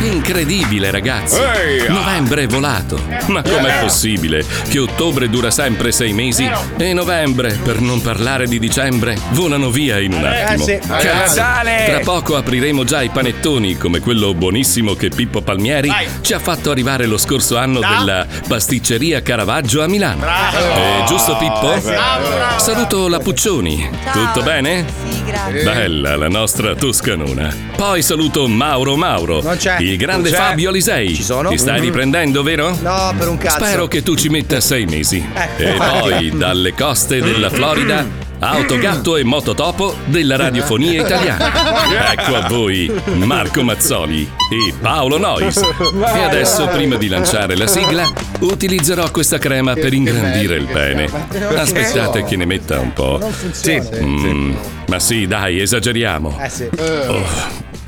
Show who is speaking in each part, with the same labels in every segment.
Speaker 1: Incredibile, ragazzi.
Speaker 2: ah.
Speaker 1: Novembre è volato. Ma com'è
Speaker 2: Eh.
Speaker 1: possibile che ottobre dura sempre sei mesi e novembre, per non parlare di dicembre, volano via in un
Speaker 2: Eh,
Speaker 1: attimo?
Speaker 2: sì.
Speaker 1: Cazzo,
Speaker 2: Natale!
Speaker 1: tra poco apriremo già i panettoni come quello buonissimo che Pippo Palmieri ci ha fatto arrivare lo scorso anno della pasticceria Caravaggio a Milano. Eh, giusto Pippo?
Speaker 3: Eh, sì. Bravo, bravo.
Speaker 1: Saluto la Puccioni. Tutto bene?
Speaker 3: Sì, grazie.
Speaker 1: Bella la nostra toscanona. Poi saluto Mauro Mauro,
Speaker 4: Non c'è.
Speaker 1: il grande
Speaker 4: Non c'è.
Speaker 1: Fabio Alisei. Ci sono? Ti stai
Speaker 4: Mhm.
Speaker 1: riprendendo, vero?
Speaker 4: No, per un cazzo. Ecco.
Speaker 1: Spero che tu ci metta sei mesi. E poi dalle coste della Florida, autogatto e mototopo della radiofonia italiana. Ecco a voi Marco Mazzoli e Paolo Nois. E adesso, prima di lanciare la sigla, utilizzerò questa crema per ingrandire il pene. Aspettate che ne metta un po'.
Speaker 5: Non funziona. Sì, sì,
Speaker 1: Mm, ma sì, dai,
Speaker 6: Eh
Speaker 1: esageriamo.
Speaker 5: sì.
Speaker 7: Eh.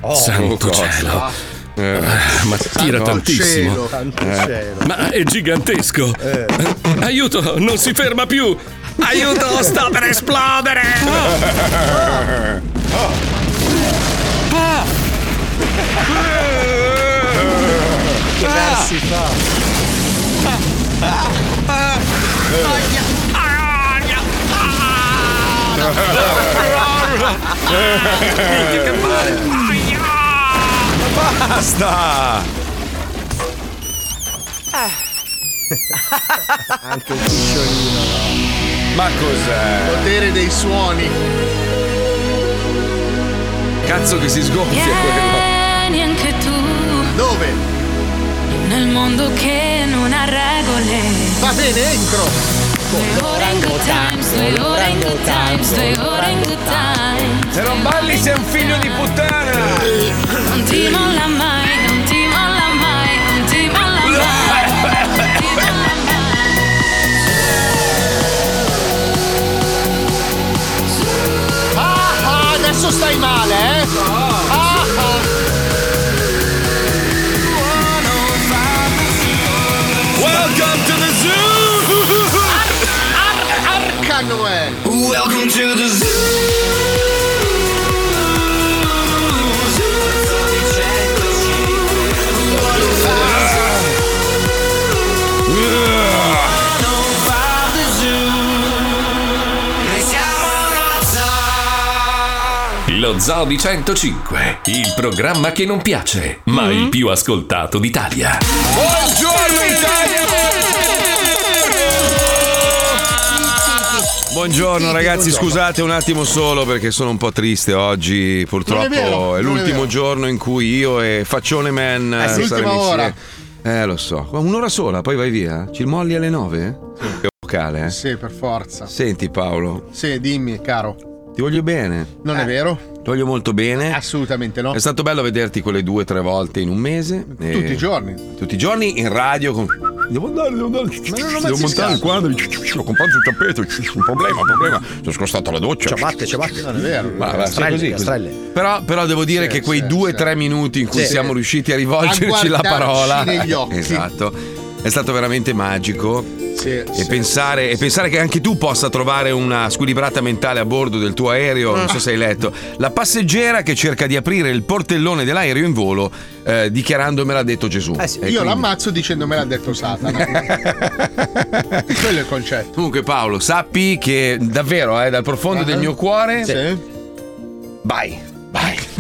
Speaker 1: Oh, santo
Speaker 6: cosa?
Speaker 1: cielo. Ah, ma tira
Speaker 6: Santo cielo.
Speaker 1: tantissimo.
Speaker 6: Santo
Speaker 1: Eh.
Speaker 6: cielo. Eh.
Speaker 1: Ma è gigantesco. Aiuto, non si ferma più. Aiuto, sta per esplodere.
Speaker 5: Che versi fa?
Speaker 6: che male. Basta!
Speaker 5: Anche un picciolino.
Speaker 6: Ma cos'è?
Speaker 8: Potere dei suoni.
Speaker 6: Cazzo che si sgonfia quello.
Speaker 9: Vieni anche tu. Dove? Nel mondo che non ha regole. Va bene, entro. Due ore in good times, due ore in good times, due ore in good times.
Speaker 2: Se non balli sei un figlio di puttana!
Speaker 9: Non ti molla mai, non ti molla mai, non ti molla mai. Non ti molla
Speaker 8: Ah, ah, adesso stai male, eh? Ah, ah.
Speaker 6: Welcome to the zoo!
Speaker 8: Arca Noè.
Speaker 6: Welcome to the zoo!
Speaker 1: Lo Zoo di 105, il programma che non piace, ma il più ascoltato d'Italia.
Speaker 6: Buongiorno Italia! Buongiorno ragazzi, scusate un attimo solo perché sono un po' triste oggi. Purtroppo è,
Speaker 10: Non è vero, non è
Speaker 6: l'ultimo
Speaker 10: vero.
Speaker 6: giorno in cui io e Faccione Man
Speaker 10: È
Speaker 6: eh,
Speaker 10: l'ultima
Speaker 6: saremo insieme.
Speaker 10: ora.
Speaker 6: Eh, lo so. Ma Un'ora sola, poi vai via. Ci molli alle nove? Che vocale, eh?
Speaker 8: Sì, per forza.
Speaker 6: Senti Paolo,
Speaker 8: Sì, dimmi, caro.
Speaker 6: ti voglio bene. Eh,
Speaker 8: Non è vero?
Speaker 6: Ti voglio molto bene.
Speaker 8: Assolutamente no.
Speaker 6: È stato bello vederti quelle due o tre volte in un mese. Eh,
Speaker 8: Tutti i giorni.
Speaker 6: Tutti i giorni in radio con... Devo andare, devo andare. Devo montare il quadro. Ho comprato il tappeto. Un problema, un problema. Sono scostato la doccia. Ciabatte, ciabatte.
Speaker 8: Non è vero.
Speaker 6: Ma, ma, sì, così, così. Però, però devo dire
Speaker 8: Sì,
Speaker 6: che quei
Speaker 8: sì,
Speaker 6: due o
Speaker 8: sì.
Speaker 6: tre minuti in cui
Speaker 8: Sì.
Speaker 6: siamo riusciti a rivolgerci
Speaker 8: A
Speaker 6: la
Speaker 8: guardarci
Speaker 6: parola
Speaker 8: negli occhi.
Speaker 6: esatto, è stato veramente magico. e, pensare, e pensare che anche tu possa trovare una squilibrata mentale a bordo del tuo aereo, non so se hai letto, la passeggera che cerca di aprire il portellone dell'aereo in volo eh, dichiarando me l'ha detto Gesù.
Speaker 8: Eh sì,
Speaker 6: E
Speaker 8: io
Speaker 6: quindi-
Speaker 8: l'ammazzo dicendo me l'ha detto Satana. Quello è il concetto.
Speaker 6: Comunque Paolo, sappi che davvero, eh, dal profondo
Speaker 8: Ah.
Speaker 6: del mio cuore... Vai.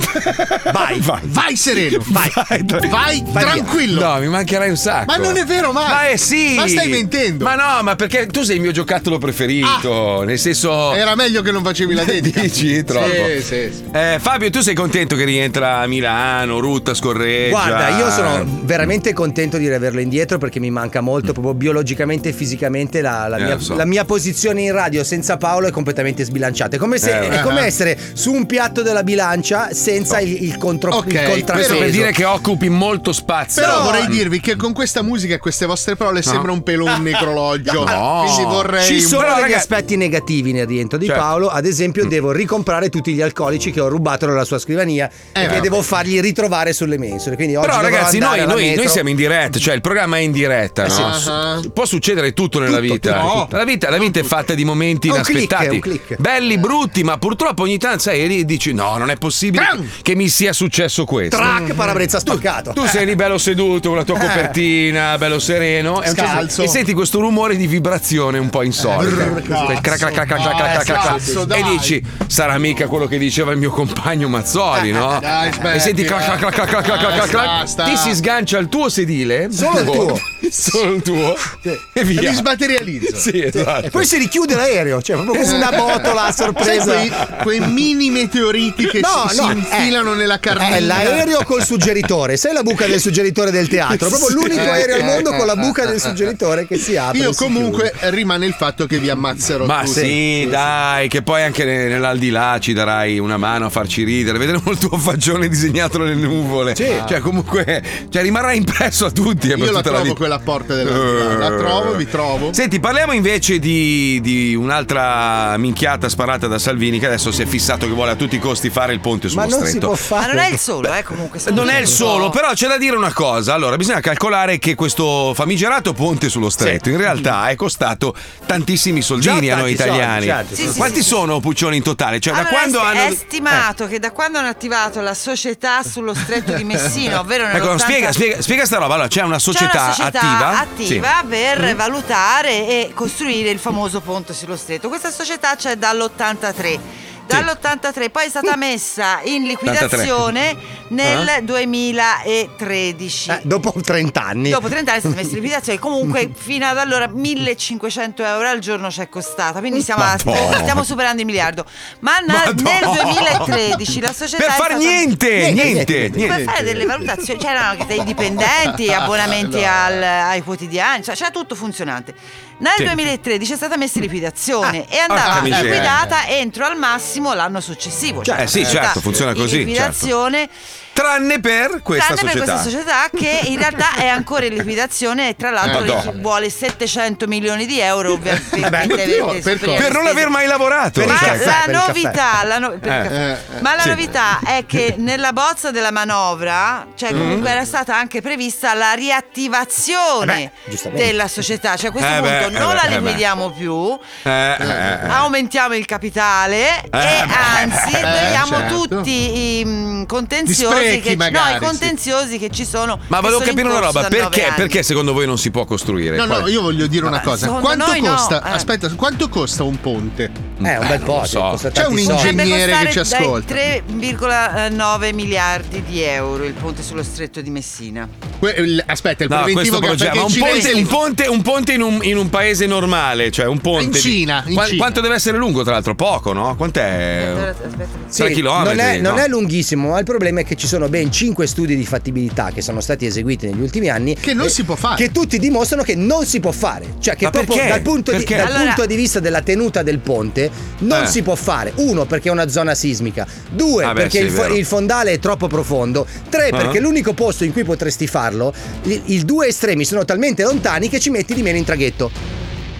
Speaker 6: Vai, vai,
Speaker 8: vai sereno, vai,
Speaker 6: vai,
Speaker 8: vai tranquillo.
Speaker 6: No, mi mancherai un sacco.
Speaker 8: Ma non è vero, Marco.
Speaker 6: Ma eh sì.
Speaker 8: Ma stai mentendo. Ah.
Speaker 6: Ma no, ma perché tu sei il mio giocattolo preferito. Nel senso.
Speaker 8: Era meglio che non facevi la dedica.
Speaker 6: Dici, troppo.
Speaker 8: Sì, sì, sì.
Speaker 6: Eh, Fabio, tu sei contento che rientra a Milano, Rutta, Scorreggia?
Speaker 4: Guarda, io sono veramente contento di averlo indietro perché mi manca molto, proprio biologicamente e fisicamente, la, la
Speaker 6: Eh,
Speaker 4: mia,
Speaker 6: lo so.
Speaker 4: la mia posizione in radio senza Paolo è completamente sbilanciata. È come, se-
Speaker 6: Eh,
Speaker 4: è come
Speaker 6: eh.
Speaker 4: essere su un piatto della bilancia senza il, il, contro, il contrappeso.
Speaker 6: questo per dire che occupi molto spazio.
Speaker 8: Però vorrei dirvi che con questa musica e queste vostre parole
Speaker 4: No.
Speaker 8: sembra un pelo un necrologio.
Speaker 4: No.
Speaker 8: Quindi vorrei.
Speaker 4: Ci sono
Speaker 8: Però,
Speaker 4: degli
Speaker 8: ragazzi,
Speaker 4: aspetti negativi nel rientro
Speaker 6: Certo.
Speaker 4: di Paolo. Ad
Speaker 6: Mm.
Speaker 4: esempio, devo ricomprare tutti gli alcolici che ho rubato dalla sua scrivania
Speaker 6: Eh,
Speaker 4: perché
Speaker 6: vabbè.
Speaker 4: devo farli ritrovare sulle mensole. Quindi oggi
Speaker 6: Però
Speaker 4: dovrò
Speaker 6: ragazzi,
Speaker 4: andare
Speaker 6: noi,
Speaker 4: alla
Speaker 6: noi-
Speaker 4: metro.
Speaker 6: noi siamo in diretta, cioè il programma è in diretta,
Speaker 4: Eh sì.
Speaker 6: no?
Speaker 4: Ah.
Speaker 6: S- Può succedere tutto nella
Speaker 4: Tutto,
Speaker 6: vita.
Speaker 4: tutto, tutto.
Speaker 6: La vita, la vita è fatta di momenti
Speaker 4: È un click,
Speaker 6: inaspettati,
Speaker 4: è un click.
Speaker 6: belli, brutti, ma purtroppo ogni tanto sai, lì dici no, non è possibile che mi sia successo questo. Mm-hmm.
Speaker 3: Track, parabrezza Eh. spaccato.
Speaker 6: Tu sei lì bello seduto con la tua
Speaker 3: Eh.
Speaker 6: copertina, bello sereno. e a un certo-
Speaker 3: Scalzo.
Speaker 6: E senti questo rumore di vibrazione un po' insolita.
Speaker 3: Eh, cazzo.
Speaker 6: Quel crac, crac, crac, crac, crac,
Speaker 3: No,
Speaker 6: crac,
Speaker 3: eh,
Speaker 6: crac, crac.
Speaker 3: cazzo,
Speaker 6: E
Speaker 3: dai.
Speaker 6: dici, sarà mica quello che diceva il mio compagno
Speaker 3: Eh,
Speaker 6: Mazzoli, no?
Speaker 8: dai,
Speaker 6: e
Speaker 8: smettila.
Speaker 6: senti crac, crac, crac, crac, crac, crac, crac.
Speaker 8: Basta.
Speaker 6: Ti si sgancia il tuo sedile.
Speaker 8: Solo il tuo.
Speaker 6: Solo il tuo. E
Speaker 8: E
Speaker 6: via.
Speaker 8: mi smaterializzo.
Speaker 6: Sì, esatto. Eh.
Speaker 3: E poi si richiude l'aereo, cioè proprio come una botola a sorpresa.
Speaker 8: Sai quei, quei mini meteoriti che
Speaker 3: No,
Speaker 8: si,
Speaker 3: no,
Speaker 8: si
Speaker 3: eh,
Speaker 8: infilano nella carne.
Speaker 3: È l'aereo col suggeritore, sai la buca del suggeritore del teatro? Proprio
Speaker 8: Sì.
Speaker 3: l'unico aereo al mondo con la buca
Speaker 8: Eh, eh,
Speaker 3: del
Speaker 8: eh,
Speaker 3: suggeritore che si apre. e
Speaker 8: Io
Speaker 3: si
Speaker 8: comunque rimane il fatto che vi ammazzerò
Speaker 6: Ma
Speaker 8: tutti.
Speaker 6: sì, dai, che poi anche ne- nell'aldilà ci darai una mano a farci ridere. Vedremo il tuo fagione disegnato nelle nuvole. Cioè, comunque, cioè, rimarrà impresso a tutti. eh, per
Speaker 8: Io la
Speaker 6: tutta
Speaker 8: trovo
Speaker 6: vita. Eh.
Speaker 8: quella porta della Eh, La trovo, vi trovo.
Speaker 6: Senti, parliamo invece di, di un'altra minchiata sparata da Salvini che adesso si è fissato che vuole a tutti i costi fare il ponte sullo
Speaker 10: Ma non si
Speaker 6: stretto.
Speaker 10: può fare. Ma non è il solo,
Speaker 6: Beh,
Speaker 10: eh, comunque,
Speaker 6: Non è il solo,
Speaker 10: No.
Speaker 6: però c'è da dire una cosa. Allora, bisogna calcolare che questo famigerato ponte sullo stretto in realtà è costato tantissimi soldini
Speaker 3: Già
Speaker 6: a noi
Speaker 3: tanti soldi,
Speaker 6: italiani.
Speaker 3: certo,
Speaker 10: sì, sì.
Speaker 6: Quanti sono Puccioni in totale? Cioè, da
Speaker 10: Allora,
Speaker 6: quando
Speaker 10: è,
Speaker 6: hanno. Eh.
Speaker 10: è stimato che da quando hanno attivato la società sullo stretto di Messina, ovvero nell'80
Speaker 6: Ecco, spiega, spiega, spiega sta roba. Allora, c'è una
Speaker 10: C'è
Speaker 6: società,
Speaker 10: una società
Speaker 6: attiva. Sì.
Speaker 10: per
Speaker 6: Mm.
Speaker 10: valutare e costruire il famoso ponte sullo stretto. Questa società c'è dall'83. Dall'83 poi è stata messa in liquidazione nel
Speaker 3: Ah.
Speaker 10: 2013.
Speaker 3: chiude. Eh, dopo 30 anni.
Speaker 10: Dopo 30 anni è stata messa in liquidazione, comunque fino ad allora 1500 euro al giorno ci è costata, quindi siamo, a-
Speaker 6: Madonna.
Speaker 10: stiamo superando il miliardo. Ma na- nel
Speaker 6: Madonna.
Speaker 10: 2013 la società...
Speaker 6: Per
Speaker 10: è
Speaker 6: far
Speaker 10: stata-
Speaker 6: niente, Niente, niente, niente,
Speaker 10: Per
Speaker 6: niente.
Speaker 10: fare delle valutazioni, c'erano anche dei dipendenti, abbonamenti
Speaker 6: No.
Speaker 10: al- ai quotidiani, cioè c'era tutto funzionante. Nel
Speaker 6: Sì.
Speaker 10: 2013 è stata messa in liquidazione e
Speaker 6: porca
Speaker 10: andava
Speaker 6: miseria.
Speaker 10: liquidata entro al massimo l'anno successivo.
Speaker 6: Cioè,
Speaker 10: la
Speaker 6: eh sì,
Speaker 10: società
Speaker 6: certo, funziona
Speaker 10: in
Speaker 6: così, certo.
Speaker 10: liquidazione
Speaker 6: Tranne per questa
Speaker 10: Tranne per
Speaker 6: società.
Speaker 10: questa società che in realtà è ancora in liquidazione e tra
Speaker 11: Eh,
Speaker 10: l'altro
Speaker 6: Madonna.
Speaker 10: richi- vuole 700 milioni di euro ovviamente per,
Speaker 6: Per non aver mai lavorato.
Speaker 10: ma
Speaker 6: sai.
Speaker 10: la novità, la no- per il
Speaker 6: Eh.
Speaker 10: caffè.
Speaker 6: Eh, eh.
Speaker 10: Ma la
Speaker 6: Sì.
Speaker 10: novità è che nella bozza della manovra, cioè comunque
Speaker 11: Mm.
Speaker 10: era stata anche prevista la riattivazione
Speaker 11: Eh beh, giustamente.
Speaker 10: della società, cioè a questo
Speaker 11: Eh
Speaker 10: punto
Speaker 11: beh, eh
Speaker 10: non
Speaker 11: beh,
Speaker 10: la
Speaker 11: eh beh.
Speaker 10: liquidiamo più,
Speaker 6: Eh, eh, eh.
Speaker 10: Ah, aumentiamo il capitale
Speaker 6: Eh,
Speaker 10: e
Speaker 6: beh,
Speaker 10: anzi
Speaker 6: eh,
Speaker 10: togliamo
Speaker 6: certo.
Speaker 10: tutti i mm, contenziosi,
Speaker 6: Gli sprechi
Speaker 10: che,
Speaker 6: magari,
Speaker 10: no, i
Speaker 6: sì.
Speaker 10: contenziosi che ci sono.
Speaker 6: Ma
Speaker 10: che
Speaker 6: volevo
Speaker 10: sono in
Speaker 6: capire una
Speaker 10: corso
Speaker 6: roba,
Speaker 10: da nove
Speaker 6: perché,
Speaker 10: anni.
Speaker 6: perché secondo voi non si può costruire?
Speaker 8: No, no,
Speaker 6: Qual-
Speaker 8: io voglio dire una cosa.
Speaker 10: secondo
Speaker 8: Quanto
Speaker 10: noi no,
Speaker 8: costa?
Speaker 10: eh.
Speaker 8: Aspetta, quanto costa un ponte?
Speaker 4: Eh, un bel
Speaker 8: non
Speaker 4: ponte,
Speaker 8: lo
Speaker 4: costa
Speaker 8: C'è un
Speaker 4: tanti soldi.
Speaker 8: ingegnere che ci
Speaker 10: Potrebbe costare
Speaker 8: ascolta.
Speaker 10: dai 3,9 miliardi di euro il ponte sullo stretto di Messina.
Speaker 8: Que- il- aspetta, il
Speaker 6: No,
Speaker 8: preventivo
Speaker 6: questo
Speaker 8: che
Speaker 6: progetto.
Speaker 8: perché
Speaker 6: Ma
Speaker 8: i
Speaker 6: un ponte,
Speaker 8: cinesi-
Speaker 6: un ponte- un ponte in, un, in un paese normale, cioè un ponte. di-
Speaker 8: Cina, in
Speaker 6: Qua-
Speaker 8: Cina.
Speaker 6: Quanto deve essere lungo, tra l'altro? Poco, no? Quant'è?
Speaker 4: Sì,
Speaker 6: 3 chilometri.
Speaker 4: non, è, non
Speaker 6: no?
Speaker 4: è lunghissimo, ma il problema è che ci sono ben 5 studi di fattibilità che sono stati eseguiti negli ultimi anni. Che
Speaker 8: non si può fare.
Speaker 4: Che tutti dimostrano che non si può fare. Cioè, che
Speaker 6: Ma
Speaker 4: proprio
Speaker 6: perché?
Speaker 4: dal, punto di,
Speaker 6: Perché?
Speaker 4: dal
Speaker 6: Allora-
Speaker 4: punto di vista della tenuta del ponte non
Speaker 6: Eh.
Speaker 4: si può fare. Uno, perché è una zona sismica. Due,
Speaker 6: Ah, beh,
Speaker 4: perché
Speaker 6: sì,
Speaker 4: il, fo-
Speaker 6: vero.
Speaker 4: il fondale è troppo profondo. Tre,
Speaker 6: Ah.
Speaker 4: perché l'unico posto in cui potresti farlo, i, i due estremi sono talmente lontani che ci metti di meno in traghetto.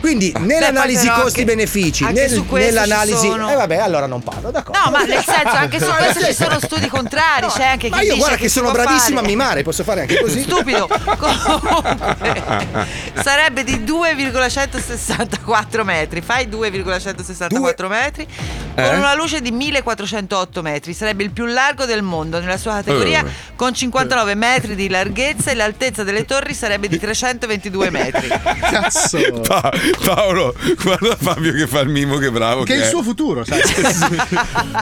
Speaker 4: Quindi nell'analisi
Speaker 10: però anche-
Speaker 4: costi-benefici,
Speaker 10: anche
Speaker 4: nel-
Speaker 10: su questo ci
Speaker 4: nell'analisi...
Speaker 10: sono-
Speaker 4: Eh vabbè, allora non parlo, d'accordo.
Speaker 10: No, ma nel senso, anche su
Speaker 4: No,
Speaker 10: questo
Speaker 4: nel
Speaker 10: ci
Speaker 4: senso-
Speaker 10: sono studi contrari. C'è anche chi
Speaker 4: ma io
Speaker 10: dice
Speaker 4: guarda che
Speaker 10: si
Speaker 4: sono
Speaker 10: può
Speaker 4: bravissimo
Speaker 10: fare.
Speaker 4: a mimare, posso fare anche così.
Speaker 10: Stupido.
Speaker 6: eh.
Speaker 10: Sarebbe di 2,164 metri. Fai 2,164 metri con
Speaker 11: Eh?
Speaker 10: una luce di 1408 metri. Sarebbe il più largo del mondo nella sua categoria,
Speaker 11: Eh.
Speaker 10: con 59 metri di larghezza e l'altezza delle torri sarebbe di 322 metri.
Speaker 6: Pa- Paolo, guarda Fabio che fa il mimo, che bravo.
Speaker 8: Che è il suo futuro, sai?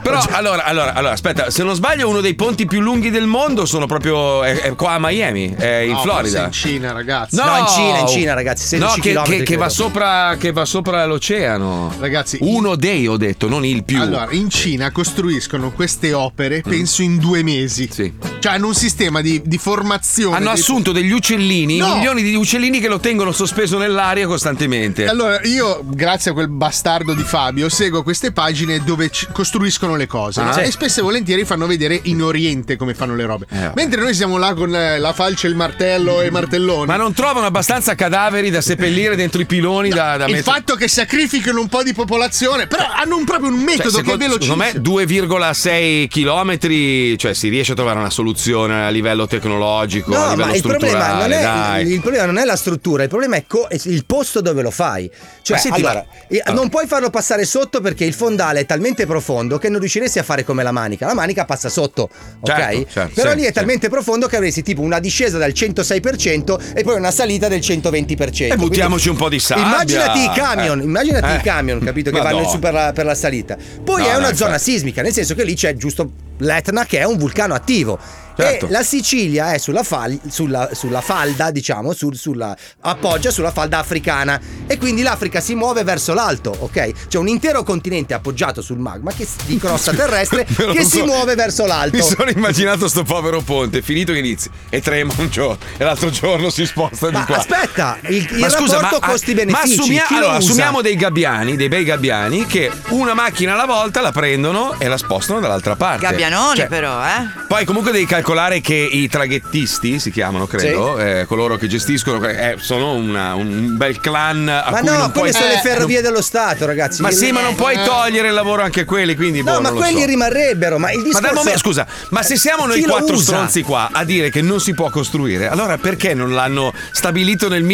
Speaker 6: Però allora, allora, allora, aspetta, se non sbaglio, uno dei ponti più lunghi del mondo sono proprio è, è qua a Miami, è in
Speaker 8: No, forse
Speaker 6: Florida.
Speaker 8: In Cina, ragazzi.
Speaker 6: No!
Speaker 4: No, in Cina, in Cina, ragazzi, 16
Speaker 6: no, che,
Speaker 4: chilometri,
Speaker 6: che- che va
Speaker 4: credo.
Speaker 6: sopra, che va sopra l'oceano.
Speaker 8: Ragazzi,
Speaker 6: uno dei ho detto, non il più. Mm.
Speaker 8: Allora, in Cina costruiscono queste opere, penso, in due mesi.
Speaker 6: Sì.
Speaker 8: Cioè, hanno un sistema di, di formazione.
Speaker 6: Hanno
Speaker 8: dei-
Speaker 6: assunto degli uccellini,
Speaker 8: No.
Speaker 6: milioni di uccellini che lo tengono sospeso nell'aria costantemente.
Speaker 8: Allora, io, grazie a quel bastardo di Fabio, seguo queste pagine dove ci- costruiscono le cose. no?
Speaker 6: Ah.
Speaker 8: E spesso e volentieri fanno vedere in Oriente come fanno le robe.
Speaker 6: Eh.
Speaker 8: Mentre noi siamo là con eh, la falce, il martello e i martelloni.
Speaker 6: Ma non trovano abbastanza cadaveri da seppellire dentro i piloni da, da
Speaker 8: il
Speaker 6: mettere.
Speaker 8: fatto che sacrificano un po' di popolazione, però hanno un- proprio un
Speaker 6: Cioè,
Speaker 8: metodo che è
Speaker 6: secondo,
Speaker 8: velocissimo.
Speaker 6: secondo me 2,6 chilometri, cioè si riesce a trovare una un'evoluzione a livello tecnologico, a
Speaker 4: No,
Speaker 6: livello
Speaker 4: ma il
Speaker 6: strutturale.
Speaker 4: problema, non è,
Speaker 6: dai.
Speaker 4: il problema non è la struttura, il problema è co- il posto dove lo fai. Cioè,
Speaker 6: Ma senti,
Speaker 4: allora,
Speaker 6: ma-
Speaker 4: eh,
Speaker 6: ah.
Speaker 4: non puoi farlo passare sotto perché il fondale è talmente profondo che non riusciresti a fare come la manica. La manica passa sotto, ok?
Speaker 6: Certo, certo,
Speaker 4: Però
Speaker 6: sì,
Speaker 4: lì è
Speaker 6: sì.
Speaker 4: talmente profondo che avresti tipo una discesa del 106% e poi una salita del 120%.
Speaker 6: E buttiamoci
Speaker 4: Quindi-
Speaker 6: un po' di sabbia.
Speaker 4: Immaginati i camion,
Speaker 6: Eh.
Speaker 4: immaginati
Speaker 6: Eh.
Speaker 4: i camion, capito? Che vanno
Speaker 6: Madonna.
Speaker 4: su per la, per la salita. Poi
Speaker 6: No,
Speaker 4: è
Speaker 6: no,
Speaker 4: una zona
Speaker 6: infatti.
Speaker 4: sismica, nel senso che lì c'è giusto l'Etna che è un vulcano attivo.
Speaker 6: Certo.
Speaker 4: E la Sicilia è sulla, fal- sulla- sulla falda, diciamo, sul- sulla- appoggia sulla falda africana e quindi l'Africa si muove verso l'alto, ok? C'è un intero continente appoggiato sul magma che, s- di crosta terrestre
Speaker 6: Me lo
Speaker 4: che si
Speaker 6: so.
Speaker 4: muove verso l'alto.
Speaker 6: Mi sono immaginato sto povero ponte, finito che inizi e trema un giorno e l'altro giorno si sposta di
Speaker 4: Ma
Speaker 6: qua.
Speaker 4: aspetta, il, il rapporto
Speaker 6: ah,
Speaker 4: costi-benefici.
Speaker 6: Ma assumia-
Speaker 4: chi lo
Speaker 6: allora,
Speaker 4: usa?
Speaker 6: assumiamo dei gabbiani, dei bei gabbiani, che una macchina alla volta la prendono e la spostano dall'altra parte.
Speaker 10: Gabbianoni
Speaker 6: Cioè,
Speaker 10: però, eh.
Speaker 6: Poi comunque devi calcolare che i traghettisti si chiamano, credo, eh, coloro che gestiscono, eh, sono una- un bel clan a
Speaker 4: Ma
Speaker 6: cui
Speaker 4: no,
Speaker 6: non puoi Eh,
Speaker 4: quelle sono le
Speaker 6: non-
Speaker 4: ferrovie dello Stato, ragazzi.
Speaker 6: Ma sì, ma non puoi
Speaker 4: Eh.
Speaker 6: togliere il lavoro anche a quelli, quindi
Speaker 4: No,
Speaker 6: boh,
Speaker 4: ma
Speaker 6: non lo
Speaker 4: quelli
Speaker 6: so.
Speaker 4: rimarrebbero, ma il discorso eh,
Speaker 6: Ma dal momento, scusa, ma se siamo noi
Speaker 4: Chi lo
Speaker 6: quattro
Speaker 4: usa?
Speaker 6: stronzi qua a dire che non si può costruire, allora perché non l'hanno stabilito nel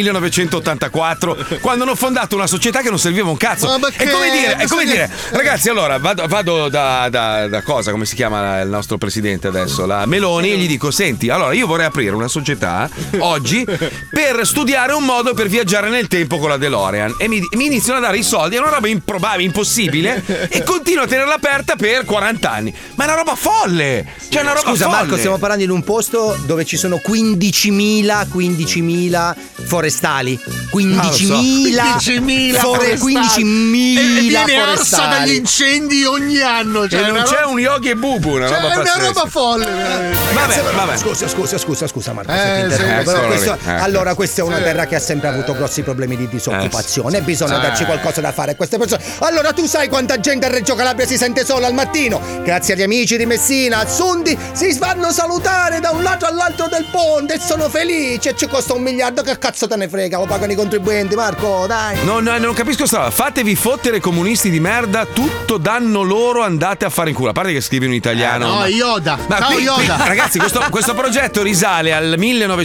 Speaker 6: 1984 quando hanno fondato una società che non serviva un cazzo?
Speaker 4: Ah,
Speaker 8: Ma perché?
Speaker 6: è come dire, è
Speaker 8: Ma
Speaker 6: Eh, come
Speaker 8: sai
Speaker 6: dire,
Speaker 8: che-
Speaker 6: ragazzi, allora vado, vado da, da- da cosa, come si chiama il nostro presidente adesso, la Meloni, e gli dico, senti, allora io vorrei aprire una società oggi per studiare un modo per viaggiare nel tempo con la DeLorean e mi, mi iniziano a dare i soldi, è una roba improbabile, impossibile e continuo a tenerla aperta per 40 anni. Ma è una roba folle! Cioè è una roba
Speaker 4: Scusa
Speaker 6: folle!
Speaker 4: Marco, stiamo parlando in un posto dove ci sono 15.000, 15.000 forestali. 15.000,
Speaker 8: Ah, lo so. 15.000
Speaker 4: fore-
Speaker 8: forestali.
Speaker 4: 15.000
Speaker 8: E- e viene arsa
Speaker 4: forestali.
Speaker 8: dagli incendi ogni anno. Cioè
Speaker 6: E non
Speaker 8: una
Speaker 6: c'è
Speaker 8: roba-
Speaker 6: un yogi e bubu, una
Speaker 8: cioè,
Speaker 6: roba
Speaker 8: è una
Speaker 6: pazzesca. Eh.
Speaker 8: roba folle, veramente.
Speaker 6: Vabbè,
Speaker 4: Ragazzi,
Speaker 6: vabbè.
Speaker 4: Scusa, scusa, scusa, scusa Marco. se
Speaker 8: Eh,
Speaker 4: ti
Speaker 8: sì,
Speaker 4: interrompo,
Speaker 6: ecco,
Speaker 4: però
Speaker 6: allora,
Speaker 4: questo-
Speaker 6: ecco.
Speaker 4: allora, questa è una
Speaker 8: Sì.
Speaker 4: terra che ha sempre avuto grossi problemi di disoccupazione. Bisogna
Speaker 8: sì.
Speaker 4: darci
Speaker 8: Eh.
Speaker 4: qualcosa da fare a queste persone. Allora, tu sai quanta gente a Reggio Calabria si sente sola al mattino? Grazie agli amici di Messina, Azzundi, si fanno salutare da un lato all'altro del ponte e sono felici. E ci costa un miliardo. Che cazzo te ne frega? Lo pagano i contribuenti, Marco, dai.
Speaker 6: No, no, non capisco sta. roba. Fatevi fottere comunisti di merda, tutto danno loro, andate a fare in culo. A parte che scrivi in
Speaker 4: Eh,
Speaker 6: italiano.
Speaker 8: No,
Speaker 6: ma-
Speaker 8: Yoda.
Speaker 6: Ma
Speaker 8: Ciao
Speaker 6: qui- qui-
Speaker 8: Yoda.
Speaker 6: ragazzi, questo, questo progetto risale al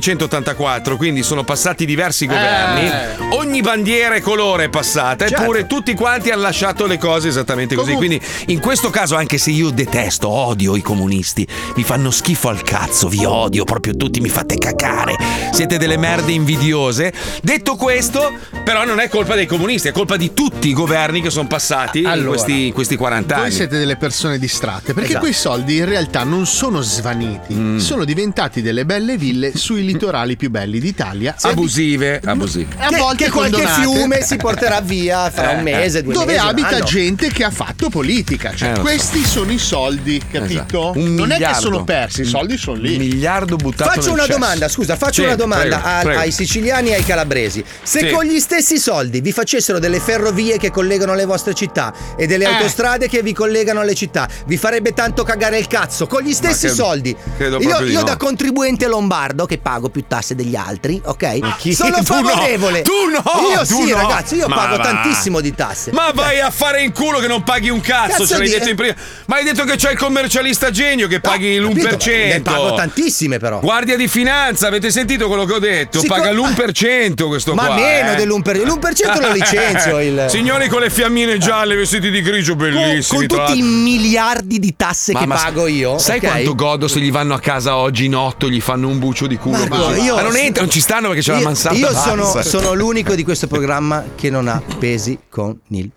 Speaker 6: 1984, quindi sono passati
Speaker 8: Eh.
Speaker 6: diversi governi. Ogni bandiera e colore è passata, eppure tutti quanti hanno lasciato le cose esattamente così.
Speaker 8: Certo. Comunque-
Speaker 6: Quindi, in questo caso, anche se io detesto, odio i comunisti, mi fanno schifo al cazzo, vi odio proprio tutti, mi fate cacare. Siete delle merde invidiose. Detto questo, però, non è colpa dei comunisti, è colpa di tutti i governi che sono passati in,
Speaker 8: Allora,
Speaker 6: questi, in questi 40
Speaker 8: Voi
Speaker 6: anni.
Speaker 8: siete delle persone distratte perché
Speaker 6: Esatto. Mm.
Speaker 8: quei soldi in realtà non sono svaniti, sono diventati delle belle ville sui litorali più belli d'Italia. Eh,
Speaker 6: Abusive, abusive. Eh,
Speaker 8: E a
Speaker 4: che,
Speaker 8: volte
Speaker 4: che qualche
Speaker 8: condonate.
Speaker 4: fiume si porterà via fra un mese, due
Speaker 8: dove
Speaker 4: mesi. un
Speaker 8: abita
Speaker 4: anno.
Speaker 8: gente che ha fatto politica. Cioè,
Speaker 6: Eh, lo so.
Speaker 8: questi sono i soldi, capito?
Speaker 6: Esatto. Un
Speaker 8: non è che
Speaker 6: miliardo.
Speaker 8: sono persi, i soldi sono
Speaker 6: Un
Speaker 8: lì.
Speaker 6: miliardo buttato
Speaker 4: Faccio
Speaker 6: nel
Speaker 4: una
Speaker 6: cesso.
Speaker 4: domanda, scusa,
Speaker 6: Sì,
Speaker 4: faccio una domanda
Speaker 6: prego,
Speaker 4: a-
Speaker 6: prego.
Speaker 4: ai siciliani e ai calabresi. Se
Speaker 6: Sì.
Speaker 4: con gli stessi soldi vi facessero delle ferrovie che collegano le vostre città e
Speaker 6: Eh.
Speaker 4: delle autostrade che vi collegano alle città, vi farebbe tanto cagare il cazzo con gli stessi
Speaker 6: credo-
Speaker 4: soldi.
Speaker 6: credo
Speaker 4: io
Speaker 6: proprio di
Speaker 4: io
Speaker 6: no.
Speaker 4: da contribuente lombardo che pago più tasse degli altri, ok?
Speaker 6: chi?
Speaker 4: Sono
Speaker 6: Tu no,
Speaker 4: favorevole.
Speaker 6: tu no,
Speaker 4: Io
Speaker 6: tu
Speaker 4: sì,
Speaker 6: no.
Speaker 4: ragazzi, io
Speaker 6: Ma
Speaker 4: pago
Speaker 6: va.
Speaker 4: tantissimo di tasse.
Speaker 6: Ma vai a fare in culo che non paghi un cazzo,
Speaker 4: Cazzo
Speaker 6: ce l'hai
Speaker 4: di-
Speaker 6: detto in prima. Ma hai detto che c'è il commercialista genio che
Speaker 4: No,
Speaker 6: paghi
Speaker 4: capito? Eh, Ne
Speaker 6: l'1%.
Speaker 4: pago tantissime però.
Speaker 6: Guardia di finanza, avete sentito quello che ho detto?
Speaker 4: Sì,
Speaker 6: Paga
Speaker 4: co-
Speaker 6: l'1% questo
Speaker 4: Ma
Speaker 6: qua.
Speaker 4: meno
Speaker 6: eh.
Speaker 4: dell'1%. L'1% lo licenzio il
Speaker 6: Signori con le fiammine gialle, vestiti di grigio,
Speaker 4: con,
Speaker 6: bellissimi.
Speaker 4: con
Speaker 6: tra
Speaker 4: tutti i
Speaker 6: l'altro.
Speaker 4: miliardi di tasse che
Speaker 6: Mamma,
Speaker 4: pago io.
Speaker 6: Sai
Speaker 4: ok?
Speaker 6: quanto godo se gli vanno a casa oggi in otto gli fanno un bucio di culo?
Speaker 4: Marco,
Speaker 6: così?
Speaker 4: io-
Speaker 6: Ma non entra, non ci stanno perché c'è la
Speaker 4: Io,
Speaker 6: mansarda.
Speaker 4: io
Speaker 6: bassa.
Speaker 4: sono, sono l'unico di questo programma che non ha pesi con il.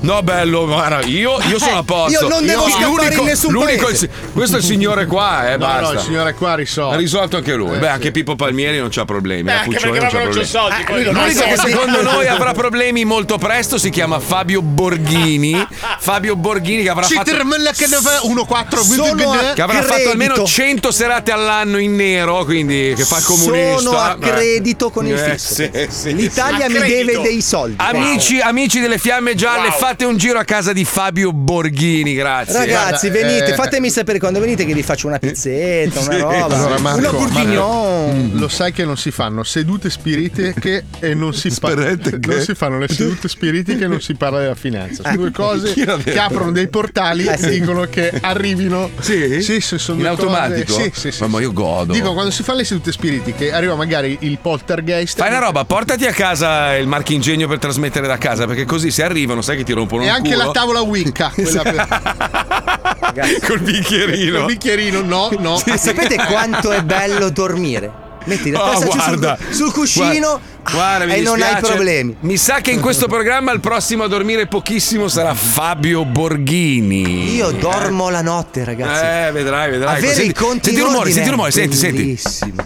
Speaker 6: No, bello, guarda, io, io sono a posto.
Speaker 4: Eh, Io non devo scappare
Speaker 6: l'unico-
Speaker 4: in nessun
Speaker 6: l'unico-
Speaker 4: paese.
Speaker 6: Questo è il signore qua, eh,
Speaker 8: No, no,
Speaker 6: basta.
Speaker 8: il signore qua
Speaker 6: Ha
Speaker 8: risolve.
Speaker 6: risolto anche lui.
Speaker 8: Eh,
Speaker 6: Beh,
Speaker 8: sì.
Speaker 6: anche Pippo Palmieri non c'ha problemi. la Puccioni non c'ha problemi.
Speaker 5: soldi. poi.
Speaker 6: Eh, L'unico
Speaker 4: Certo
Speaker 6: che secondo noi avrà problemi molto presto si chiama Fabio Borghini. Fabio Borghini che avrà
Speaker 8: Ci
Speaker 6: fatto.
Speaker 8: termina che ne fa- 1-4,
Speaker 4: Sono a-
Speaker 6: Che avrà fatto
Speaker 4: eh. Credito.
Speaker 6: almeno 100 serate all'anno in nero, quindi che fa il comunista.
Speaker 4: Sono a
Speaker 6: Beh.
Speaker 4: credito con il
Speaker 6: Eh,
Speaker 4: fisco.
Speaker 6: sì, sì,
Speaker 4: L'Italia
Speaker 5: A
Speaker 4: mi
Speaker 5: credito.
Speaker 4: deve dei soldi.
Speaker 6: Amici, amici delle fiamme gialle, fate un giro a casa di Fabio Borghini, grazie.
Speaker 4: Ragazzi,
Speaker 8: Guarda,
Speaker 4: venite,
Speaker 8: eh,
Speaker 4: fatemi sapere quando venite che vi faccio una pizzetta, una roba,
Speaker 8: Allora,
Speaker 4: una
Speaker 8: Marco,
Speaker 4: bourguignon.
Speaker 8: Marco, lo sai che non si fanno sedute spiritiche e non si, pa- non si fanno le sedute spiritiche e non si parla della finanza.
Speaker 6: Eh,
Speaker 8: Sono due
Speaker 4: Eh,
Speaker 8: cose che aprono dei portali e dicono che arrivino.
Speaker 6: Sì?
Speaker 8: sì, sì, sono
Speaker 6: In
Speaker 8: due cose.
Speaker 6: simpatico.
Speaker 8: Eh, sì, sì, sì.
Speaker 6: ma, ma io godo.
Speaker 8: Dico, quando si fa le sedute spiritiche, arriva magari il poltergeist.
Speaker 6: Fai una roba, portati a casa il marchingegno per trasmettere da casa, perché così se arrivano, sai che ti rompono
Speaker 8: E
Speaker 6: il
Speaker 8: anche
Speaker 6: culo.
Speaker 8: la tavola Wicca. Quella per...
Speaker 6: Col bicchierino.
Speaker 8: Col bicchierino, no, no.
Speaker 4: Ma sapete quanto è bello dormire? Metti la
Speaker 6: Oh,
Speaker 4: testa giù
Speaker 6: guarda.
Speaker 4: sul, sul cuscino ah,
Speaker 6: Guarda, guarda, mi
Speaker 4: e non hai
Speaker 6: dispiace.
Speaker 4: problemi.
Speaker 6: Mi sa che in questo programma il prossimo a dormire pochissimo sarà Fabio Borghini.
Speaker 4: Io dormo la notte, ragazzi.
Speaker 6: Eh, vedrai, vedrai.
Speaker 4: Avere
Speaker 6: Senti-
Speaker 4: i conti
Speaker 6: senti
Speaker 4: in
Speaker 6: il rumore,
Speaker 4: ordine
Speaker 6: senti il rumore,
Speaker 4: è
Speaker 6: senti, senti.
Speaker 4: bellissimo.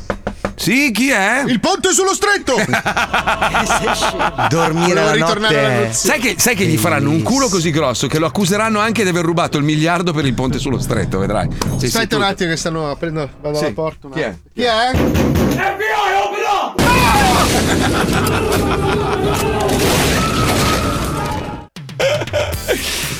Speaker 6: Sì, chi è?
Speaker 8: Il ponte sullo stretto!
Speaker 4: Dormire
Speaker 6: Volevo
Speaker 4: la
Speaker 6: ritornare alla
Speaker 4: notte.
Speaker 6: notizia. Sai che, sai che gli faranno un culo così grosso che lo accuseranno anche di aver rubato il miliardo per il ponte sullo stretto, vedrai. Sì, sì,
Speaker 8: Aspetta
Speaker 6: tu-
Speaker 8: un attimo che stanno aprendo. Vado alla porta. un
Speaker 6: Chi è?
Speaker 8: attimo. Chi è?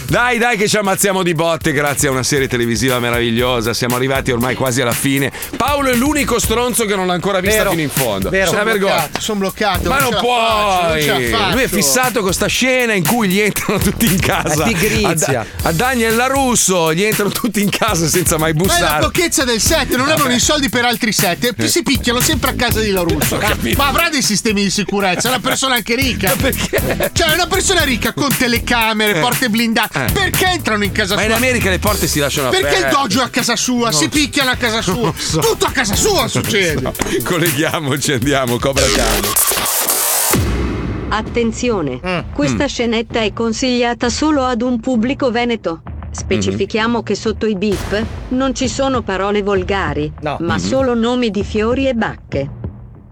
Speaker 6: Dai, dai, che ci ammazziamo di botte grazie a una serie televisiva meravigliosa. Siamo arrivati ormai quasi alla fine. Paolo è l'unico stronzo che non l'ha ancora vista
Speaker 8: Vero.
Speaker 6: fino in fondo. È
Speaker 8: Vero.
Speaker 6: una
Speaker 8: Sono
Speaker 6: vergogna.
Speaker 8: bloccato, Sono bloccato.
Speaker 6: Ma
Speaker 8: ce
Speaker 6: non
Speaker 8: la faccio, non
Speaker 6: puoi!
Speaker 8: ce la faccio.
Speaker 6: Lui è fissato con sta scena in cui gli entrano tutti in casa.
Speaker 8: La tigrizia.
Speaker 6: A, Da- a Daniel Larusso gli entrano tutti in casa senza mai
Speaker 8: Ma è la
Speaker 6: bussare.
Speaker 8: pochezza del 7, non avevano i soldi per altri 7, si picchiano sempre a casa di La Russo.
Speaker 6: Eh. Ho capito.
Speaker 8: Ma avrà dei sistemi di sicurezza, è una persona anche ricca.
Speaker 6: perché?
Speaker 8: Cioè, è una persona ricca con telecamere,
Speaker 6: Eh.
Speaker 8: porte blindate.
Speaker 6: Eh.
Speaker 8: Perché entrano in casa
Speaker 6: Ma
Speaker 8: sua?
Speaker 6: in America le porte si lasciano aperte.
Speaker 8: Perché il dojo è a casa sua, si picchiano a casa sua. Tutto a casa sua succede.
Speaker 6: Colleghiamoci, andiamo, Cobra Cano.
Speaker 12: Attenzione,
Speaker 3: Mm,
Speaker 12: questa scenetta è consigliata solo ad un pubblico veneto.
Speaker 3: Mhm.
Speaker 12: Specifichiamo che sotto i bip non ci sono parole volgari, ma
Speaker 3: Mhm. Mm.
Speaker 12: solo nomi di fiori e bacche.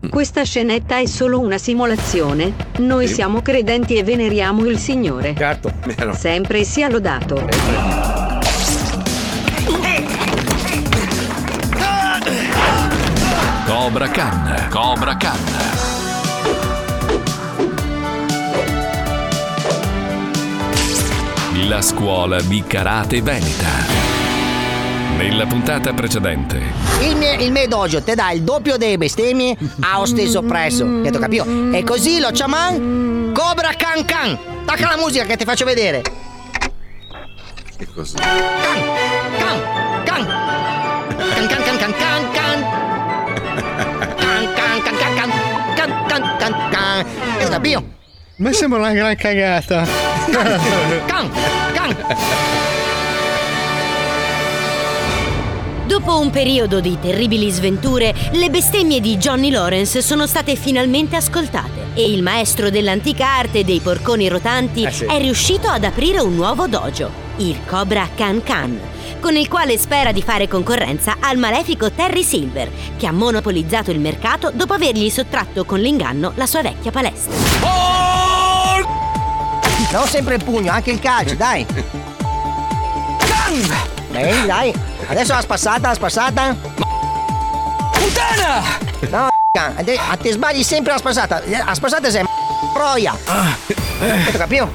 Speaker 12: Questa scenetta è solo una simulazione, noi
Speaker 3: Sì. Certo.
Speaker 12: siamo credenti e veneriamo il Signore. Sempre sia lodato.
Speaker 1: Cobra Khan, Cobra Khan. La scuola di karate veneta. Nella puntata precedente,
Speaker 13: Il mio, il mio dojo ti dà il doppio dei bestemmie a lo stesso prezzo. Che tu capito? E così lo chaman Cobra Can Can. Tacca la musica che ti faccio vedere.
Speaker 6: Che cos'è?
Speaker 13: Can. Can can can can can can. Can can can can can. Can can can can. E da bio.
Speaker 8: Mi sembra una gran cagata.
Speaker 13: Can can.
Speaker 3: Dopo un periodo di terribili sventure, le bestemmie di Johnny Lawrence sono state finalmente ascoltate e il maestro dell'antica arte dei porconi rotanti
Speaker 14: Eh sì.
Speaker 3: è riuscito ad aprire un nuovo dojo, il Cobra Can Can, con il quale spera di fare concorrenza al malefico Terry Silver, che ha monopolizzato il mercato dopo avergli sottratto con l'inganno la sua vecchia palestra.
Speaker 15: Oh!
Speaker 13: Non sempre il pugno, anche il calcio, dai. Can. Bene, dai. Adesso la spassata, la spassata. Puttana! No, can. Ade- a te sbagli sempre la spassata. La spassata sei m- troia. Hai capito?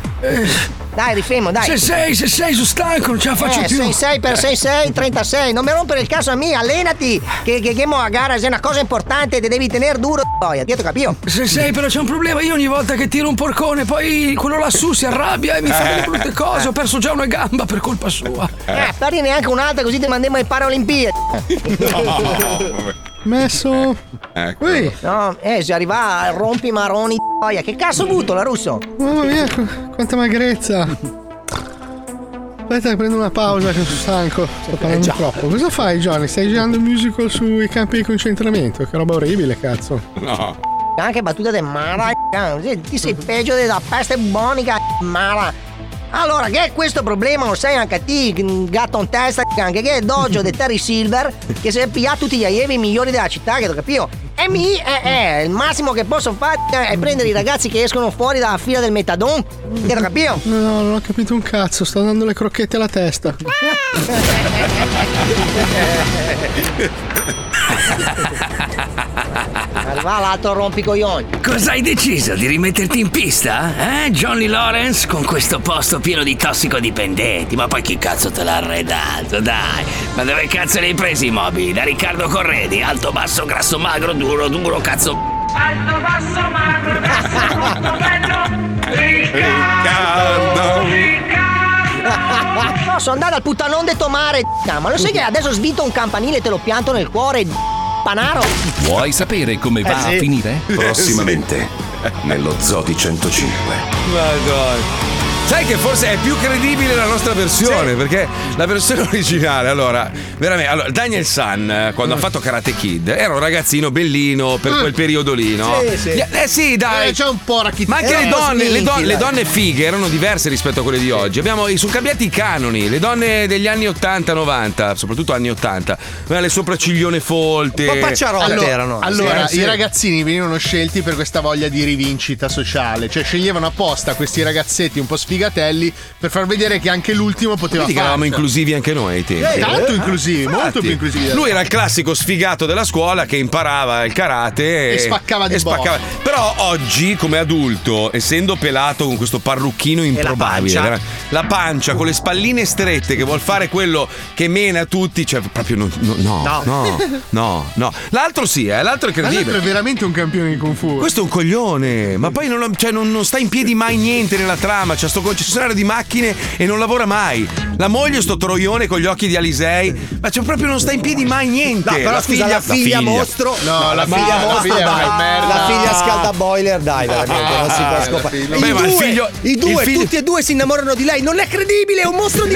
Speaker 13: Dai, rifemo, dai.
Speaker 15: 6-6, 6-6, sono stanco, non ce la faccio
Speaker 13: eh,
Speaker 15: più.
Speaker 13: 6-6 per 6-6, 36. Non mi rompere il caso a me, allenati. Che, che, che mo a gara è una cosa importante, te devi tenere duro, troia. Dietro, capito?
Speaker 15: 6-6, però c'è un problema. Io ogni volta che tiro un porcone, poi quello lassù si arrabbia e mi fa delle brutte cose. Ho perso già una gamba per colpa sua.
Speaker 13: Eh, parli neanche un'altra così ti mandiamo ai Paralimpiadi.
Speaker 8: Messo.
Speaker 6: Ecco.
Speaker 8: Ui.
Speaker 13: No, eh, se arriva a rompi maroni troia. Che cazzo butto la russo?
Speaker 8: Mamma mia, qu- quanta magrezza. Aspetta, che prendo una pausa che sono stanco. Sto parlando troppo. Cosa fai, Johnny? Stai girando un musical sui campi di concentramento? Che roba orribile, cazzo.
Speaker 6: No.
Speaker 13: Anche battuta del mara. Sì, Ti sei peggio della peste bonica, mara. Allora, che è questo problema? Lo sai anche a te, gatto in testa, anche che è il dojo di Terry Silver, che si è pigliato tutti gli allievi migliori della città, che lo capio? E mi, eh, eh, il massimo che posso fare è prendere i ragazzi che escono fuori dalla fila del metadon, che lo capio?
Speaker 8: No, no, non ho capito un cazzo. Sto dando le crocchette alla testa.
Speaker 13: Va l'altro rompicoglioni.
Speaker 15: Cosa hai deciso? Di rimetterti in pista? Eh, Johnny Lawrence? Con questo posto pieno di tossicodipendenti. Ma poi chi cazzo te l'ha arredato? Dai. Ma dove cazzo li hai presi i mobili? Da Riccardo Corredi? Alto, basso, grasso, magro, duro, duro, cazzo.
Speaker 16: Alto, basso, magro, basso, molto bello.
Speaker 6: Riccardo.
Speaker 16: Riccardo.
Speaker 13: No, sono andata al puttanon de Tomare. d***a. Ma lo sai che adesso svito un campanile e te lo pianto nel cuore, d***a, panaro?
Speaker 1: Vuoi sapere come va
Speaker 13: Eh sì.
Speaker 1: a finire?
Speaker 17: Prossimamente, nello zoo di 105.
Speaker 6: Madonna. Sai che forse è più credibile la nostra versione, perché la versione originale, allora, veramente, allora, Daniel San, eh, quando
Speaker 8: Mm.
Speaker 6: ha fatto Karate Kid, era un ragazzino bellino per quel periodo lì, no?
Speaker 8: Sì, sì.
Speaker 6: Eh sì, dai.
Speaker 8: c'è un po' racchittino.
Speaker 6: Ma anche
Speaker 3: Eh,
Speaker 6: le donne, le, don- le donne fighe erano diverse rispetto a quelle di oggi. Abbiamo, sono cambiati i canoni. Le donne degli anni 80-90, soprattutto anni 80, avevano le sopracciglione folte.
Speaker 8: Eh,
Speaker 6: Eh,
Speaker 8: Allora- Allora,
Speaker 6: Sì,
Speaker 8: i
Speaker 6: sì.
Speaker 8: ragazzini venivano scelti per questa voglia di rivincita sociale. Cioè, sceglievano apposta questi ragazzetti un po' sfigatelli per far vedere che anche l'ultimo poteva
Speaker 6: Vedi che eravamo
Speaker 8: farcela.
Speaker 6: inclusivi anche noi ai tempi.
Speaker 8: Eh, tanto inclusivi, molto più inclusivi.
Speaker 6: Lui era il classico sfigato della scuola che imparava il karate
Speaker 8: E spaccava di
Speaker 6: e spaccava.
Speaker 8: botte.
Speaker 6: Però oggi, come adulto, essendo pelato con questo parrucchino improbabile,
Speaker 8: pancia.
Speaker 6: vera- la pancia con le spalline strette che vuol fare quello che mena tutti, cioè proprio non- no, no, no, no, no. L'altro sì, eh, l'altro è
Speaker 8: Ma l'altro è
Speaker 6: credibile.
Speaker 8: veramente un campione di Kung Fu. eh.
Speaker 6: Questo è un coglione, ma poi non, cioè, non- non sta in piedi mai niente nella trama. C'è sto concessionario di macchine e non lavora mai. La moglie, sto troione con gli occhi di Alisei, ma c'è proprio non sta in piedi mai niente.
Speaker 3: No, però
Speaker 6: la
Speaker 3: scusa,
Speaker 6: figlia,
Speaker 3: la figlia mostro. No, la figlia mostro, dai. Ah, La figlia scalda boiler, dai, veramente, non si
Speaker 15: Ah,
Speaker 3: può
Speaker 6: figlia-
Speaker 3: scopare. I
Speaker 6: Beh, Ah, ma il
Speaker 3: due,
Speaker 6: figlio-
Speaker 3: i due,
Speaker 6: il figlio-
Speaker 3: tutti e due si innamorano di lei. Non è credibile, è un mostro di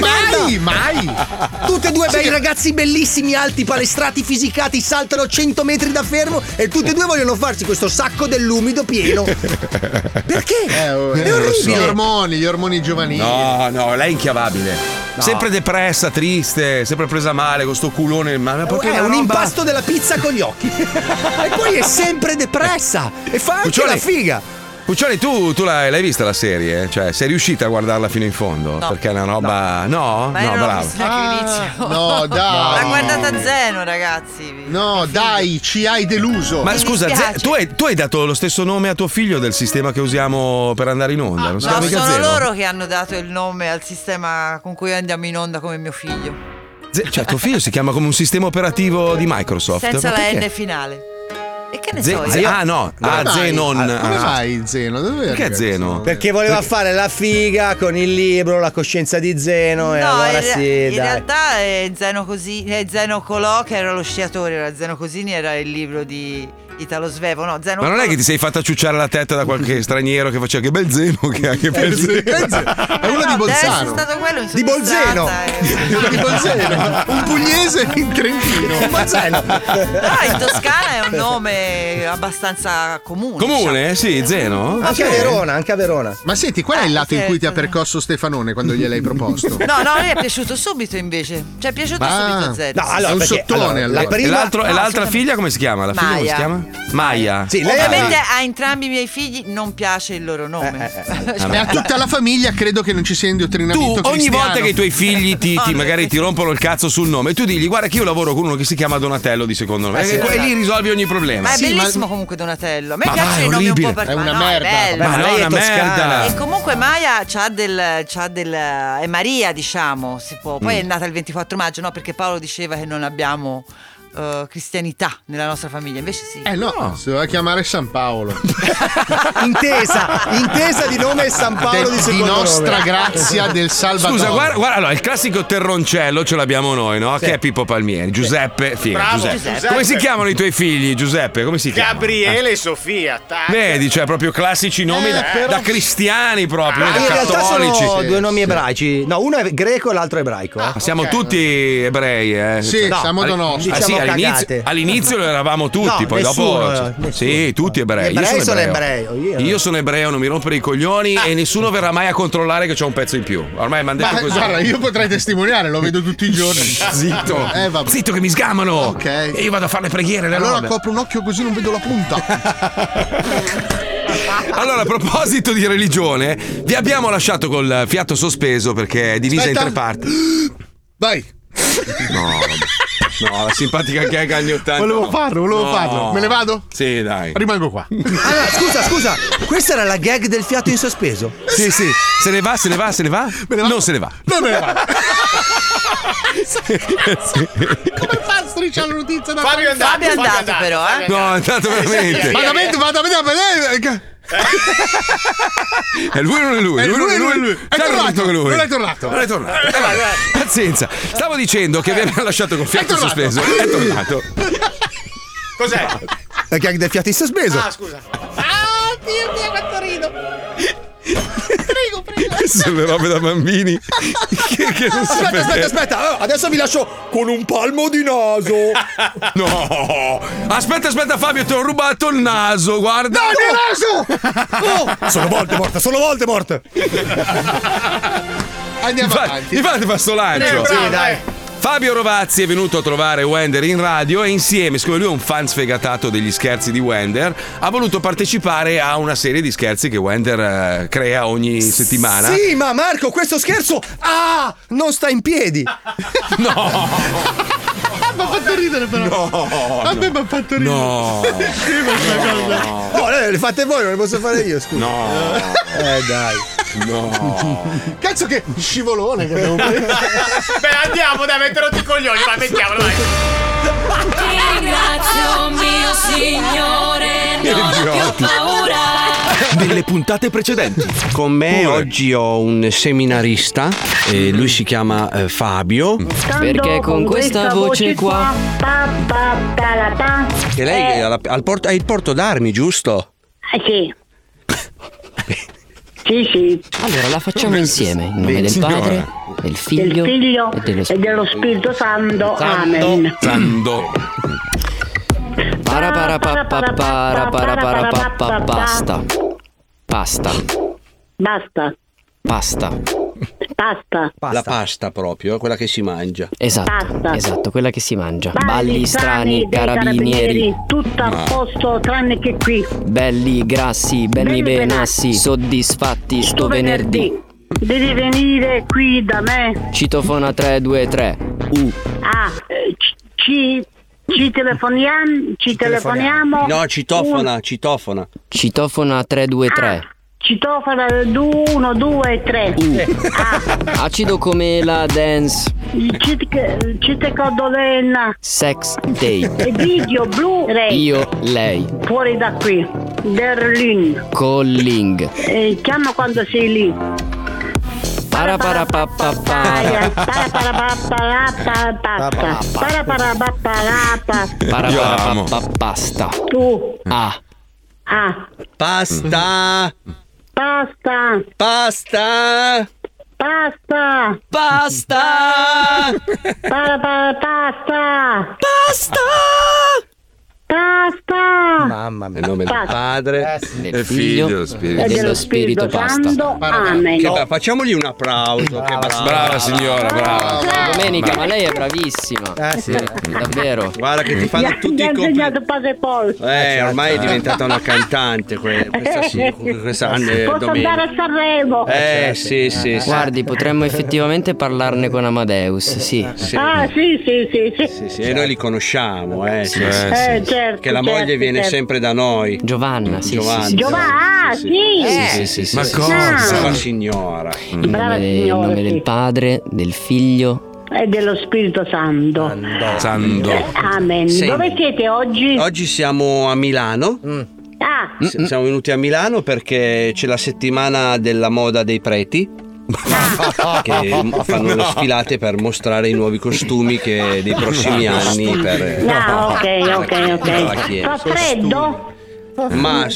Speaker 3: merda.
Speaker 8: Mai, mai.
Speaker 3: Tutti e due
Speaker 8: Sì,
Speaker 3: bei
Speaker 8: che-
Speaker 3: ragazzi bellissimi, alti, palestrati, fisicati, saltano 100 metri da fermo e tutti e due vogliono farsi questo sacco dell'umido pieno. Perché?
Speaker 8: Eh,
Speaker 3: È
Speaker 8: lo so.
Speaker 3: orribile.
Speaker 8: Gli ormoni, gli ormoni giovanili.
Speaker 6: No, no, lei è inchiavabile. Sempre depressa, triste, sempre presa male con sto culone. Ma ma proprio
Speaker 3: è
Speaker 6: una
Speaker 3: un
Speaker 6: roba-
Speaker 3: impasto della pizza con gli occhi. e poi è sempre depressa. E fa anche
Speaker 6: Cuccioli,
Speaker 3: la figa.
Speaker 6: Puccioli, tu, tu l'hai, l'hai vista la serie? Cioè, sei riuscita a guardarla fino in fondo?
Speaker 10: No.
Speaker 6: Perché è una roba. No?
Speaker 10: Ma io non ho
Speaker 6: bravo.
Speaker 10: visto neanche l'inizio.
Speaker 8: Ah, no, dai.
Speaker 10: L'ha guardata Zeno, ragazzi.
Speaker 8: No, dai, ci hai deluso.
Speaker 6: Ma
Speaker 10: Mi
Speaker 6: scusa,
Speaker 10: dispiace.
Speaker 6: Ze- tu, hai, tu hai dato lo stesso nome a tuo figlio del sistema che usiamo per andare in onda? non si
Speaker 10: Ah, No,
Speaker 6: chiama mica
Speaker 10: sono
Speaker 6: Zeno?
Speaker 10: loro che hanno dato il nome al sistema con cui andiamo in onda come mio figlio.
Speaker 6: Ze- cioè, tuo figlio si chiama come un sistema operativo di Microsoft.
Speaker 10: Senza
Speaker 6: Ma
Speaker 10: la
Speaker 6: perché?
Speaker 10: N finale. E che ne
Speaker 6: Ze-
Speaker 10: so
Speaker 6: Ze-
Speaker 10: io?
Speaker 6: ah, no,
Speaker 8: Come
Speaker 6: ah,
Speaker 8: mai?
Speaker 6: Zenon.
Speaker 8: Ah, Come
Speaker 6: Ah.
Speaker 8: mai Zeno? Dove
Speaker 6: Perché
Speaker 8: arriva
Speaker 6: Zeno?
Speaker 3: Perché voleva fare la figa con il libro, la coscienza di Zeno. e
Speaker 10: No,
Speaker 3: allora
Speaker 10: in,
Speaker 3: sì,
Speaker 10: in
Speaker 3: dai.
Speaker 10: realtà è Zeno, Cosi- è Zeno Colò che era lo sciatore, era Zeno Cosini era il libro di Italo Svevo, no, Zeno
Speaker 6: Ma non è che ti sei fatta ciucciare la tetta da qualche straniero che faceva che bel Zeno che ha che bel Zeno.
Speaker 8: È uno di
Speaker 10: No, Ah, adesso
Speaker 8: Bolzano.
Speaker 10: è stato quello, mi sono
Speaker 8: Di Bolzeno.
Speaker 10: distratta, eh.
Speaker 8: Di Bolzeno. Un pugliese in Trentino. Un Bolzano.
Speaker 10: No, in Toscana è un nome abbastanza comune. diciamo.
Speaker 6: Comune? Sì, Zeno.
Speaker 3: Anche a Verona, anche a Verona.
Speaker 8: Ma senti, qual è il lato in
Speaker 10: Eh, sì,
Speaker 8: cui ti ha percosso Stefanone quando gliel'hai proposto?
Speaker 10: No, no, eh. a me è piaciuto subito invece. Cioè, è piaciuto
Speaker 8: Ah.
Speaker 10: subito Zeno.
Speaker 8: No, allora, È un perché-
Speaker 10: Eh,
Speaker 8: sottone, allora, allora.
Speaker 6: E
Speaker 8: prima-
Speaker 6: l'altro- e
Speaker 8: no,
Speaker 6: l'altra
Speaker 8: assolutamente.
Speaker 6: figlia come si chiama? La figlia come si
Speaker 10: Maya.
Speaker 6: chiama? Maya.
Speaker 3: Sì,
Speaker 10: Ovviamente a entrambi i miei figli non piace il loro nome. Cioè,
Speaker 8: Ma a tutta la famiglia credo che non ci sia
Speaker 6: Tu
Speaker 8: indottrinamento
Speaker 6: ogni
Speaker 8: cristiano.
Speaker 6: volta che i tuoi figli ti, ti-
Speaker 8: No,
Speaker 6: magari ti rompono il cazzo sul nome, tu digli guarda che io lavoro con uno che si chiama Donatello di secondo nome.
Speaker 10: Eh, sì,
Speaker 6: e que-
Speaker 10: esatto.
Speaker 6: lì risolvi ogni problema.
Speaker 10: Ma è
Speaker 6: Eh, Sì,
Speaker 10: bellissimo comunque Donatello. A me
Speaker 6: Ma va,
Speaker 10: piace
Speaker 6: è
Speaker 10: il nome un po'
Speaker 6: orribile.
Speaker 10: per
Speaker 6: È una
Speaker 10: no,
Speaker 6: merda.
Speaker 10: bello.
Speaker 6: Ma Ma no, lei è una toscana. merda.
Speaker 10: E comunque Maya c'ha del, c'ha del. eh, è Maria, diciamo, si può. Poi
Speaker 6: Mm.
Speaker 10: è nata il 24 maggio, no? Perché Paolo diceva che non abbiamo eh, cristianità nella nostra famiglia. Invece sì.
Speaker 8: Eh no, si doveva chiamare San Paolo.
Speaker 3: Intesa, Cioè, intesa di nome San Paolo
Speaker 8: De-
Speaker 3: di
Speaker 8: di
Speaker 3: secondo
Speaker 8: nostra
Speaker 3: nome.
Speaker 8: grazia del Salvatore.
Speaker 6: Scusa, guarda, guarda, allora, il classico terroncello ce l'abbiamo noi, no? Che è Pippo Palmieri, Giuseppe, figa,
Speaker 15: Bravo,
Speaker 6: Giuseppe.
Speaker 15: Giuseppe.
Speaker 6: Come si chiamano i tuoi figli, Giuseppe? Come si chiamano?
Speaker 15: Gabriele e Sofia,
Speaker 6: Eh,
Speaker 15: tac.
Speaker 6: Vedi, cioè, proprio classici nomi
Speaker 15: Eh,
Speaker 6: da,
Speaker 15: però-
Speaker 6: da cristiani proprio, eh,
Speaker 3: Ah,
Speaker 6: da
Speaker 3: in realtà
Speaker 6: cattolici.
Speaker 3: sono due nomi ebraici. No, uno è greco e l'altro è ebraico. eh.
Speaker 6: Ma siamo tutti ebrei, eh?
Speaker 3: Sì, siamo
Speaker 6: alli-
Speaker 3: donosti.
Speaker 6: Ah, sì,
Speaker 3: Diciamo
Speaker 6: all'inizio,
Speaker 3: cagate.
Speaker 6: all'inizio lo eravamo tutti,
Speaker 3: No,
Speaker 6: poi dopo.
Speaker 3: nessuno,
Speaker 6: cioè,
Speaker 3: nessuno.
Speaker 6: Sì, tutti ebrei.
Speaker 3: Gli ebrei oh
Speaker 6: io
Speaker 3: Ah.
Speaker 6: sono
Speaker 3: sono
Speaker 6: ebreo.
Speaker 3: ebreo, io no.
Speaker 6: sono ebreo, non mi rompere i coglioni e nessuno verrà mai a controllare che c'ho un pezzo in più. Ormai mi hanno detto
Speaker 8: Ma
Speaker 6: così.
Speaker 8: guarda, io potrei testimoniare, lo vedo tutti i giorni.
Speaker 6: Zitto.
Speaker 8: Eh, vabbè.
Speaker 6: Zitto che mi sgamano.
Speaker 8: Ok.
Speaker 6: E io vado a fare le preghiere. Le
Speaker 8: Allora
Speaker 6: robe.
Speaker 8: copro un occhio così non vedo la punta.
Speaker 6: Allora, a proposito di religione, vi abbiamo lasciato col fiato sospeso perché è divisa in tre parti.
Speaker 8: Vai.
Speaker 6: Eh. No, no, la simpatica gag anni 80.
Speaker 8: Volevo
Speaker 6: no.
Speaker 8: farlo, volevo
Speaker 6: No.
Speaker 8: farlo. Me ne vado?
Speaker 6: Sì, dai.
Speaker 8: Rimango qua.
Speaker 3: Ah, scusa, scusa, questa era la gag del fiato in sospeso.
Speaker 6: Sì, sì, se ne va, se ne va, se ne va. Non se ne va.
Speaker 8: Non me ne vado. Come fa a strisciare la notizia da
Speaker 15: Fabio è andato,
Speaker 10: Fabio è andato, però, eh.
Speaker 6: No, è andato veramente.
Speaker 8: Vado a vedere, vado a vedere, a vedere.
Speaker 6: È lui o non è lui?
Speaker 8: È lui,
Speaker 6: o non
Speaker 8: lui, lui. È
Speaker 6: Sai
Speaker 8: tornato,
Speaker 6: che lui.
Speaker 8: non è tornato.
Speaker 6: Non è tornato. Eh, vabbè. Pazienza. Stavo dicendo che vi abbiamo lasciato con fiato
Speaker 8: Eh. tornato.
Speaker 6: sospeso. È tornato.
Speaker 2: Cos'è?
Speaker 11: La gag del fiato in sospeso.
Speaker 2: Ah, scusa.
Speaker 15: Ah, Dio mio, quanto rido! Prego, prego!
Speaker 6: Sono robe da bambini. che, che non so
Speaker 4: Aspetta,
Speaker 6: perché.
Speaker 4: aspetta, aspetta.
Speaker 15: Oh,
Speaker 4: Allora, Adesso vi lascio con un palmo di naso.
Speaker 6: No! Aspetta, aspetta, Fabio, ti ho rubato il naso, guarda!
Speaker 4: No, il naso!
Speaker 6: Oh, sono volte morte, sono volte morte!
Speaker 8: Andiamo
Speaker 6: Infatti-
Speaker 8: avanti.
Speaker 6: Infatti fa sto
Speaker 8: Eh,
Speaker 6: lancio.
Speaker 8: bravo, Sì, dai. eh.
Speaker 6: Fabio Rovazzi è venuto a trovare Wender in radio e insieme, siccome lui è un fan sfegatato degli scherzi di Wender, ha voluto partecipare a una serie di scherzi che Wender eh, crea ogni settimana.
Speaker 4: Sì, ma Marco, questo scherzo ah, non sta in piedi.
Speaker 6: No!
Speaker 8: mi ha fatto ridere però.
Speaker 6: No,
Speaker 8: a me mi ha fatto ridere.
Speaker 6: No.
Speaker 8: Sì, ma sta cosa.
Speaker 4: No, eh, le fate voi, non le posso fare io, scusa.
Speaker 6: No.
Speaker 4: Eh dai.
Speaker 6: No.
Speaker 8: Cazzo che scivolone che abbiamo preso.
Speaker 15: Beh, andiamo, dai, metterò i coglioni, vai, mettiamolo, vai!
Speaker 9: Ti ringrazio mio signore,
Speaker 7: Che
Speaker 9: non ho
Speaker 7: idioti.
Speaker 9: più paura.
Speaker 7: Delle puntate precedenti. Con me oggi ho un seminarista, eh, lui si chiama eh, Fabio.
Speaker 18: Perché con questa voce qua.
Speaker 7: Che lei è alla- al porto, è il porto d'armi, giusto?
Speaker 18: Eh sì. Sì, sì.
Speaker 7: Allora la
Speaker 18: facciamo
Speaker 7: insieme.
Speaker 18: nome del Padre,
Speaker 7: del
Speaker 18: Del figlio e dello, Spirito Santo. Amen.
Speaker 6: Sando.
Speaker 18: Para para pa pa para para para pa pa
Speaker 7: Pasta. Pasta.
Speaker 18: Basta.
Speaker 7: Pasta.
Speaker 18: Basta.
Speaker 7: La pasta proprio, quella che si mangia.
Speaker 18: Esatto,
Speaker 7: esatto, quella che si mangia.
Speaker 18: Balli strani, dei carabinieri, tutto a
Speaker 7: No.
Speaker 18: posto tranne che qui.
Speaker 7: Belli, grassi,
Speaker 18: Belli benassi,
Speaker 7: soddisfatti
Speaker 18: Sto venerdì. Devi venire qui da me.
Speaker 7: Citofona 323. U.
Speaker 18: Ah, eh, ci- ci, ci telefoniamo, ci telefoniamo.
Speaker 7: No, citofona, citofona. Citofona 323.
Speaker 18: Ah. Citofona 1, 2, 3.
Speaker 7: Acido come la dance.
Speaker 18: Citecodolena.
Speaker 7: Sex date.
Speaker 18: E video blu. Ray.
Speaker 7: Io, lei.
Speaker 18: Fuori da qui. Berlin.
Speaker 7: Colling.
Speaker 18: Eh, chiama quando sei lì.
Speaker 7: Para para pa pa para.
Speaker 18: Paraparapapalapapapa. Paraparapapalapa.
Speaker 7: Para para pa pa pasta.
Speaker 18: Tu.
Speaker 7: Ah.
Speaker 18: Ah.
Speaker 7: Pasta.
Speaker 18: Pasta.
Speaker 7: Pasta.
Speaker 18: Pasta.
Speaker 7: Pasta.
Speaker 18: Paraparapasta.
Speaker 7: Pasta.
Speaker 18: Pasta.
Speaker 7: Mamma mia. Eh, Nel nome del
Speaker 18: Pasta.
Speaker 7: padre, del
Speaker 6: figlio
Speaker 7: figlio
Speaker 18: E dello Spirito Santo. Amen.
Speaker 7: Che be- facciamogli un applauso. Che brava,
Speaker 6: Brava signora, brava.
Speaker 7: Domenica,
Speaker 18: ma lei è
Speaker 7: bravissima.
Speaker 18: sì.
Speaker 7: Davvero. Eh, Guarda che ti
Speaker 18: Gli
Speaker 7: fanno
Speaker 18: ha-
Speaker 7: tutti
Speaker 18: gli
Speaker 7: i
Speaker 18: ha
Speaker 7: complimenti.
Speaker 18: insegnato padre Paul.
Speaker 7: Eh, ormai è diventata una cantante que- questa Eh, sì, questa eh,
Speaker 18: Posso andare
Speaker 7: domenica.
Speaker 18: a Sanremo?
Speaker 7: Eh sì, sì, sì.
Speaker 18: Guardi,
Speaker 7: potremmo effettivamente parlarne con Amadeus, sì. sì.
Speaker 18: Ah, sì, sì, sì, sì.
Speaker 7: sì, e noi li conosciamo, eh. sì,
Speaker 18: Eh,
Speaker 7: sì,
Speaker 18: eh,
Speaker 7: sì.
Speaker 18: certo,
Speaker 7: Che la
Speaker 18: certo,
Speaker 7: moglie viene
Speaker 18: certo.
Speaker 7: sempre da noi. Giovanna,
Speaker 18: sì,
Speaker 7: Giovanna.
Speaker 18: sì, sì. Giovanna, ah, sì.
Speaker 7: Sì, sì, sì, sì,
Speaker 18: Ma
Speaker 7: sì,
Speaker 18: cosa?
Speaker 7: sì, Brava signora.
Speaker 18: Il Brava nome de- il signora, nome sì. del
Speaker 7: padre, del figlio.
Speaker 18: E dello Spirito Santo. Eh, Amen.
Speaker 7: Sì.
Speaker 18: Dove siete oggi?
Speaker 7: Oggi siamo a Milano.
Speaker 18: Ah,
Speaker 7: S- Siamo venuti a Milano perché c'è la settimana della moda dei preti. che m- fanno le
Speaker 6: No.
Speaker 7: sfilate per mostrare i nuovi costumi che dei prossimi
Speaker 6: No.
Speaker 7: anni per
Speaker 18: no, Ah, ok, ok,
Speaker 7: Alla
Speaker 18: ok.
Speaker 7: chiesa.
Speaker 18: Fa freddo?
Speaker 7: ma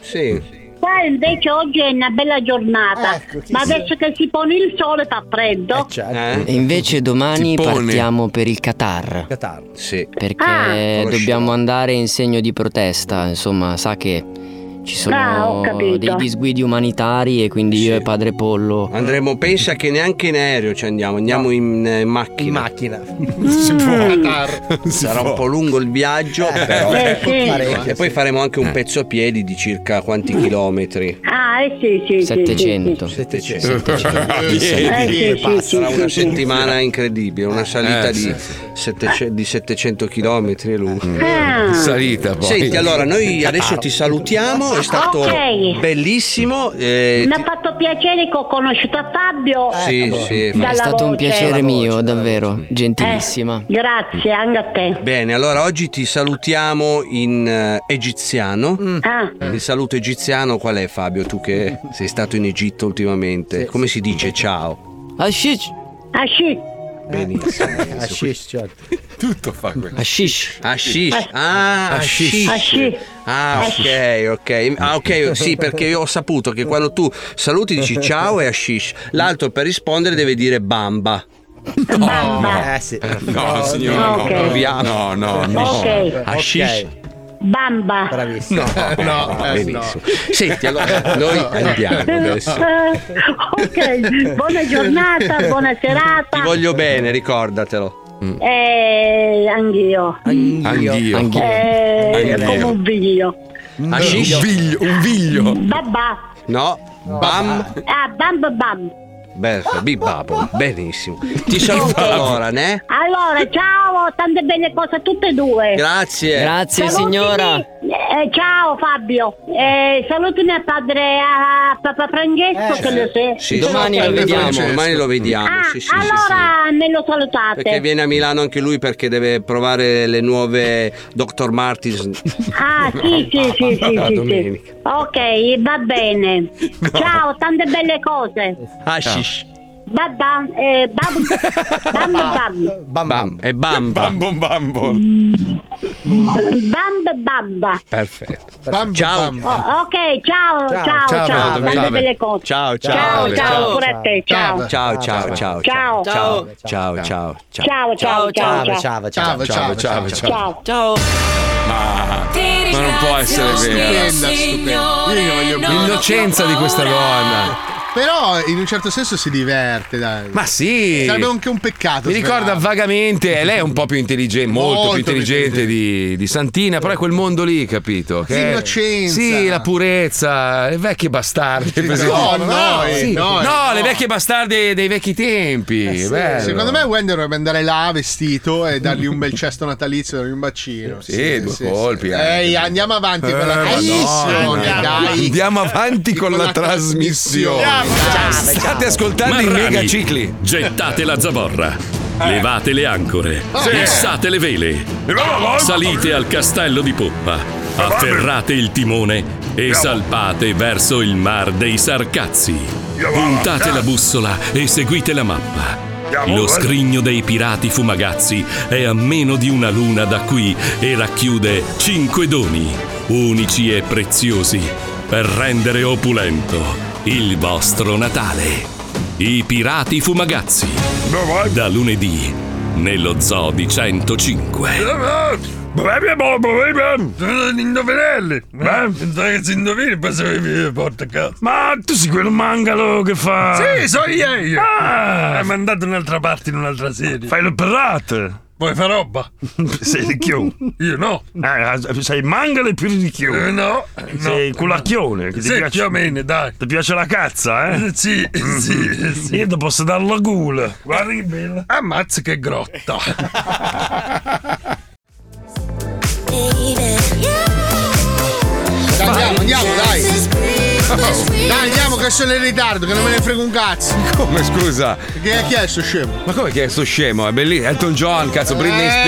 Speaker 7: sì Ecco,
Speaker 18: Qua invece oggi è una bella giornata. ma adesso che si pone il sole fa
Speaker 7: Eh,
Speaker 18: freddo.
Speaker 7: certo.
Speaker 14: E invece domani partiamo per il Qatar.
Speaker 7: Sì.
Speaker 14: Perché
Speaker 18: Ah.
Speaker 14: dobbiamo andare in segno di protesta. Insomma, sa che ci
Speaker 18: Ah, ho
Speaker 14: sono
Speaker 18: capito.
Speaker 14: dei disguidi umanitari e quindi io e padre Pollo.
Speaker 7: andremo pensa che neanche in aereo ci andiamo andiamo in, eh, macchina in macchina
Speaker 18: si può.
Speaker 7: sarà un po' lungo il viaggio
Speaker 18: Eh,
Speaker 7: però
Speaker 18: eh, sì. Eh.
Speaker 7: e poi faremo anche un pezzo a piedi di circa quanti chilometri
Speaker 18: Ah, Ah, eh sì, sì, sì, sì, sì.
Speaker 14: 700.
Speaker 7: 700.
Speaker 18: Eh, sì, sì,
Speaker 7: Pazza,
Speaker 18: sì,
Speaker 7: sarà
Speaker 18: sì,
Speaker 7: una
Speaker 18: sì.
Speaker 7: settimana incredibile, una salita
Speaker 6: Eh,
Speaker 7: di,
Speaker 6: sì.
Speaker 7: 700, di 700 km è lunga.
Speaker 18: Ah.
Speaker 6: Salita poi.
Speaker 7: Senti, allora noi adesso ti salutiamo, è stato
Speaker 18: Ok.
Speaker 7: bellissimo. eh,
Speaker 18: Mi ha fatto piacere che ho conosciuto a Fabio.
Speaker 7: Sì, sì,
Speaker 18: Eh, dalla
Speaker 14: è stato un
Speaker 18: voce. Eh,
Speaker 14: piacere mio, davvero, gentilissima.
Speaker 18: Grazie, anche a te.
Speaker 7: Bene, allora oggi ti salutiamo in eh, egiziano.
Speaker 18: Ah.
Speaker 7: Il saluto egiziano qual è Fabio? Tu che sei stato in Egitto ultimamente. Come si dice ciao?
Speaker 18: Ashish. Ashish.
Speaker 7: Benissimo.
Speaker 5: Ashish, certo.
Speaker 6: Tutto fa quello.
Speaker 7: Ashish. Ashish. Ah,
Speaker 5: Ashish.
Speaker 7: Ashish. Ah, ok, ok. Ah, ok, sì, perché io ho saputo che quando tu saluti dici ciao e Ashish. L'altro per rispondere deve dire bamba. Oh. Eh,
Speaker 18: Bamba.
Speaker 6: No, signora,
Speaker 18: no, ok.
Speaker 7: Proviamo.
Speaker 6: No, no, no.
Speaker 18: Ok.
Speaker 7: Ashish.
Speaker 18: Bamba.
Speaker 7: No,
Speaker 8: no, eh,
Speaker 7: benissimo. Senti, allora noi andiamo adesso.
Speaker 18: Eh, ok, buona giornata, buona serata.
Speaker 7: Ti voglio bene, ricordatelo. Mm.
Speaker 18: Eh, anch'io.
Speaker 7: Anch'io.
Speaker 18: Eh,
Speaker 7: Anch'io.
Speaker 18: come un biglio.
Speaker 7: Ashish?
Speaker 6: Un viglio, un viglio.
Speaker 18: Babà.
Speaker 7: No, bam.
Speaker 18: Ah, bam bam bam.
Speaker 7: Perfetto, big bubble. Benissimo. Ti eh? saluto allora, ne?
Speaker 18: Allora, ciao, tante belle cose a tutte e due.
Speaker 7: Grazie.
Speaker 18: Salutami. Eh, ciao Fabio, eh, salutami a padre a, Papa
Speaker 7: Eh.
Speaker 18: Francesco che lo sei.
Speaker 7: Sì, Ah, domani lo vediamo. Domani lo vediamo. sì, sì, sì,
Speaker 18: allora me lo salutate.
Speaker 7: Perché viene a Milano anche lui perché deve provare le nuove Dr. Martins.
Speaker 18: Ah sì sì sì sì,
Speaker 7: La
Speaker 18: sì, sì.
Speaker 7: domenica.
Speaker 18: Ok, va bene. Ciao, tante belle cose.
Speaker 6: Ah,
Speaker 7: Ashish.
Speaker 18: Babà, eh, bam, bam, bam,
Speaker 7: Bam bam. E bamba. Bam bambo.
Speaker 18: bam, bamba.
Speaker 7: Perfetto. ciao.
Speaker 18: Oh, ok, ciao, ciao,
Speaker 7: ciao,
Speaker 18: ciao,
Speaker 7: Vabe.
Speaker 18: tante
Speaker 7: Vabe.
Speaker 18: belle cose.
Speaker 7: Ciao, ciao,
Speaker 18: ciao,
Speaker 7: Vabe.
Speaker 18: ciao,
Speaker 7: Ciao.
Speaker 18: pure a te, ciao.
Speaker 7: Ciao, ciao, ciao, ciao,
Speaker 18: Ciao.
Speaker 7: ciao, ciao, ciao,
Speaker 18: Ciao, ciao, ciao, ciao.
Speaker 7: ciao, ciao, ciao, ciao, ciao.
Speaker 18: Ciao.
Speaker 6: Ma,
Speaker 18: Ti
Speaker 6: ma non può
Speaker 18: ringrazio,
Speaker 6: essere vero.
Speaker 8: Stupenda, stupenda. Io gli voglio bene.
Speaker 6: L'innocenza di questa donna.
Speaker 8: Però in un certo senso si diverte, dai.
Speaker 6: Ma sì.
Speaker 8: Sarebbe anche un peccato.
Speaker 6: Mi ricorda vagamente, eh, lei è un po' più intelligente, molto,
Speaker 8: Molto
Speaker 6: più
Speaker 8: più
Speaker 6: intelligente di, di Santina, però è quel mondo lì, capito? Che
Speaker 1: Eh,
Speaker 8: L'innocenza.
Speaker 6: Sì, la purezza, le vecchie bastarde. per
Speaker 8: No,
Speaker 6: esempio.
Speaker 8: no, eh, no,
Speaker 6: No, le
Speaker 8: no. Eh,
Speaker 6: vecchie bastarde dei vecchi tempi.
Speaker 8: Sì,
Speaker 6: bello.
Speaker 8: Secondo me Wender dovrebbe andare là vestito e dargli un bel cesto natalizio, dargli un bacino.
Speaker 6: Sì, due colpi anche.
Speaker 8: Ehi, andiamo avanti con la
Speaker 6: Eh,
Speaker 8: trasmissione,
Speaker 6: Madonna.
Speaker 8: dai.
Speaker 6: Andiamo avanti con la trasmissione. State ascoltando i
Speaker 1: Marrani,
Speaker 6: mega cicli. Eh.
Speaker 1: Gettate la zavorra. Levate le ancore.
Speaker 6: Sì.
Speaker 1: Issate le vele. Salite al castello di poppa. Afferrate il timone e salpate verso il mar dei sarcazzi. Puntate la bussola e seguite la mappa. Lo scrigno dei pirati fumagazzi è a meno di una luna da qui e racchiude cinque doni, unici e preziosi, per rendere opulento il vostro Natale. I pirati fumagazzi. Da lunedì, nello Zoo di 105.
Speaker 19: Indovinelli, eh? Pensavo che si indovini, poi se vi porta a casa. Ma tu sei quello mangalo che fa. Sì, sono io.
Speaker 20: Ah.
Speaker 19: Hai mandato un'altra parte in un'altra serie. Fai l'operato. Vuoi fare roba? sei ricchione. Io no. sei mangalo e più ricchione. no.
Speaker 20: Sei
Speaker 19: culacchione.
Speaker 20: che ti
Speaker 19: sì,
Speaker 20: piace-
Speaker 19: più o meno, dai. Ti piace la cazza, eh? Sì, sì, sì. Io ti posso dare la gula. Guarda che bella. Ammazza che grotta.
Speaker 15: Eh
Speaker 8: Dai, andiamo, andiamo, dai. Dai, andiamo, che sono in ritardo, che non me ne frega un cazzo.
Speaker 6: Come scusa?
Speaker 8: Chi è, chi è sto scemo?
Speaker 6: Ma come che è sto scemo? È bellissimo. Elton John, cazzo, Britney
Speaker 8: Eh, la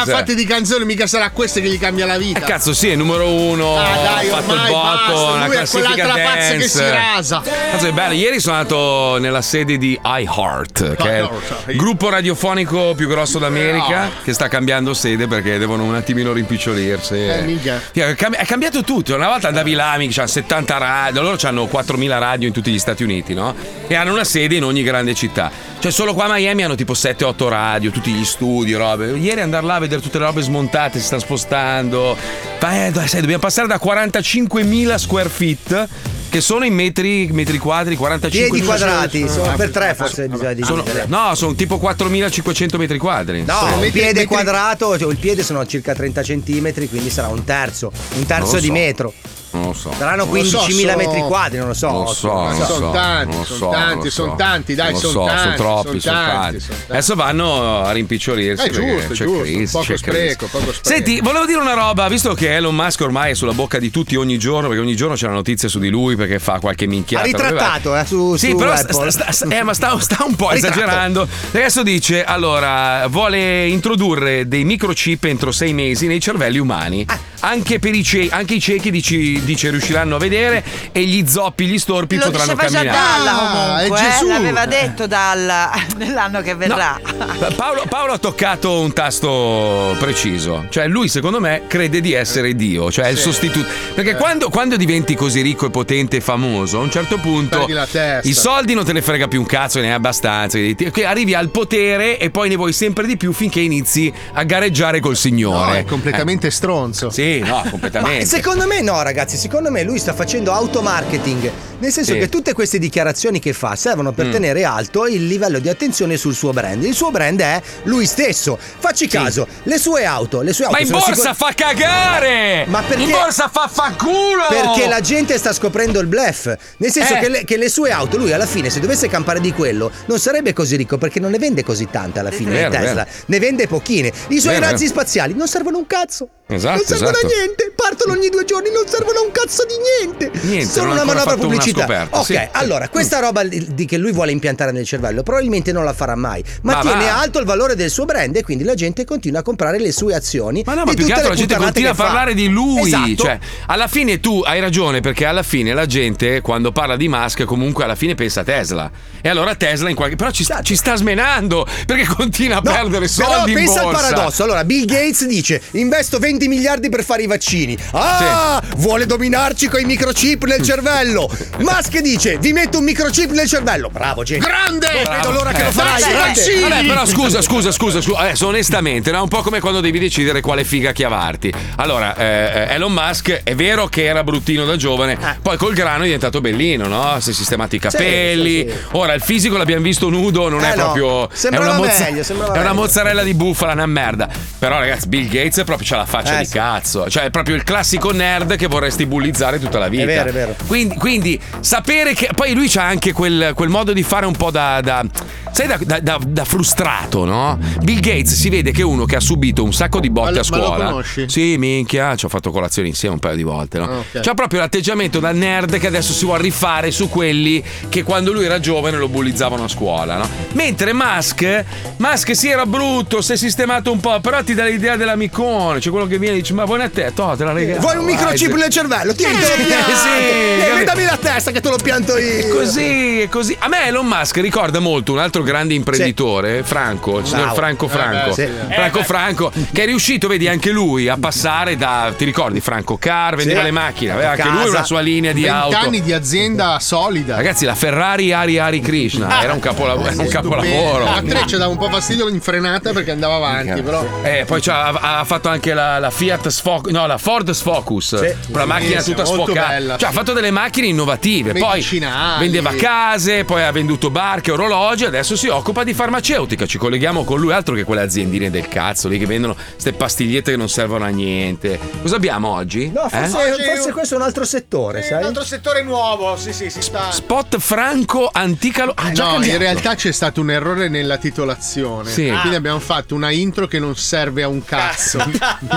Speaker 6: Spears. Eh,
Speaker 8: fate di canzoni, mica sarà questa che gli cambia la vita.
Speaker 6: Cazzo, sì, è numero uno.
Speaker 8: Ah, dai,
Speaker 6: ha fatto il
Speaker 8: ormai
Speaker 6: botto,
Speaker 8: basta,
Speaker 6: una
Speaker 8: lui è
Speaker 6: classifica
Speaker 8: quell'altra pazza
Speaker 6: dance.
Speaker 8: che si rasa.
Speaker 6: Cazzo, è bello. Ieri sono andato nella sede di
Speaker 8: Ah,
Speaker 6: iHeart, che è il gruppo radiofonico più grosso
Speaker 8: Ah.
Speaker 6: d'America, che sta cambiando sede perché devono un attimino rimpicciolirsi.
Speaker 8: Eh, minchia.
Speaker 6: Sì, È cambi- è cambiato tutto. Una volta andavi là, mica c'hanno 70 radio, loro hanno 4.000 radio in tutti gli Stati Uniti, no? E hanno una sede in ogni grande città. Cioè, solo qua a Miami hanno tipo 7-8 radio, tutti gli studi, robe. Ieri andare là a vedere tutte le robe smontate, si stanno spostando. Ma eh, dai, sai, dobbiamo passare da 45.000 square feet, che sono in metri, metri quadri, 45.000
Speaker 4: Piedi quadrati, sono per tre forse bisogna
Speaker 6: Sono-
Speaker 4: dividere.
Speaker 6: no, sono tipo 4.500 metri quadri.
Speaker 4: No,
Speaker 6: Sono-
Speaker 4: un piede quadrato, cioè, il piede sono circa 30 centimetri, quindi sarà un terzo, un
Speaker 6: Non
Speaker 4: terzo
Speaker 6: lo
Speaker 4: di
Speaker 6: so.
Speaker 4: metro.
Speaker 6: Non lo so.
Speaker 4: Saranno
Speaker 6: Non lo so,
Speaker 4: 15.000
Speaker 6: sono-
Speaker 4: metri quadri, non lo so.
Speaker 6: Non lo so, non lo so.
Speaker 4: Sono tanti,
Speaker 6: non lo
Speaker 4: sono
Speaker 6: so,
Speaker 4: tanti,
Speaker 6: non lo
Speaker 4: sono
Speaker 6: so.
Speaker 4: tanti, dai,
Speaker 6: Non lo
Speaker 4: sono
Speaker 6: so,
Speaker 4: tanti,
Speaker 6: sono troppi,
Speaker 4: sono
Speaker 6: sono
Speaker 4: tanti,
Speaker 6: tanti.
Speaker 4: sono tanti.
Speaker 6: Adesso vanno a rimpicciorirsi.
Speaker 4: Eh, giusto,
Speaker 6: perché c'è
Speaker 4: giusto,
Speaker 6: crisi,
Speaker 4: poco
Speaker 6: c'è
Speaker 4: spreco,
Speaker 6: crisi.
Speaker 4: poco spreco.
Speaker 6: Senti, volevo dire una roba, visto che Elon Musk ormai è sulla bocca di tutti ogni giorno, perché ogni giorno c'è una notizia su di lui, perché fa qualche
Speaker 4: Ha
Speaker 6: minchiata.
Speaker 4: ritrattato eh, su,
Speaker 6: Sì,
Speaker 4: su
Speaker 6: però sta-
Speaker 4: Apple.
Speaker 6: sta- sta- eh, ma sta, sta un po'
Speaker 4: Ritratto.
Speaker 6: esagerando. Adesso dice: allora, vuole introdurre dei microchip entro sei mesi nei cervelli umani.
Speaker 10: Ah.
Speaker 6: Anche, per i ciechi, anche i ciechi dici- dice riusciranno a vedere e gli zoppi, gli storpi
Speaker 10: Lo
Speaker 6: potranno
Speaker 10: diceva già
Speaker 6: camminare.
Speaker 10: Dalla
Speaker 6: Ah,
Speaker 10: comunque, eh, l'aveva detto Dalla nell'anno che verrà.
Speaker 6: Pa- Paolo, Paolo ha toccato un tasto preciso. Cioè, lui, secondo me, crede di essere Dio, cioè è il sostituto.
Speaker 10: Eh.
Speaker 6: Perché quando, quando diventi così ricco e potente e famoso, a un certo punto
Speaker 8: Perdi la testa.
Speaker 6: i soldi non te ne frega più un cazzo, ne hai abbastanza. quindi ti- che Arrivi al potere e poi ne vuoi sempre di più finché inizi a gareggiare col Signore. Eh.
Speaker 8: è completamente stronzo.
Speaker 6: Sì, no, completamente.
Speaker 4: Ma secondo me no, ragazzi, secondo me lui sta facendo automarketing. Nel senso
Speaker 6: Sì.
Speaker 4: che tutte queste dichiarazioni che fa servono per
Speaker 6: Mm.
Speaker 4: tenere alto il livello di attenzione sul suo brand. Il suo brand è lui stesso. Facci caso, le sue auto, le sue auto
Speaker 6: Ma in
Speaker 4: sono
Speaker 6: borsa
Speaker 4: sicur-
Speaker 6: fa cagare!
Speaker 4: Ma perché?
Speaker 6: In borsa fa fanculo!
Speaker 4: Perché la gente sta scoprendo il bluff. Nel senso
Speaker 6: Eh.
Speaker 4: che, le, che le sue auto, lui alla fine, se dovesse campare di quello, non sarebbe così ricco perché non ne vende così tante alla fine
Speaker 6: Vero,
Speaker 4: di Tesla.
Speaker 6: vero.
Speaker 4: Ne vende pochine. I suoi
Speaker 6: Vero, eh.
Speaker 4: razzi
Speaker 6: vero.
Speaker 4: spaziali non servono un cazzo.
Speaker 6: Esatto,
Speaker 4: non servono
Speaker 6: esatto.
Speaker 4: a niente. Partono ogni due giorni, non servono a un cazzo di niente.
Speaker 6: Niente,
Speaker 4: Sono
Speaker 6: non
Speaker 4: una
Speaker 6: hanno ancora
Speaker 4: manovra
Speaker 6: fatto una
Speaker 4: pubblicità.
Speaker 6: scoperta,
Speaker 4: ok,
Speaker 6: sì.
Speaker 4: allora, questa roba di di che lui vuole impiantare nel cervello, probabilmente non la farà mai. Ma,
Speaker 6: Ma va.
Speaker 4: tiene alto il valore del suo brand e quindi la gente continua a comprare le sue azioni. Ma no,
Speaker 6: Ma più che altro la gente continua a parlare di lui.
Speaker 4: Esatto.
Speaker 6: Cioè, alla fine tu hai ragione, perché alla fine la gente, quando parla di Musk, comunque alla fine pensa a Tesla. E allora Tesla in qualche. Però ci sta, ci sta smenando perché continua a
Speaker 4: Esatto. No,
Speaker 6: perdere
Speaker 4: Però
Speaker 6: soldi. in
Speaker 4: pensa al
Speaker 6: borsa.
Speaker 4: paradosso. Allora, Bill Gates dice: investo 20 miliardi per fare i vaccini. Ah, vuole dominarci con i microchip nel cervello. Musk dice: Vi metto un microchip nel cervello. Bravo, gente.
Speaker 8: Grande!
Speaker 4: Non vedo l'ora che
Speaker 6: Eh,
Speaker 4: lo farai.
Speaker 6: vabbè,
Speaker 4: grande.
Speaker 6: vabbè, vabbè, però scusa, scusa, scusa, scusa. Adesso, onestamente, no? un po' come quando devi decidere quale figa chiavarti. Allora, eh, eh, Elon Musk è vero che era bruttino da giovane,
Speaker 4: Eh.
Speaker 6: poi col grano è diventato bellino, no? Si è sistemato i capelli. Ora, il fisico l'abbiamo visto nudo, non
Speaker 4: Eh
Speaker 6: è
Speaker 4: no,
Speaker 6: proprio.
Speaker 4: sembrava
Speaker 6: è una
Speaker 4: meglio, sembrava
Speaker 6: è una
Speaker 4: meglio.
Speaker 6: mozzarella di bufala, una merda. Però, ragazzi, Bill Gates è proprio c'ha la faccia
Speaker 4: Eh,
Speaker 6: di
Speaker 4: sì.
Speaker 6: cazzo. Cioè, è proprio il classico nerd che vorresti bullizzare tutta la vita.
Speaker 4: vero, è vero.
Speaker 6: Quindi, quindi sapere che. Poi lui c'ha anche quel, quel modo di fare un po' da. da- sai, da, da- da- da frustrato, no? Bill Gates si vede che è uno che ha subito un sacco di botte
Speaker 8: Ma-
Speaker 6: a
Speaker 8: ma lo
Speaker 6: scuola.
Speaker 8: conosci?
Speaker 6: Sì, minchia, ci ho fatto colazione insieme un paio di volte, no? Cioè,
Speaker 8: Ah, ok.
Speaker 6: C'ha proprio l'atteggiamento da nerd che adesso si vuole rifare su quelli che quando lui era giovane lo bullizzavano a scuola, no? Mentre Musk, Musk si era brutto, si è sistemato un po', però ti dà l'idea dell'amicone, c'è quello che viene e dice, ma buona a te, toh, te la regalo.
Speaker 4: Vuoi un
Speaker 6: vai,
Speaker 4: microchip
Speaker 6: se-
Speaker 4: nel cervello? Tieni, te
Speaker 6: Eh,
Speaker 4: lo pianto.
Speaker 6: sì,
Speaker 4: Eh,
Speaker 6: capi-
Speaker 4: dammi la testa che te lo pianto io.
Speaker 6: è così, è così. A me Elon Musk ricorda molto un altro grande imprenditore, Franco, il signor
Speaker 4: Bravo.
Speaker 6: Franco
Speaker 4: Eh,
Speaker 6: Franco.
Speaker 4: beh, sì.
Speaker 6: Franco Franco, che è riuscito, vedi, anche lui a passare da, ti ricordi, Franco Car, vendeva
Speaker 8: Sì.
Speaker 6: le macchine, aveva anche
Speaker 8: Casa.
Speaker 6: lui una sua linea di auto. Eh,
Speaker 8: Vent'anni di azienda solida.
Speaker 6: Ragazzi, la Ferrari Ari Ari
Speaker 8: Ah.
Speaker 6: Krishna era un capolavoro. Era un capolavoro.
Speaker 8: A tre ci dava un po' fastidio in frenata perché andava avanti, però.
Speaker 6: Eh, poi c'ha- ha, ha fatto anche la, la Fiat Sfocus, no, la Ford Sfocus, una macchina
Speaker 8: Sì,
Speaker 6: tutta
Speaker 8: molto
Speaker 6: sfocata.
Speaker 8: bella,
Speaker 6: cioè,
Speaker 8: sì.
Speaker 6: ha fatto delle macchine innovative. Poi
Speaker 8: Medicinali.
Speaker 6: vendeva case, poi ha venduto barche, orologi, adesso si occupa di farmaceutica. Ci colleghiamo con lui, altro che quelle aziendine del cazzo lì che vendono queste pastigliette che non servono a niente. Cosa abbiamo oggi?
Speaker 4: No, forse,
Speaker 6: Eh?
Speaker 4: forse questo è un altro settore, sai?
Speaker 2: Un altro settore nuovo, sì, sì, si sta.
Speaker 6: Spot Franco Anticalo. Ah, già
Speaker 8: Eh, No,
Speaker 6: cambiato.
Speaker 8: in realtà c'è stato un errore nella titolazione.
Speaker 6: Sì.
Speaker 8: Quindi
Speaker 6: Ah.
Speaker 8: abbiamo fatto una intro che non serve a un cazzo.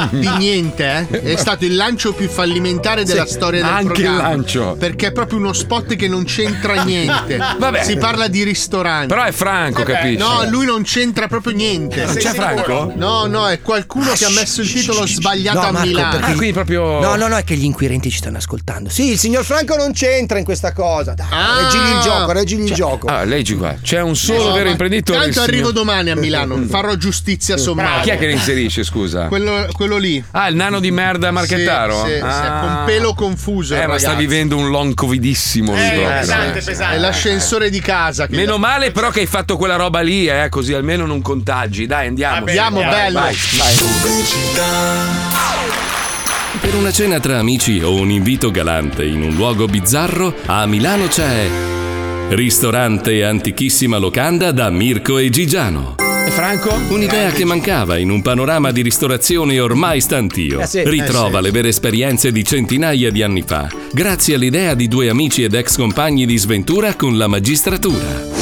Speaker 8: Di niente, eh. È stato il lancio più fallimentare della
Speaker 6: Sì,
Speaker 8: storia del
Speaker 6: anche il
Speaker 8: programma.
Speaker 6: lancio.
Speaker 8: Perché è proprio uno spot che non c'entra niente.
Speaker 6: Vabbè.
Speaker 8: Si parla di ristoranti.
Speaker 6: Però è
Speaker 4: Eh
Speaker 6: Franco,
Speaker 8: Vabbè,
Speaker 6: capisci?
Speaker 8: No, lui non c'entra proprio niente.
Speaker 6: Non c'è Sei sicuro? Franco? Ah,
Speaker 8: No, no, è qualcuno che ha messo il titolo sbagliato
Speaker 4: No,
Speaker 8: a
Speaker 4: Marco,
Speaker 8: Milano.
Speaker 4: perché-
Speaker 6: proprio.
Speaker 4: No, no, no, è che gli inquirenti ci stanno ascoltando. Sì, il signor Franco non c'entra in questa cosa. Dai,
Speaker 8: Ah!
Speaker 4: reggili il gioco, reggili il gioco.
Speaker 6: Ah, leggi qua, c'è un solo
Speaker 8: No,
Speaker 6: vero
Speaker 8: ma
Speaker 6: imprenditore. il
Speaker 8: Tanto
Speaker 6: signor-
Speaker 8: arrivo domani a Milano, farò giustizia sommaria.
Speaker 6: Chi è che le inserisce, scusa?
Speaker 8: Quello, quello lì.
Speaker 6: Ah, il nano di merda Marchettaro?
Speaker 8: Sì, sì, sì,
Speaker 6: Ah.
Speaker 8: con pelo confuso.
Speaker 6: Eh, ma sta vivendo un long covidissimo. lui proprio, eh.
Speaker 8: È l'ascensore di casa. Che
Speaker 6: Meno male però che hai fatto quella roba lì, eh, così almeno non contagi. Dai, andiamo.
Speaker 8: Andiamo, bello.
Speaker 6: Vai, vai.
Speaker 1: Per una cena tra amici o un invito galante in un luogo bizzarro, a Milano c'è Ristorante Antichissima Locanda da Mirko e Gigiano.
Speaker 6: Franco?
Speaker 1: Un'idea che mancava in un panorama di ristorazione ormai stantio.
Speaker 6: Eh sì, eh
Speaker 1: Ritrova
Speaker 6: sì.
Speaker 1: le vere esperienze di centinaia di anni fa, grazie all'idea di due amici ed ex compagni di sventura con la magistratura.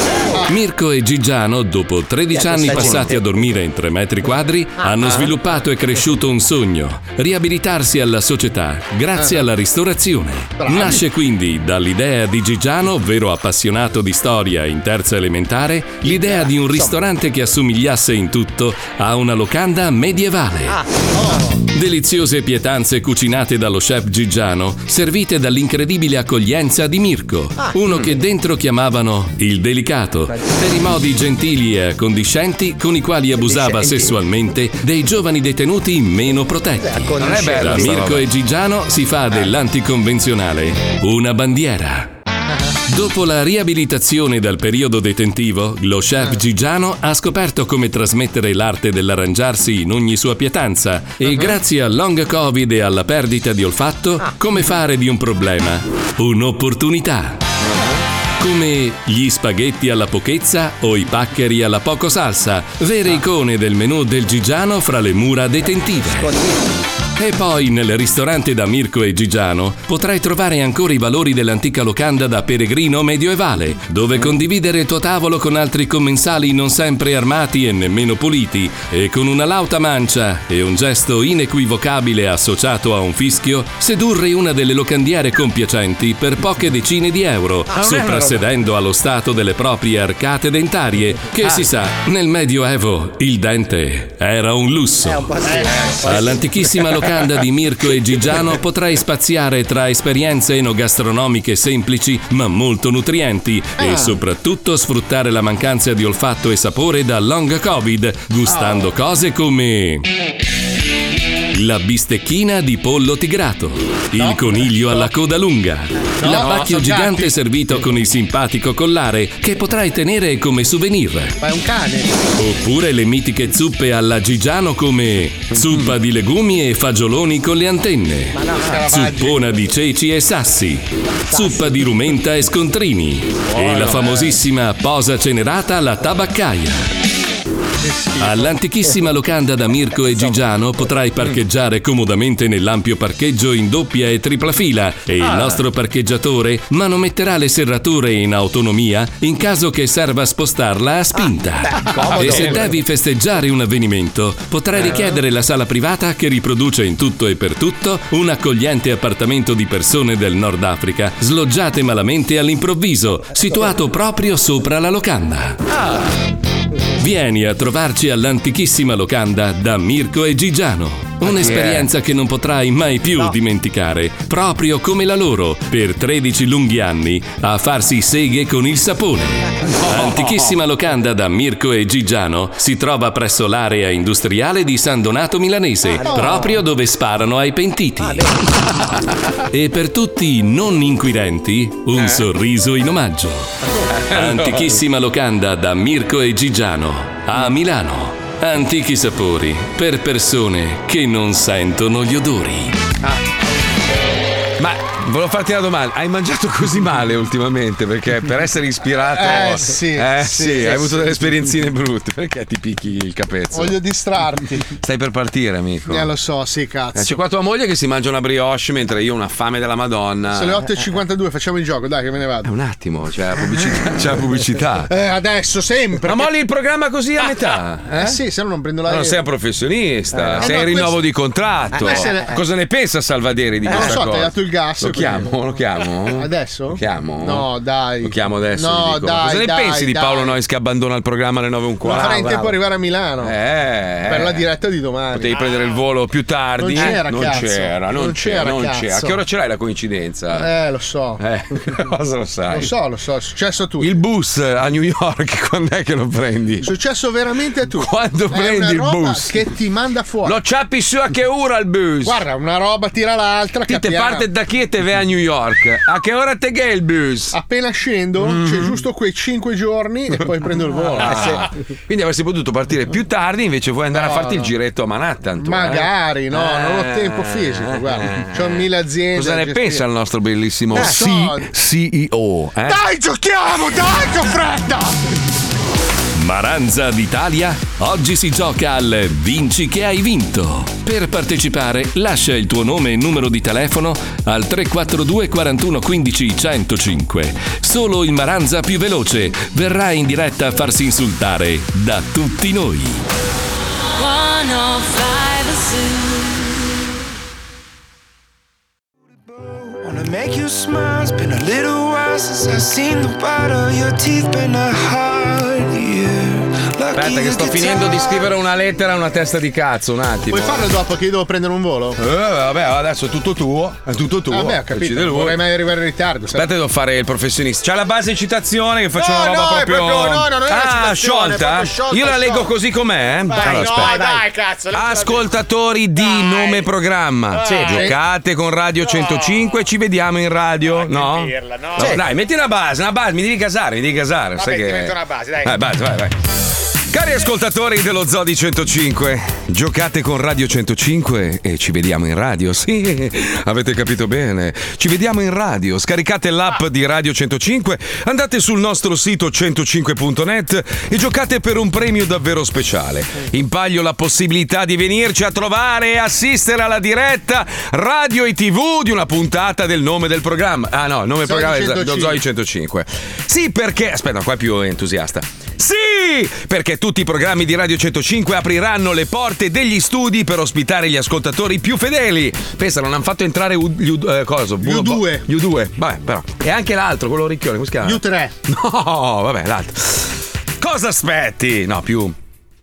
Speaker 1: Mirko e Gigiano, dopo 13
Speaker 20: Chi è
Speaker 1: anni
Speaker 20: questa
Speaker 1: passati
Speaker 20: gente?
Speaker 1: a dormire in 3 metri quadri,
Speaker 20: Ah.
Speaker 1: hanno sviluppato e cresciuto un sogno, riabilitarsi alla società grazie
Speaker 20: Ah.
Speaker 1: alla ristorazione.
Speaker 20: Bravi.
Speaker 1: Nasce quindi dall'idea di Gigiano, vero appassionato di storia in terza elementare, l'idea di un ristorante che assomigliasse in tutto a una locanda medievale. Deliziose pietanze cucinate dallo chef Gigiano, servite dall'incredibile accoglienza di Mirko,
Speaker 20: Ah.
Speaker 1: uno che dentro chiamavano il delicato, per i modi gentili e accondiscenti con i quali abusava
Speaker 20: Accondiscenti.
Speaker 1: sessualmente dei giovani detenuti meno protetti.
Speaker 20: Non è bello
Speaker 1: Da
Speaker 20: sta
Speaker 1: Mirko
Speaker 20: roba. Eh.
Speaker 1: e Gigiano si fa dell'anticonvenzionale una bandiera. Dopo la riabilitazione dal periodo detentivo, lo
Speaker 20: Eh.
Speaker 1: chef Gigiano ha scoperto come trasmettere l'arte dell'arrangiarsi in ogni sua pietanza
Speaker 20: Uh-huh.
Speaker 1: e grazie al long covid e alla perdita di olfatto,
Speaker 20: Ah.
Speaker 1: come fare di un problema un'opportunità.
Speaker 20: Uh-huh.
Speaker 1: Come gli spaghetti alla pochezza o i paccheri alla poco salsa,
Speaker 20: Ah.
Speaker 1: vere icone del menù del Gigiano fra le mura detentive. E poi nel ristorante da Mirko e Gigiano potrai trovare ancora i valori dell'antica locanda da peregrino medioevale, dove condividere il tuo tavolo con altri commensali non sempre armati e nemmeno puliti, e con una lauta mancia e un gesto inequivocabile associato a un fischio, sedurre una delle locandiere compiacenti per poche decine di euro,
Speaker 20: Ah, non è una roba.
Speaker 1: soprassedendo allo stato delle proprie arcate dentarie, che
Speaker 20: Ah.
Speaker 1: si sa, nel Medioevo il dente era un lusso. All'antichissima locanda di Mirko e Gigiano potrai spaziare tra esperienze enogastronomiche semplici ma molto nutrienti
Speaker 20: Ah.
Speaker 1: e soprattutto sfruttare la mancanza di olfatto e sapore da long
Speaker 20: Oh.
Speaker 1: covid, gustando cose come la bistecchina di pollo tigrato, il coniglio alla coda lunga,
Speaker 20: No,
Speaker 1: l'abbacchio
Speaker 20: sono
Speaker 1: gigante servito con il simpatico collare che potrai tenere come souvenir.
Speaker 8: Ma è un cane.
Speaker 1: Oppure le mitiche zuppe alla Gigiano come zuppa di legumi e fagioloni con le antenne, zuppona di ceci e sassi, zuppa di rumenta e scontrini e la famosissima posa cenerata alla tabaccaia. All'antichissima locanda da Mirko e Gigiano potrai parcheggiare comodamente nell'ampio parcheggio in doppia e tripla fila e il
Speaker 20: Ah.
Speaker 1: nostro parcheggiatore manometterà le serrature in autonomia in caso che serva spostarla a spinta.
Speaker 20: comodo.
Speaker 1: e se devi festeggiare un avvenimento, potrai richiedere la sala privata che riproduce in tutto e per tutto un accogliente appartamento di persone del Nord Africa, sloggiate malamente all'improvviso, situato proprio sopra la locanda.
Speaker 6: Ah!
Speaker 1: Vieni a trovarci all'antichissima locanda da Mirko e Gigiano. Un'esperienza che non potrai mai più dimenticare, proprio come la loro, per 13 lunghi anni, a farsi seghe con il sapone. Antichissima locanda da Mirko e Gigiano si trova presso l'area industriale di San Donato Milanese, proprio dove sparano ai pentiti. e per tutti i non inquirenti, un
Speaker 6: Eh?
Speaker 1: sorriso in omaggio. Antichissima locanda da Mirko e Gigiano a Milano. Antichi sapori per persone che non sentono gli odori.
Speaker 6: Ah. Ma volevo farti una domanda: hai mangiato così male ultimamente? Perché per essere ispirato.
Speaker 8: Eh, sì,
Speaker 6: eh,
Speaker 8: sì,
Speaker 6: sì,
Speaker 8: sì.
Speaker 6: hai avuto delle esperienzine brutte. Perché ti picchi il capezzo?
Speaker 8: Voglio distrarti.
Speaker 6: Stai per partire, amico.
Speaker 8: Eh, lo so, sì,
Speaker 6: Ecco. Eh, C'è
Speaker 8: cazzo.
Speaker 6: qua tua moglie che si mangia una brioche mentre io ho una fame della Madonna.
Speaker 8: Sono le 8.52, facciamo il gioco, dai, che me ne vado.
Speaker 6: eh, Un attimo, c'è la pubblicità. C'è la pubblicità.
Speaker 8: Eh, adesso, sempre.
Speaker 6: Ma molli il programma così a metà.
Speaker 8: Eh, sì, se no non prendo la.
Speaker 6: Ma non sei un professionista,
Speaker 8: Eh,
Speaker 6: sei
Speaker 8: no,
Speaker 6: in rinnovo
Speaker 8: questo-
Speaker 6: di contratto.
Speaker 8: Eh, questo è-
Speaker 6: Cosa ne pensa Salvaderi di
Speaker 8: Eh, lo
Speaker 6: questa
Speaker 8: so,
Speaker 6: cosa?
Speaker 8: ti ha dato il gas,
Speaker 6: Lo
Speaker 8: quindi.
Speaker 6: chiamo, lo chiamo.
Speaker 8: Adesso?
Speaker 6: Lo chiamo?
Speaker 8: No, dai.
Speaker 6: Lo chiamo adesso.
Speaker 8: No,
Speaker 6: gli dico.
Speaker 8: dai,
Speaker 6: Cosa ne
Speaker 8: dai,
Speaker 6: pensi di
Speaker 8: dai.
Speaker 6: Paolo Nois che abbandona il programma alle 9 e un
Speaker 8: Lo
Speaker 6: quarto?
Speaker 8: farei in tempo ad arrivare a Milano.
Speaker 6: Eh,
Speaker 8: Per la
Speaker 6: eh.
Speaker 8: diretta di domani.
Speaker 6: Potevi prendere il volo più tardi.
Speaker 8: Non c'era,
Speaker 6: non
Speaker 8: cazzo.
Speaker 6: c'era, non
Speaker 8: Non
Speaker 6: c'era,
Speaker 8: c'era,
Speaker 6: non
Speaker 8: cazzo.
Speaker 6: c'era. A che ora ce l'hai la coincidenza?
Speaker 8: Eh, lo so.
Speaker 6: Eh, cosa lo sai?
Speaker 8: Lo so, lo so, è successo a tutti.
Speaker 6: Il bus a New York, quando è che lo prendi?
Speaker 8: È successo veramente a tutti.
Speaker 6: Quando
Speaker 8: È
Speaker 6: prendi
Speaker 8: una
Speaker 6: il
Speaker 8: roba
Speaker 6: bus?
Speaker 8: Che ti manda fuori.
Speaker 6: Lo ciappi su a che ora il bus?
Speaker 8: Guarda, una roba tira l'altra.
Speaker 6: Ti te
Speaker 8: capiamo.
Speaker 6: parte da chi e te vai a New York? A che ora te che è il bus?
Speaker 8: Appena scendo, c'è giusto quei 5 giorni e poi prendo il volo.
Speaker 6: Mm. Ah,
Speaker 8: Eh, sì.
Speaker 6: Quindi avresti potuto partire più tardi, invece vuoi andare
Speaker 8: No,
Speaker 6: a farti il
Speaker 8: no.
Speaker 6: giretto a Manhattan. tu, eh?
Speaker 8: Magari, no, non ho tempo
Speaker 6: Eh,
Speaker 8: fisico, guarda.
Speaker 6: eh,
Speaker 8: C'ho mille aziende.
Speaker 6: Cosa
Speaker 8: da
Speaker 6: ne
Speaker 8: gestire.
Speaker 6: pensa il nostro bellissimo
Speaker 8: Eh,
Speaker 6: C-
Speaker 8: so.
Speaker 6: CEO? eh?
Speaker 8: Dai, giochiamo, dai, che ho fretta!
Speaker 1: Maranza d'Italia oggi si gioca al Vinci che hai vinto. Per partecipare lascia il tuo nome e numero di telefono al 342 41 15 105. Solo il Maranza più veloce verrà in diretta a farsi insultare da tutti noi.
Speaker 9: 105
Speaker 20: Wanna make you smile. It's been a little while since I've seen the bite of your teeth. Been a hard year. Lucky
Speaker 6: Aspetta, che
Speaker 20: you
Speaker 6: sto
Speaker 20: could
Speaker 6: finendo di scrivere una lettera a una testa di cazzo. Un attimo.
Speaker 8: Puoi farlo dopo che io devo prendere un volo?
Speaker 6: Eh, vabbè, adesso è tutto tuo. È tutto tuo.
Speaker 8: Vabbè, Ah, ho capito.
Speaker 6: Decide
Speaker 8: Non
Speaker 6: lui.
Speaker 8: vorrei mai arrivare in ritardo. sai.
Speaker 6: Aspetta, devo fare il professionista. C'ha la base citazione che faccio
Speaker 8: Cioè- No,
Speaker 6: una roba
Speaker 8: no, è
Speaker 6: proprio.
Speaker 8: proprio- no, no, non è una
Speaker 6: ah,
Speaker 8: citazione, è
Speaker 6: sciolta.
Speaker 8: proprio sciolta,
Speaker 6: Io la leggo
Speaker 8: sciolta.
Speaker 6: così com'è. eh?
Speaker 8: Vai,
Speaker 6: Allora,
Speaker 8: no,
Speaker 6: aspetta. Ah,
Speaker 8: dai, cazzo.
Speaker 6: Ascoltatori di nome programma,
Speaker 8: Sì.
Speaker 6: giocate con Radio 105, ci vediamo in radio, no?
Speaker 8: dirla, no.
Speaker 6: No,
Speaker 8: Sì.
Speaker 6: Dai, metti una base, una base, mi devi casare, mi devi casare. sai
Speaker 8: ti
Speaker 6: che...
Speaker 8: metto una base, dai.
Speaker 6: Vai, vai, vai, vai. Cari ascoltatori dello Zodi 105, giocate con Radio 105 e ci vediamo in radio. Sì, avete capito bene. Ci vediamo in radio. Scaricate l'app di Radio 105, andate sul nostro sito 105.net e giocate per un premio davvero speciale. In palio la possibilità di venirci a trovare e assistere alla diretta radio e TV di una puntata del nome del programma. Ah no, il nome del
Speaker 8: Zodi
Speaker 6: programma è Zo-
Speaker 8: 105.
Speaker 6: Zodi 105. Sì, perché. Eh, Aspetta, qua è più entusiasta. Sì! Perché tutti i programmi di Radio 105 apriranno le porte degli studi per ospitare gli ascoltatori più fedeli. Pensa, non hanno fatto entrare U- gli U- eh, cosa? Gli U2. Gli U2, vabbè, però. E anche l'altro, quello ricchione, come si chiama?
Speaker 8: U3.
Speaker 6: No, vabbè, l'altro. Cosa aspetti? No, più.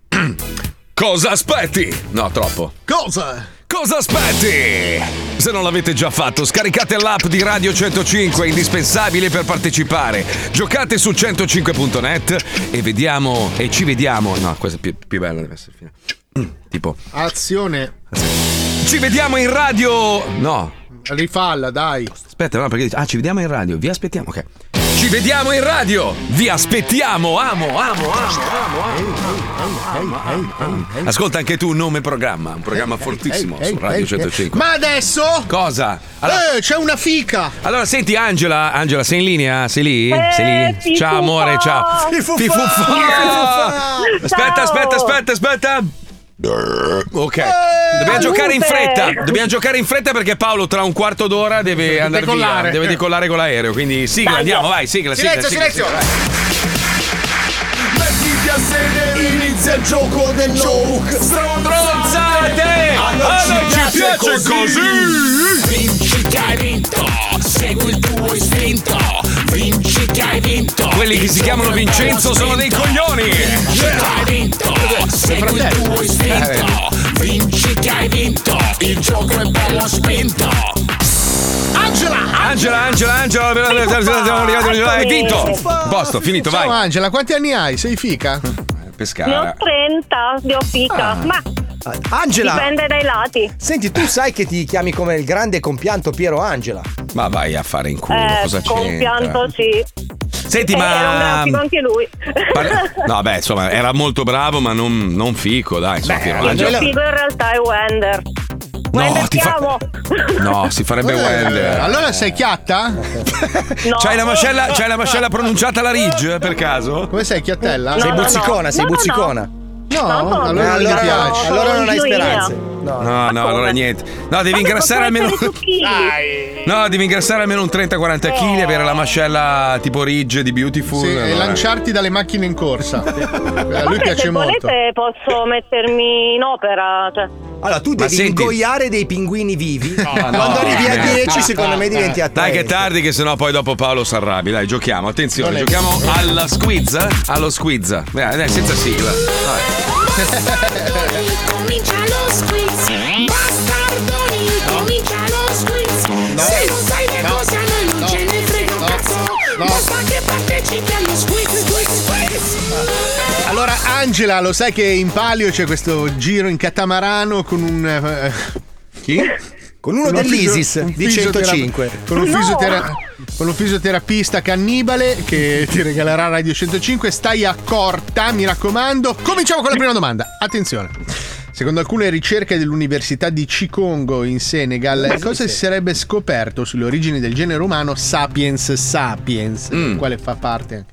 Speaker 6: Cosa aspetti? No, troppo.
Speaker 8: Cosa?
Speaker 6: Cosa aspetti? Se non l'avete già fatto, scaricate l'app di Radio 105, indispensabile per partecipare. Giocate su 105.net e vediamo e ci vediamo. No, questo è più, più bello deve essere il finale. Tipo
Speaker 8: Azione.
Speaker 6: Ci vediamo in radio. No.
Speaker 8: Rifalla, dai.
Speaker 6: Aspetta, no, perché dice, ah, ci vediamo in radio, vi aspettiamo, ok. Ci vediamo in radio. Vi aspettiamo, amo, amo, amo. Ascolta anche tu nome programma, un programma fortissimo
Speaker 8: Ehi, ehi,
Speaker 6: su Radio
Speaker 8: ehi,
Speaker 6: 105.
Speaker 8: ehi. Ma adesso?
Speaker 6: Cosa?
Speaker 8: Eh, c'è una fica.
Speaker 6: Allora, senti, Angela, Angela, sei in linea? Sei lì?
Speaker 8: Eh,
Speaker 6: sei lì?
Speaker 8: Fifufà.
Speaker 6: Ciao, amore, ciao.
Speaker 8: Fifufà.
Speaker 6: Fifufà.
Speaker 8: Fifufà.
Speaker 6: Aspetta,
Speaker 8: Ciao.
Speaker 6: aspetta, aspetta, aspetta. Ok, dobbiamo giocare in
Speaker 8: Lupe.
Speaker 6: fretta. Dobbiamo giocare in fretta perché Paolo tra un quarto d'ora deve andare
Speaker 8: Decollare.
Speaker 6: via, deve decollare con l'aereo. Quindi sigla,
Speaker 8: Dai,
Speaker 6: andiamo,
Speaker 8: no.
Speaker 6: vai, sigla,
Speaker 8: Silenzio,
Speaker 6: sigla, sigla,
Speaker 8: silenzio.
Speaker 6: sigla,
Speaker 15: Mettiti a sedere, inizia il gioco del joke. Stronzate! A
Speaker 6: Ah,
Speaker 15: noi ci piace così! Vinci che hai vinto, segui il tuo istinto. Vinci che hai vinto.
Speaker 6: Quelli che si chiamano Vincenzo sono dei coglioni.
Speaker 15: Vinci che hai vinto, segui il tuo istinto. Vinci che hai vinto, il gioco è bello spinto. Angela!
Speaker 6: Angela, Angela, Angela, Angela, hai vinto. Posto, finito,
Speaker 8: Ciao
Speaker 6: vai. Eh,
Speaker 8: Angela, quanti anni hai? Sei fica?
Speaker 6: Pescara.
Speaker 18: Ne ho 30, ne ho fica. Ma
Speaker 4: Angela!
Speaker 18: dipende dai lati.
Speaker 4: Senti, tu sai che ti chiami come il grande compianto Piero Angela.
Speaker 6: Ma vai a fare in culo, cosa
Speaker 18: Eh,
Speaker 6: c'entra?
Speaker 18: compianto sì.
Speaker 6: Senti,
Speaker 18: Eh,
Speaker 6: ma-
Speaker 18: Era un grafico anche lui.
Speaker 6: Parla- No, beh, insomma, era molto bravo, ma non, non fico, dai. Insomma,
Speaker 18: Il
Speaker 6: Piero
Speaker 18: mio
Speaker 6: Angela-
Speaker 18: figo in realtà è Wender. Wender
Speaker 6: Oh, ti fa-
Speaker 18: chiamo.
Speaker 6: No, si farebbe
Speaker 8: Eh,
Speaker 6: Wender.
Speaker 8: Allora sei chiatta?
Speaker 6: C'hai la mascella, c'hai la mascella pronunciata alla Ridge per caso?
Speaker 8: Come sei chiattella?
Speaker 6: No, Sei no, buzzicona, no. sei No, no, buzzicona.
Speaker 8: No,
Speaker 4: no.
Speaker 8: allora non
Speaker 4: Allora
Speaker 8: mi
Speaker 4: no,
Speaker 8: piace.
Speaker 4: allora non hai
Speaker 8: Io
Speaker 4: speranze.
Speaker 6: No, no, allora niente. No, devi ingrassare almeno.
Speaker 18: Dai.
Speaker 6: No, devi ingrassare almeno un 30-40 kg, avere la mascella tipo Ridge di Beautiful.
Speaker 8: Sì, e
Speaker 6: no,
Speaker 8: lanciarti dalle macchine in corsa. A Eh, lui
Speaker 18: Vabbè,
Speaker 8: piace
Speaker 18: se
Speaker 8: molto.
Speaker 18: volete posso mettermi in opera. Cioè.
Speaker 4: Allora, tu
Speaker 6: Ma
Speaker 4: devi
Speaker 6: senti-
Speaker 4: ingoiare dei pinguini vivi.
Speaker 6: Ah, no,
Speaker 4: Quando arrivi a
Speaker 6: no.
Speaker 4: 10, secondo me diventi a
Speaker 6: Dai che è tardi che sennò poi dopo Paolo s'arrabbi. Dai, giochiamo. Attenzione,
Speaker 4: Non è-
Speaker 6: giochiamo alla squizza. Allo squizza. Dai, dai, senza sigla.
Speaker 15: Comincia lo squiz, bastardoni, comincia lo squiz. Se non sai le cose a noi non ce ne frega un cazzo. Basta che partecipi allo squiz, squiz, squiz.
Speaker 8: Allora, Angela, lo sai che in palio c'è questo giro in catamarano con un. eh,
Speaker 6: Chi?
Speaker 4: Con uno
Speaker 8: un
Speaker 4: dell'ISIS,
Speaker 8: fisio- un
Speaker 4: di
Speaker 8: fisiotera-
Speaker 4: 105.
Speaker 8: Con un,
Speaker 4: No!
Speaker 8: fisiotera- con un fisioterapista cannibale che ti regalerà Radio 105. Stai accorta, mi raccomando. Cominciamo con la prima domanda. Attenzione. Secondo alcune ricerche dell'Università di Cikongo in Senegal, cosa si sarebbe scoperto
Speaker 6: Mm.
Speaker 8: sulle origini del genere umano Sapiens Sapiens, del quale fa parte?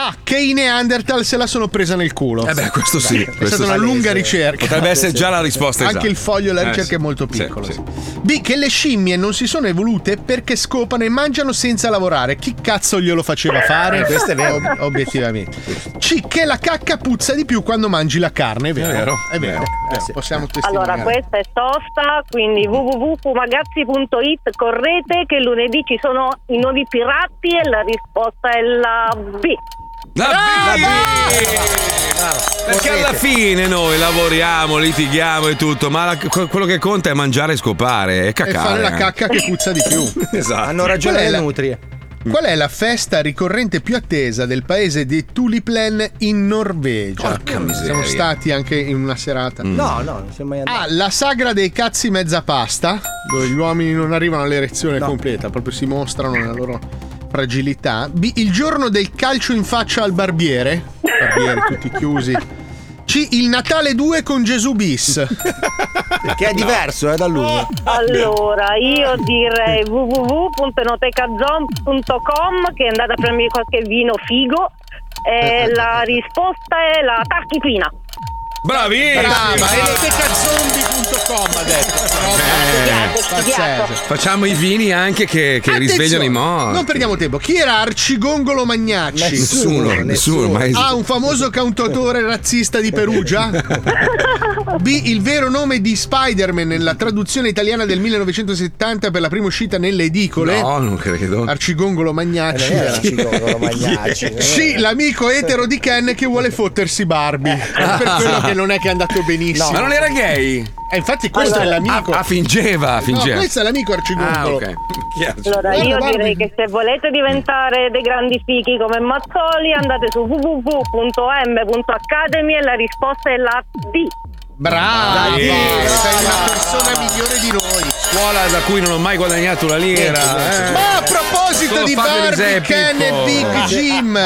Speaker 8: Ah, che i Neanderthal se la sono presa nel culo.
Speaker 6: Eh beh, questo sì.
Speaker 8: È stata una lunga ricerca.
Speaker 6: Potrebbe essere già la risposta
Speaker 8: Anche
Speaker 6: esatta.
Speaker 8: il foglio della
Speaker 6: Eh,
Speaker 8: ricerca
Speaker 6: sì.
Speaker 8: è molto
Speaker 6: Sì,
Speaker 8: piccolo.
Speaker 6: sì.
Speaker 8: B. Che le scimmie non si sono evolute perché scopano e mangiano senza lavorare. Chi cazzo glielo faceva
Speaker 21: Eh,
Speaker 8: fare?
Speaker 15: Questo è vero.
Speaker 6: Eh.
Speaker 8: Ob- obiettivamente. C. Che la cacca puzza di più quando mangi la carne. È vero. È vero. Eh, possiamo testimoniare.
Speaker 16: Allora, questa è tosta, quindi www.fumagazzi.it, correte che lunedì ci sono i nuovi pirati e la risposta è la B.
Speaker 6: Perché alla fine noi lavoriamo, litighiamo e tutto, ma la- quello che conta è mangiare e scopare e
Speaker 8: E
Speaker 6: cacare.
Speaker 8: fare la
Speaker 6: anche.
Speaker 8: cacca che puzza di più.
Speaker 6: Esatto.
Speaker 8: Hanno ragione Qual è le la- nutrie. Qual è la festa ricorrente più attesa del paese di Tuliplen in Norvegia?
Speaker 5: Porca miseria.
Speaker 8: Siamo stati anche in una serata.
Speaker 5: No, no, non siamo mai andati.
Speaker 8: Ah, la sagra dei cazzi mezza pasta, dove gli uomini non arrivano all'erezione completa, proprio si mostrano la loro fragilità. B, il giorno del calcio in faccia al barbiere, barbiere tutti chiusi. C, il Natale 2 con Gesù bis.
Speaker 5: Che è diverso, eh, da lui.
Speaker 16: Allora, io direi www.enotecazon.com che andate a prendermi qualche vino figo e la risposta è la tarchipina.
Speaker 6: Bravissima!
Speaker 8: Brava, enotecazombi.com ha
Speaker 6: Eh.
Speaker 8: detto. Pazzesco.
Speaker 6: Facciamo i vini anche che, che risvegliano i morti.
Speaker 8: cioè, Non perdiamo tempo. Chi era Arcigongolo Magnacci?
Speaker 6: Nessuno, Nessuno, nessuno, mai esistito.
Speaker 8: Ah, un famoso cantatore razzista di Perugia? B. Il vero nome di Spider-Man nella traduzione italiana del 1970 per la prima uscita nelle edicole?
Speaker 6: No, non credo.
Speaker 8: Ah, Arcigongolo Magnacci.
Speaker 6: Eh, non era Arcigongolo
Speaker 5: Magnacci, non
Speaker 8: sì,
Speaker 5: era.
Speaker 8: l'amico etero di Ken che vuole fottersi Barbie. Per quello che non è che è andato benissimo.
Speaker 6: No. Ma non era gay?
Speaker 8: Eh, infatti questo
Speaker 6: Allora-
Speaker 8: è l'amico.
Speaker 6: Ah, ah, fingeva, fingeva.
Speaker 8: No, questo è l'amico
Speaker 6: Ah,
Speaker 8: Arcigongolo.
Speaker 6: ok.
Speaker 16: Allora io direi che se volete diventare dei grandi fichi come Mazzoli andate su www.m.academy e la risposta è la B.
Speaker 8: Brava!
Speaker 6: Dai,
Speaker 8: eh, sei una persona migliore di noi.
Speaker 6: Scuola da cui non ho mai guadagnato la lira. eh.
Speaker 8: Ma a proposito
Speaker 6: Solo
Speaker 8: di
Speaker 6: Fabio
Speaker 8: Barbie,
Speaker 6: Lisei,
Speaker 8: Ken e
Speaker 6: Pippo.
Speaker 8: Big Jim,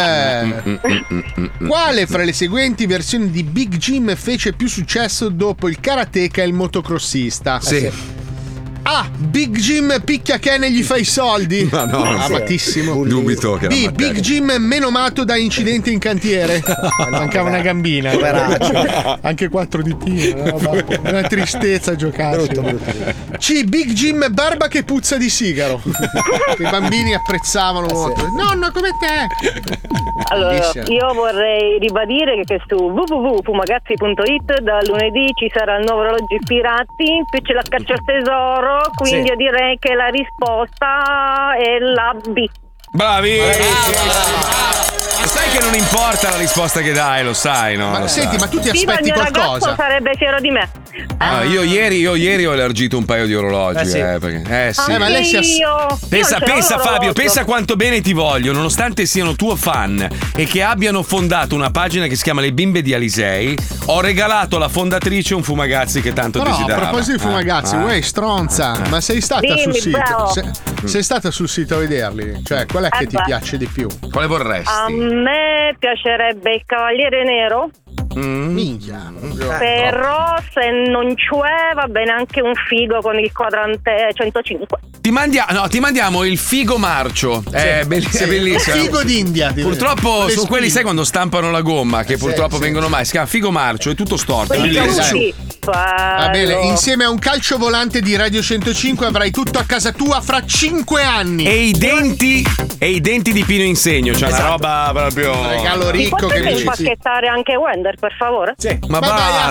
Speaker 6: Mm-mm-mm-mm-mm.
Speaker 8: quale fra le seguenti versioni di Big Jim fece più successo dopo il karateka e il motocrossista?
Speaker 6: Sì.
Speaker 8: A. Big Jim picchia Ken e gli fa i soldi.
Speaker 6: Ma no,
Speaker 8: amatissimo.
Speaker 6: Dubito che era
Speaker 8: B. Big Jim meno amato da incidente in cantiere. Mancava una gambina.
Speaker 5: Poveraccio.
Speaker 8: Anche quattro di tiro. Una tristezza giocarci. C. Big Jim barba che puzza di sigaro. Che I bambini
Speaker 6: Ah,
Speaker 8: apprezzavano molto. Nonno, come te?
Speaker 16: Allora,
Speaker 8: Bellissima.
Speaker 16: io vorrei ribadire che su www.fumagazzi.it da lunedì ci sarà il nuovo orologio pirati, più c'è la caccia al tesoro, quindi
Speaker 6: Sì.
Speaker 16: io direi che la risposta è la B.
Speaker 6: Bravi! Ma sai che non importa la risposta che dai, lo sai, no? Lo sai.
Speaker 16: Viva il mio ragazzo sarebbe fiero di me.
Speaker 6: Ah, io, ieri, io ieri ho elargito un paio di orologi. Eh
Speaker 16: Eh, sì.
Speaker 6: sì. perché, eh, sì.
Speaker 16: Anche io.
Speaker 6: Pensa,
Speaker 16: Io non ce
Speaker 6: pensa
Speaker 16: l'ho
Speaker 6: Fabio,
Speaker 16: l'orologio.
Speaker 6: pensa quanto bene ti voglio, nonostante siano tuo fan e che abbiano fondato una pagina che si chiama Le Bimbe di Alisei, ho regalato alla fondatrice un fumagazzi che tanto
Speaker 8: Però a
Speaker 6: desiderava.
Speaker 8: proposito di fumagazzi,
Speaker 6: Ah, ah.
Speaker 8: uè, stronza, ma sei stata
Speaker 16: Dimmi,
Speaker 8: sul sito?
Speaker 16: bravo.
Speaker 8: Se-
Speaker 6: Mm.
Speaker 8: sei stata sul sito a vederli? Cioè, qual è che
Speaker 16: Eh,
Speaker 8: ti
Speaker 16: beh.
Speaker 8: piace di più?
Speaker 6: Quale vorresti?
Speaker 16: A me piacerebbe il Cavaliere Nero,
Speaker 8: Mm. Minchia.
Speaker 6: Eh,
Speaker 16: però se non c'è va bene anche un figo con il quadrante 105.
Speaker 6: Ti, mandia- no, ti mandiamo il figo marcio. Eh, È, belli-
Speaker 8: Sì.
Speaker 6: è bellissimo.
Speaker 8: Figo d'India, direi.
Speaker 6: Purtroppo
Speaker 8: Con le
Speaker 6: sono quelli,
Speaker 8: spine.
Speaker 6: sai, quando stampano la gomma, che purtroppo
Speaker 8: sì.
Speaker 6: vengono mai. Si chiama figo marcio, è tutto storto. è
Speaker 16: Quelli
Speaker 6: bellissimo.
Speaker 16: sono
Speaker 8: Sì.
Speaker 16: schifo,
Speaker 8: Va bene,
Speaker 16: allora.
Speaker 8: insieme a un calcio volante di Radio 105 avrai tutto a casa tua fra 5 anni.
Speaker 6: E i denti, e i denti di Pino Insegno, cioè
Speaker 8: Esatto.
Speaker 6: una roba proprio.
Speaker 8: Regalo
Speaker 16: Mi potete impacchettare anche Wender, per favore?
Speaker 6: Sì. Ma, basta.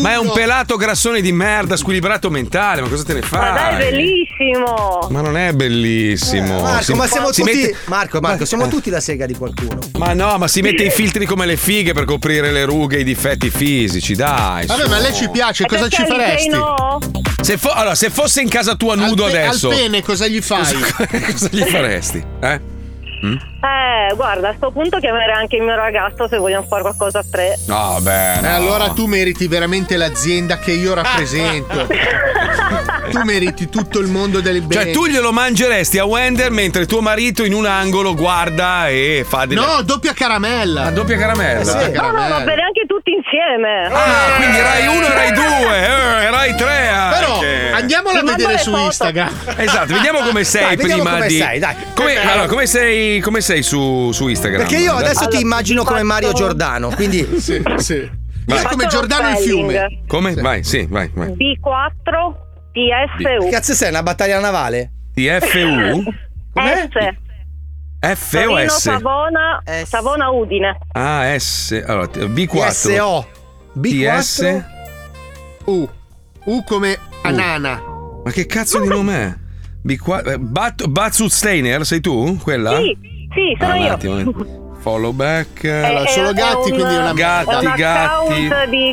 Speaker 6: Ma è un pelato grassone di merda, squilibrato mentale, ma cosa te ne
Speaker 16: Ma dai,
Speaker 6: fai?
Speaker 16: bellissimo!
Speaker 6: ma non è bellissimo.
Speaker 3: Marco,
Speaker 6: Si-
Speaker 3: ma siamo
Speaker 6: si
Speaker 3: tutti.
Speaker 6: mette-
Speaker 3: Marco, Marco, siamo
Speaker 6: eh.
Speaker 3: tutti la sega di qualcuno.
Speaker 6: Ma no, ma si mette i filtri come le fighe per coprire le rughe e i difetti fisici, dai.
Speaker 8: Vabbè,
Speaker 6: su.
Speaker 8: ma a lei ci piace,
Speaker 16: E
Speaker 8: cosa
Speaker 16: perché
Speaker 8: ci
Speaker 16: il
Speaker 8: faresti?
Speaker 16: gay no?
Speaker 6: Se, fo- allora, se fosse in casa tua nudo
Speaker 8: Pe-
Speaker 6: adesso,
Speaker 8: Al pene cosa gli fai?
Speaker 6: cosa gli faresti? Eh? Mm?
Speaker 16: Eh, guarda, a sto punto chiamerei anche il mio ragazzo se vogliamo fare qualcosa a tre.
Speaker 6: No, beh.
Speaker 8: Eh,
Speaker 6: no.
Speaker 8: Allora tu meriti veramente l'azienda che io rappresento. Tu meriti tutto il mondo delle bene.
Speaker 6: Cioè, tu glielo mangeresti a Wender mentre tuo marito in un angolo guarda e fa delle.
Speaker 8: No, doppia caramella.
Speaker 6: La doppia caramella.
Speaker 16: No, no, ma per anche tutti insieme.
Speaker 6: Ah, quindi Rai 1 e Rai 2, eh, Rai 3.
Speaker 8: Però andiamola a vedere su Instagram.
Speaker 6: Esatto, vediamo come sei
Speaker 4: Dai, vediamo
Speaker 6: prima
Speaker 4: come
Speaker 6: di.
Speaker 4: sei, dai.
Speaker 6: Come, allora, come sei, come sei su, su Instagram?
Speaker 4: Perché io adesso ti immagino come Mario Giordano, quindi.
Speaker 8: sì, sì.
Speaker 6: Vai.
Speaker 16: Io come Giordano il fiume.
Speaker 6: Come? Vai, sì, vai, vai.
Speaker 16: B4 TSU.
Speaker 4: Cazzo sei una battaglia navale?
Speaker 6: TFU?
Speaker 16: S.
Speaker 6: F o
Speaker 16: Torino
Speaker 6: S?
Speaker 16: Savona, Savona Udine.
Speaker 6: Ah, S. Allora, t- B4.
Speaker 8: TSO.
Speaker 6: B4. TS.
Speaker 8: U. U come anana.
Speaker 6: Ma che cazzo di nome è? B4. eh, Bat, Batsu Steiner, sei tu? Quella?
Speaker 16: Sì, sì, sono
Speaker 6: Ah, un
Speaker 16: io.
Speaker 6: attimo, eh. Follow back.
Speaker 16: È- Eh, è- è un- è
Speaker 6: Gatti,
Speaker 16: un
Speaker 6: gatti.
Speaker 16: account di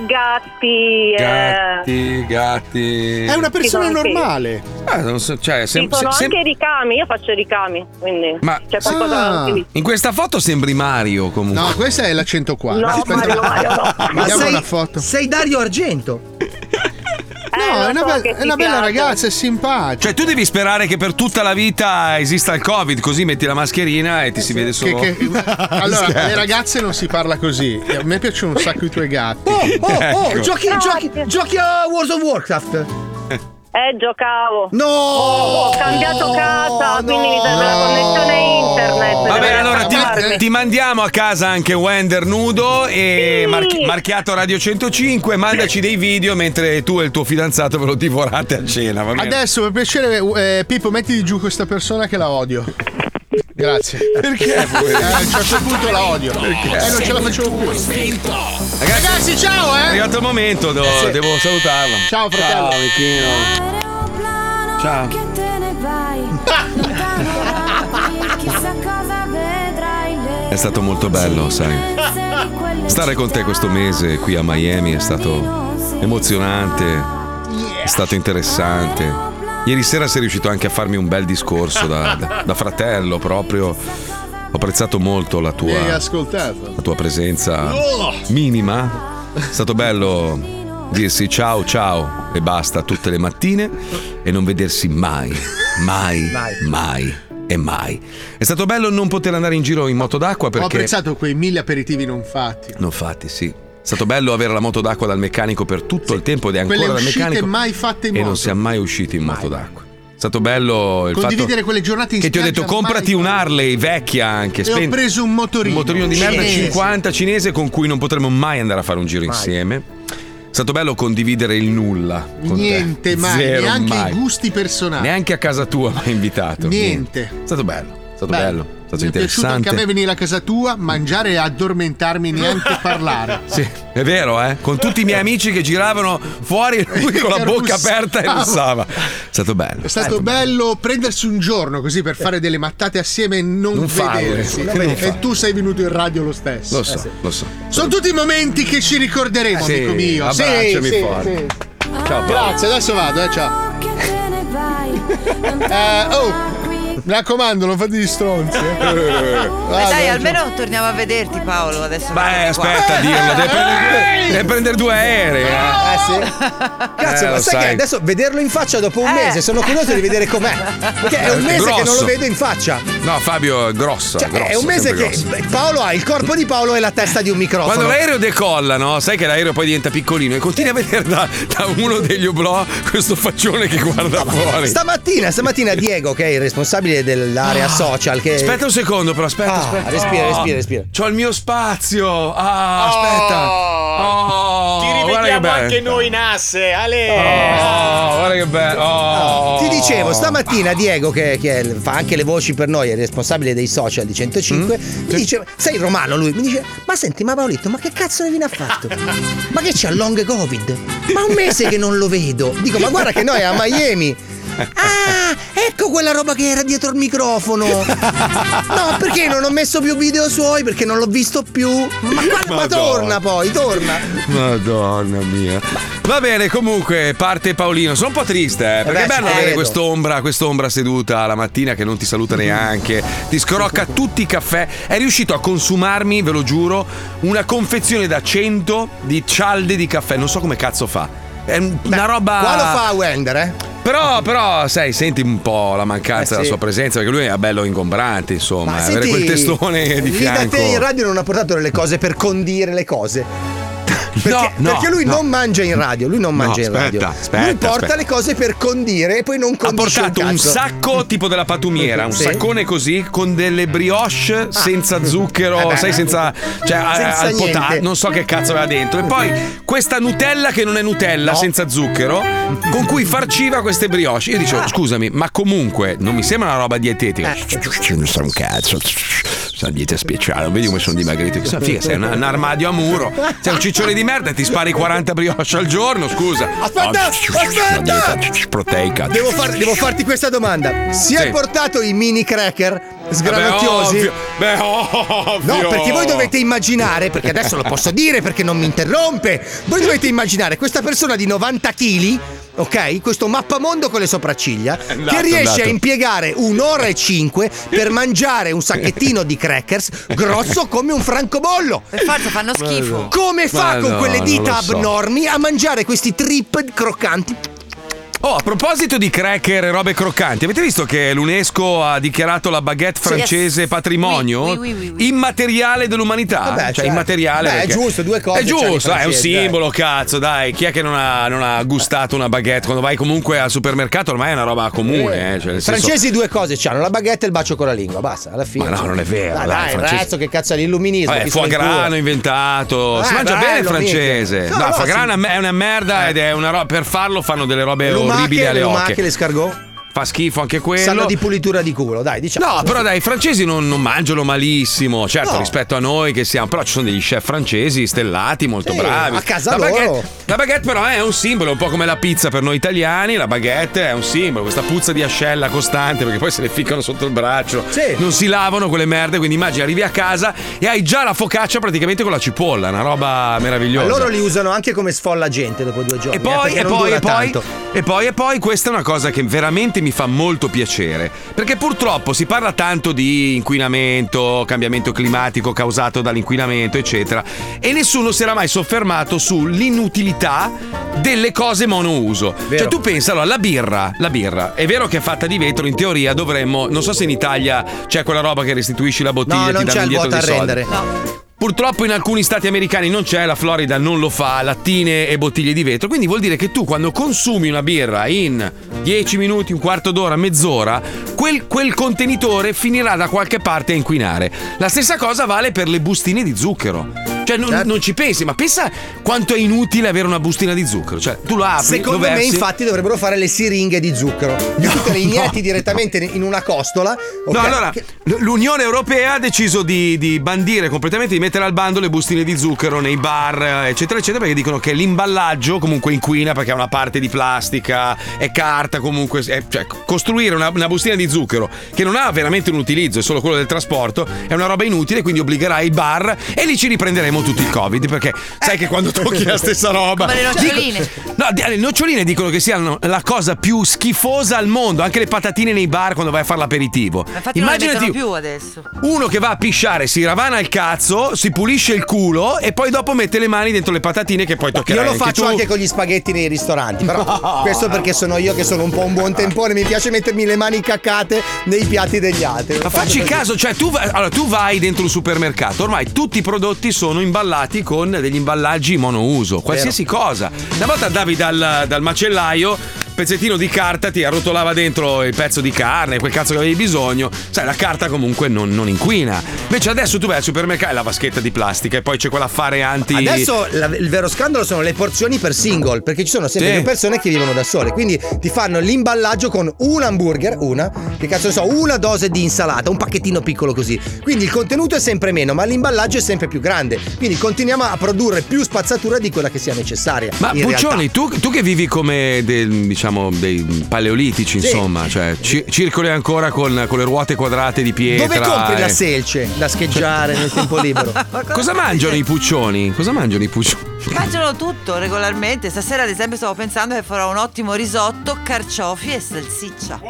Speaker 16: gatti. eh,
Speaker 6: Gatti, gatti.
Speaker 16: Ci sono anche-
Speaker 6: Ah, non so, cioè,
Speaker 16: Ci
Speaker 6: sem-
Speaker 16: sono
Speaker 6: se-
Speaker 16: anche i ricami, io faccio i ricami, quindi
Speaker 6: Ma-
Speaker 16: c'è qualcosa
Speaker 6: Ah.
Speaker 16: anche lì.
Speaker 6: in questa foto sembri Mario comunque.
Speaker 8: No, questa è la 104.
Speaker 16: No, Mario, Mario, no.
Speaker 4: Ma
Speaker 8: Vediamo
Speaker 16: Eh,
Speaker 4: sei,
Speaker 8: la
Speaker 4: sei Dario Argento.
Speaker 8: No, è una, be- è una bella ragazza, è simpatica.
Speaker 6: Cioè, tu devi sperare che per tutta la vita esista il Covid, così metti la mascherina e ti si vede solo.
Speaker 8: Che- che- allora,
Speaker 6: Scherzo.
Speaker 8: le ragazze non si parla così. A me piacciono un sacco i tuoi gatti.
Speaker 4: Oh, oh,
Speaker 8: Ecco.
Speaker 4: giochi, giochi, giochi a World of Warcraft.
Speaker 16: Eh, giocavo.
Speaker 4: No!
Speaker 16: Ho cambiato casa, quindi mi serve la connessione internet.
Speaker 6: Vabbè,
Speaker 16: devo
Speaker 6: allora ti,
Speaker 16: riattivarmi.
Speaker 6: ti mandiamo a casa anche Wender nudo e marchi- marchiato Radio 105. Mandaci dei video mentre tu e il tuo fidanzato ve lo divorate a cena. Va bene?
Speaker 8: Adesso, per piacere, eh, Pippo, mettiti giù questa persona che la odio. Grazie. Perché?
Speaker 6: Eh,
Speaker 8: a un certo punto la odio. Eh, non ce la facevo più. Ragazzi, ciao,
Speaker 6: È
Speaker 8: eh!
Speaker 6: arrivato il momento, do-
Speaker 8: Sì.
Speaker 6: devo salutarlo.
Speaker 8: Ciao, fratello.
Speaker 6: Ciao, amichino. Ciao.
Speaker 15: Che te ne vai? Lontano da qui, Chissà cosa vedrai le
Speaker 6: È stato molto bello, sai.
Speaker 15: immense di quelle
Speaker 6: Stare con te questo mese qui a Miami è stato emozionante, è stato interessante. Ieri sera sei riuscito anche a farmi un bel discorso da, da- da fratello proprio. Ho apprezzato molto la
Speaker 8: Mi hai
Speaker 6: tua,
Speaker 8: ascoltato.
Speaker 6: la tua presenza
Speaker 8: Oh!
Speaker 6: minima. È stato bello dirsi ciao ciao e basta tutte le mattine e non vedersi mai, mai, mai e mai. È stato bello non poter andare in giro in moto d'acqua perché...
Speaker 8: Ho apprezzato quei mille aperitivi non fatti.
Speaker 6: Non fatti, sì. È stato bello avere la moto d'acqua dal meccanico per tutto il tempo ed è ancora
Speaker 8: Quelle
Speaker 6: dal
Speaker 8: uscite
Speaker 6: meccanico.
Speaker 8: mai fatte in
Speaker 6: e non
Speaker 8: moto.
Speaker 6: siamo mai usciti in moto d'acqua. È stato bello il fatto
Speaker 8: Condividere quelle giornate in
Speaker 6: che ti ho
Speaker 8: spiaggia
Speaker 6: detto comprati un
Speaker 8: mai-
Speaker 6: Harley vecchia anche.
Speaker 8: E ho
Speaker 6: spendi-
Speaker 8: preso un motorino.
Speaker 6: un motorino di merda
Speaker 8: Cinese.
Speaker 6: 50 cinese con cui non potremmo mai andare a fare un giro insieme. È stato bello condividere il nulla. con te.
Speaker 8: Niente mai,
Speaker 6: Zero
Speaker 8: neanche
Speaker 6: mai.
Speaker 8: i gusti personali.
Speaker 6: Neanche a casa tua mi hai invitato.
Speaker 8: Niente.
Speaker 6: È stato bello, è stato
Speaker 8: Bello.
Speaker 6: bello, è stato
Speaker 8: Mi è piaciuto
Speaker 6: interessante.
Speaker 8: anche a me venire a casa tua, mangiare e addormentarmi neanche parlare.
Speaker 6: Sì, è vero, eh? Con tutti i miei amici che giravano fuori lui con la bocca aperta e russava. È stato bello.
Speaker 8: È stato bello prendersi un giorno così per fare delle mattate assieme e non,
Speaker 6: Non farlo,
Speaker 8: vedersi.
Speaker 6: sì, non farlo.
Speaker 8: e tu sei venuto in radio lo stesso.
Speaker 6: Lo so, lo so.
Speaker 8: Sono tutti i momenti che ci ricorderemo,
Speaker 6: Sì,
Speaker 8: amico mio. Sì,
Speaker 6: abbracciami
Speaker 8: sì,
Speaker 6: forte.
Speaker 8: sì.
Speaker 6: Ciao,
Speaker 8: Grazie, adesso vado, eh, ciao. Eh, oh, mi raccomando, non fate gli stronzi. eh.
Speaker 10: Beh, dai,
Speaker 8: Vado.
Speaker 10: almeno torniamo a vederti, Paolo. Adesso
Speaker 6: Ah, Beh, aspetta a dirlo, deve prendere, deve prendere due aerei. eh.
Speaker 4: Eh sì. Cazzo,
Speaker 6: Eh,
Speaker 4: ma
Speaker 6: lo
Speaker 4: sai, che
Speaker 6: sai.
Speaker 4: adesso vederlo in faccia dopo
Speaker 16: Eh.
Speaker 4: un mese, sono curioso di vedere com'è. Perché è
Speaker 6: Eh,
Speaker 4: un mese che non
Speaker 6: grosso.
Speaker 4: lo vedo in faccia.
Speaker 6: No, Fabio è grossa.
Speaker 4: Cioè,
Speaker 6: grossa,
Speaker 4: è un mese
Speaker 6: sempre
Speaker 4: che
Speaker 6: grossa.
Speaker 4: beh, Paolo ha il corpo di Paolo e la testa di un microfono.
Speaker 6: Quando l'aereo decolla, no? Sai che l'aereo poi diventa piccolino e continui a vedere da, da uno degli oblò questo faccione che guarda fuori.
Speaker 4: Stamattina, stamattina Diego, che è il responsabile dell'area social, che
Speaker 6: Ah. Aspetta un secondo, però aspetta,
Speaker 4: Ah,
Speaker 6: aspetta.
Speaker 4: respira, respira, respira.
Speaker 6: C'ho il mio spazio. Ah, aspetta. Oh,
Speaker 22: Ti
Speaker 6: guarda che
Speaker 22: rivediamo
Speaker 6: bello.
Speaker 22: anche noi in asse, Ale.
Speaker 6: Oh, guarda che bello. Oh.
Speaker 4: Ti dicevo, stamattina Diego, che, che fa anche le voci per noi, è il responsabile dei social di 105,
Speaker 6: Mm?
Speaker 4: mi dice, sei romano lui, mi dice, ma senti, ma Paoletto, ma che cazzo ne viene affatto? Ma che c'ha il long covid? Ma un mese che non lo vedo. Dico, ma guarda che noi a Miami. Ah, ecco quella roba che era dietro il microfono. No, perché non ho messo più video suoi, perché non l'ho visto più. Ma, guarda, ma
Speaker 6: Madonna.
Speaker 4: torna poi, torna.
Speaker 6: Madonna mia. Va bene, comunque parte Paolino. Sono un po' triste, eh, perché
Speaker 4: beh,
Speaker 6: è bello
Speaker 4: ci
Speaker 6: avere
Speaker 4: credo.
Speaker 6: quest'ombra, quest'ombra seduta la mattina che non ti saluta neanche, ti scrocca tutti i caffè. È riuscito a consumarmi, ve lo giuro, una confezione da 100 di cialde di caffè. Non so come cazzo fa. È un- una roba.
Speaker 4: Qua lo fa Wender, eh?
Speaker 6: Però, però, sai, senti un po' la mancanza
Speaker 3: Eh,
Speaker 6: della
Speaker 3: sì.
Speaker 6: sua presenza, perché lui è bello ingombrante, insomma.
Speaker 3: Ma
Speaker 6: avere
Speaker 3: senti,
Speaker 6: quel testone di
Speaker 3: lì da
Speaker 6: fianco.
Speaker 3: te in radio non ha portato le cose per condire le cose. Perché,
Speaker 6: no,
Speaker 3: perché lui
Speaker 6: no.
Speaker 3: non mangia in radio, lui non
Speaker 6: No,
Speaker 3: mangia in
Speaker 6: aspetta,
Speaker 3: radio.
Speaker 6: aspetta,
Speaker 3: lui porta
Speaker 6: aspetta.
Speaker 3: le cose per condire e poi non
Speaker 6: Ha
Speaker 3: condisce
Speaker 6: portato un
Speaker 3: cazzo.
Speaker 6: sacco tipo della patumiera, un
Speaker 3: Sì. Ah.
Speaker 6: saccone così con delle brioche senza zucchero,
Speaker 3: Vabbè. eh.
Speaker 6: sai, senza, cioè, a-
Speaker 3: Senza
Speaker 6: al
Speaker 3: niente.
Speaker 6: potato, non so che cazzo aveva dentro. E poi questa Nutella che non è Nutella, senza zucchero, con cui farciva queste brioche. Io
Speaker 3: Ah.
Speaker 6: dicevo, scusami, ma comunque non mi sembra una roba dietetica.
Speaker 3: Eh.
Speaker 6: Non so un cazzo. Sono dieta speciale, non vedi come sono dimagrito. Chissà, figa, sei un, un armadio a muro. Sei un ciccione di merda, ti spari 40 brioche al giorno, scusa.
Speaker 4: Aspetta,
Speaker 6: Una dieta proteica.
Speaker 4: Devo, far- devo farti questa domanda.
Speaker 6: Sì.
Speaker 4: Si è portato i mini cracker sgranocchiosi?
Speaker 6: Beh, ovvio. Beh, ovvio.
Speaker 4: No, perché voi dovete immaginare, perché adesso lo posso dire perché non mi interrompe. Voi dovete immaginare questa persona di 90 kg, ok? Questo mappamondo con le sopracciglia,
Speaker 6: andato,
Speaker 4: che riesce
Speaker 6: andato.
Speaker 4: a impiegare un'ora e cinque per mangiare un sacchettino di crackers grosso come un francobollo.
Speaker 10: Per forza fanno schifo.
Speaker 4: Come fa
Speaker 6: Ma
Speaker 4: con
Speaker 6: no,
Speaker 4: quelle
Speaker 6: non
Speaker 4: dita
Speaker 6: lo so.
Speaker 4: abnormi a mangiare questi trip croccanti?
Speaker 6: Oh, a proposito di cracker e robe croccanti, avete visto che l'UNESCO ha dichiarato la baguette
Speaker 4: Sì.
Speaker 6: francese
Speaker 4: Yes.
Speaker 6: patrimonio
Speaker 4: Oui, oui, oui,
Speaker 6: immateriale dell'umanità?
Speaker 4: Vabbè,
Speaker 6: cioè,
Speaker 4: certo.
Speaker 6: immateriale.
Speaker 4: Beh, è
Speaker 6: perché-
Speaker 4: giusto, due cose
Speaker 6: È
Speaker 4: c'hanno i
Speaker 6: giusto, è un
Speaker 4: francesi, dai.
Speaker 6: simbolo, cazzo, dai. Chi è che non ha, non ha gustato una baguette? Quando vai comunque al supermercato ormai è una roba comune. Eh, cioè,
Speaker 3: I
Speaker 6: nel senso-
Speaker 3: francesi due cose c'hanno, la baguette e il bacio con la lingua, basta, alla fine.
Speaker 6: Ma no, non è vero,
Speaker 3: Dai,
Speaker 6: dai,
Speaker 3: dai,
Speaker 6: francesi-
Speaker 3: razzo, che cazzo è l'illuminismo.
Speaker 6: Vabbè,
Speaker 3: chi
Speaker 6: foie
Speaker 3: se ne
Speaker 6: gras
Speaker 3: cura?
Speaker 6: hanno inventato. Oh, si
Speaker 15: Eh,
Speaker 3: Ah,
Speaker 6: mangia
Speaker 3: bello,
Speaker 6: bene il francese.
Speaker 3: minchia.
Speaker 6: No,
Speaker 3: No, no,
Speaker 6: foie gras
Speaker 3: sì. Eh.
Speaker 6: è una me- è una merda ed è una roba. Per farlo fanno delle robe
Speaker 3: Le lumache,
Speaker 6: orribili alle
Speaker 3: le lumache,
Speaker 6: occhie.
Speaker 3: le scargot.
Speaker 6: Fa schifo anche quello.
Speaker 3: Sanno di pulitura di culo, dai, diciamo.
Speaker 6: No, però dai, i francesi non, non mangiano malissimo, certo,
Speaker 3: No.
Speaker 6: rispetto a noi che siamo, però ci sono degli chef francesi stellati, molto
Speaker 21: Eh,
Speaker 3: Sì,
Speaker 6: bravi. Ah,
Speaker 3: a casa
Speaker 6: la
Speaker 3: loro.
Speaker 6: Baguette, la baguette però è un simbolo, un po' come la pizza per noi italiani, la baguette è un simbolo, questa puzza di ascella costante perché poi se le ficcano sotto il braccio, non si lavano quelle merde, quindi immagini arrivi a casa e hai già la focaccia praticamente con la cipolla, una roba
Speaker 3: Ma
Speaker 6: meravigliosa.
Speaker 3: loro li usano anche come sfolla gente dopo due giorni.
Speaker 6: E poi,
Speaker 3: eh, perché
Speaker 6: e
Speaker 3: non
Speaker 6: poi,
Speaker 3: dura
Speaker 6: e poi,
Speaker 3: tanto.
Speaker 6: e poi, e poi, questa è una cosa che veramente mi fa molto piacere. Perché purtroppo si parla tanto di inquinamento, cambiamento climatico causato dall'inquinamento, eccetera. E nessuno si era mai soffermato sull'inutilità delle cose monouso. Cioè, tu pensa, allora, la birra, la birra, è vero che è fatta di vetro, in teoria dovremmo. Non so se in Italia c'è quella roba che restituisci la bottiglia e
Speaker 3: No,
Speaker 6: ti
Speaker 3: non
Speaker 6: danno
Speaker 3: c'è il
Speaker 6: indietro
Speaker 3: vuoto a
Speaker 6: dei soldi.
Speaker 3: rendere.
Speaker 6: Purtroppo in alcuni stati americani non c'è, la Florida non lo fa, lattine e bottiglie di vetro, quindi vuol dire che tu quando consumi una birra in 10 minuti, un quarto d'ora, mezz'ora, quel, quel contenitore finirà da qualche parte a inquinare. La stessa cosa vale per le bustine di zucchero. Cioè non,
Speaker 3: Certo.
Speaker 6: non ci pensi, ma pensa quanto è inutile avere una bustina di zucchero. Cioè tu la apri,
Speaker 3: Secondo
Speaker 6: lo
Speaker 3: me,
Speaker 6: versi-
Speaker 3: infatti, dovrebbero fare le siringhe di zucchero. Di tutte le inietti direttamente in una costola. ok?
Speaker 6: No, allora, l- l'Unione Europea ha deciso di, di bandire completamente, di mettere al bando le bustine di zucchero nei bar, eccetera, eccetera, perché dicono che l'imballaggio comunque inquina perché è una parte di plastica, è carta comunque, è- cioè costruire una, una bustina di zucchero che non ha veramente un utilizzo, è solo quello del trasporto, è una roba inutile, quindi obbligherà i bar e lì ci riprenderemo tutti il Covid, perché sai che quando tocchi la stessa roba...
Speaker 15: Come le noccioline.
Speaker 6: Dico- No, di- le noccioline dicono che siano la cosa più schifosa al mondo, anche le patatine nei bar quando vai a fare l'aperitivo.
Speaker 10: Ma Infatti non le mettono più adesso.
Speaker 6: uno che va a pisciare, si ravana il cazzo, si pulisce il culo e poi dopo mette le mani dentro le patatine che poi toccherai
Speaker 3: Io lo
Speaker 6: anche
Speaker 3: faccio
Speaker 6: tu.
Speaker 3: anche con gli spaghetti nei ristoranti, però
Speaker 6: No.
Speaker 3: questo perché sono io che sono un po' un buon tempone, mi piace mettermi le mani caccate nei piatti degli altri.
Speaker 6: Ma facci caso, cioè tu, vai- allora, tu vai dentro un supermercato, ormai tutti i prodotti sono imballati con degli imballaggi monouso, qualsiasi cosa. Una volta andavi dal, dal macellaio, pezzettino di carta, ti arrotolava dentro il pezzo di carne, quel cazzo che avevi bisogno, sai la carta comunque non, non inquina. Invece adesso tu vai al supermercato e la vaschetta di plastica e poi c'è quell'affare anti...
Speaker 3: Adesso la- il vero scandalo sono le porzioni per single, perché ci sono sempre
Speaker 6: Sì.
Speaker 3: più persone che vivono da sole, quindi ti fanno l'imballaggio con un hamburger, una, che cazzo ne so, una dose di insalata, un pacchettino piccolo così. Quindi il contenuto è sempre meno, ma l'imballaggio è sempre più grande. Quindi continuiamo a produrre più spazzatura di quella che sia necessaria.
Speaker 6: Ma
Speaker 3: in realtà.
Speaker 6: Puccioni, tu, tu che vivi come del- diciamo, dei paleolitici,
Speaker 3: Sì.
Speaker 6: insomma, cioè ci- circoli ancora con, con le ruote quadrate di pietra.
Speaker 3: Dove compri la
Speaker 6: e-
Speaker 3: selce da scheggiare nel tempo libero?
Speaker 6: Cosa mangiano i puccioni? Cosa mangiano i puccioni?
Speaker 10: Mangiano tutto regolarmente. Stasera, ad esempio, stavo pensando che farò un ottimo risotto, carciofi e salsiccia.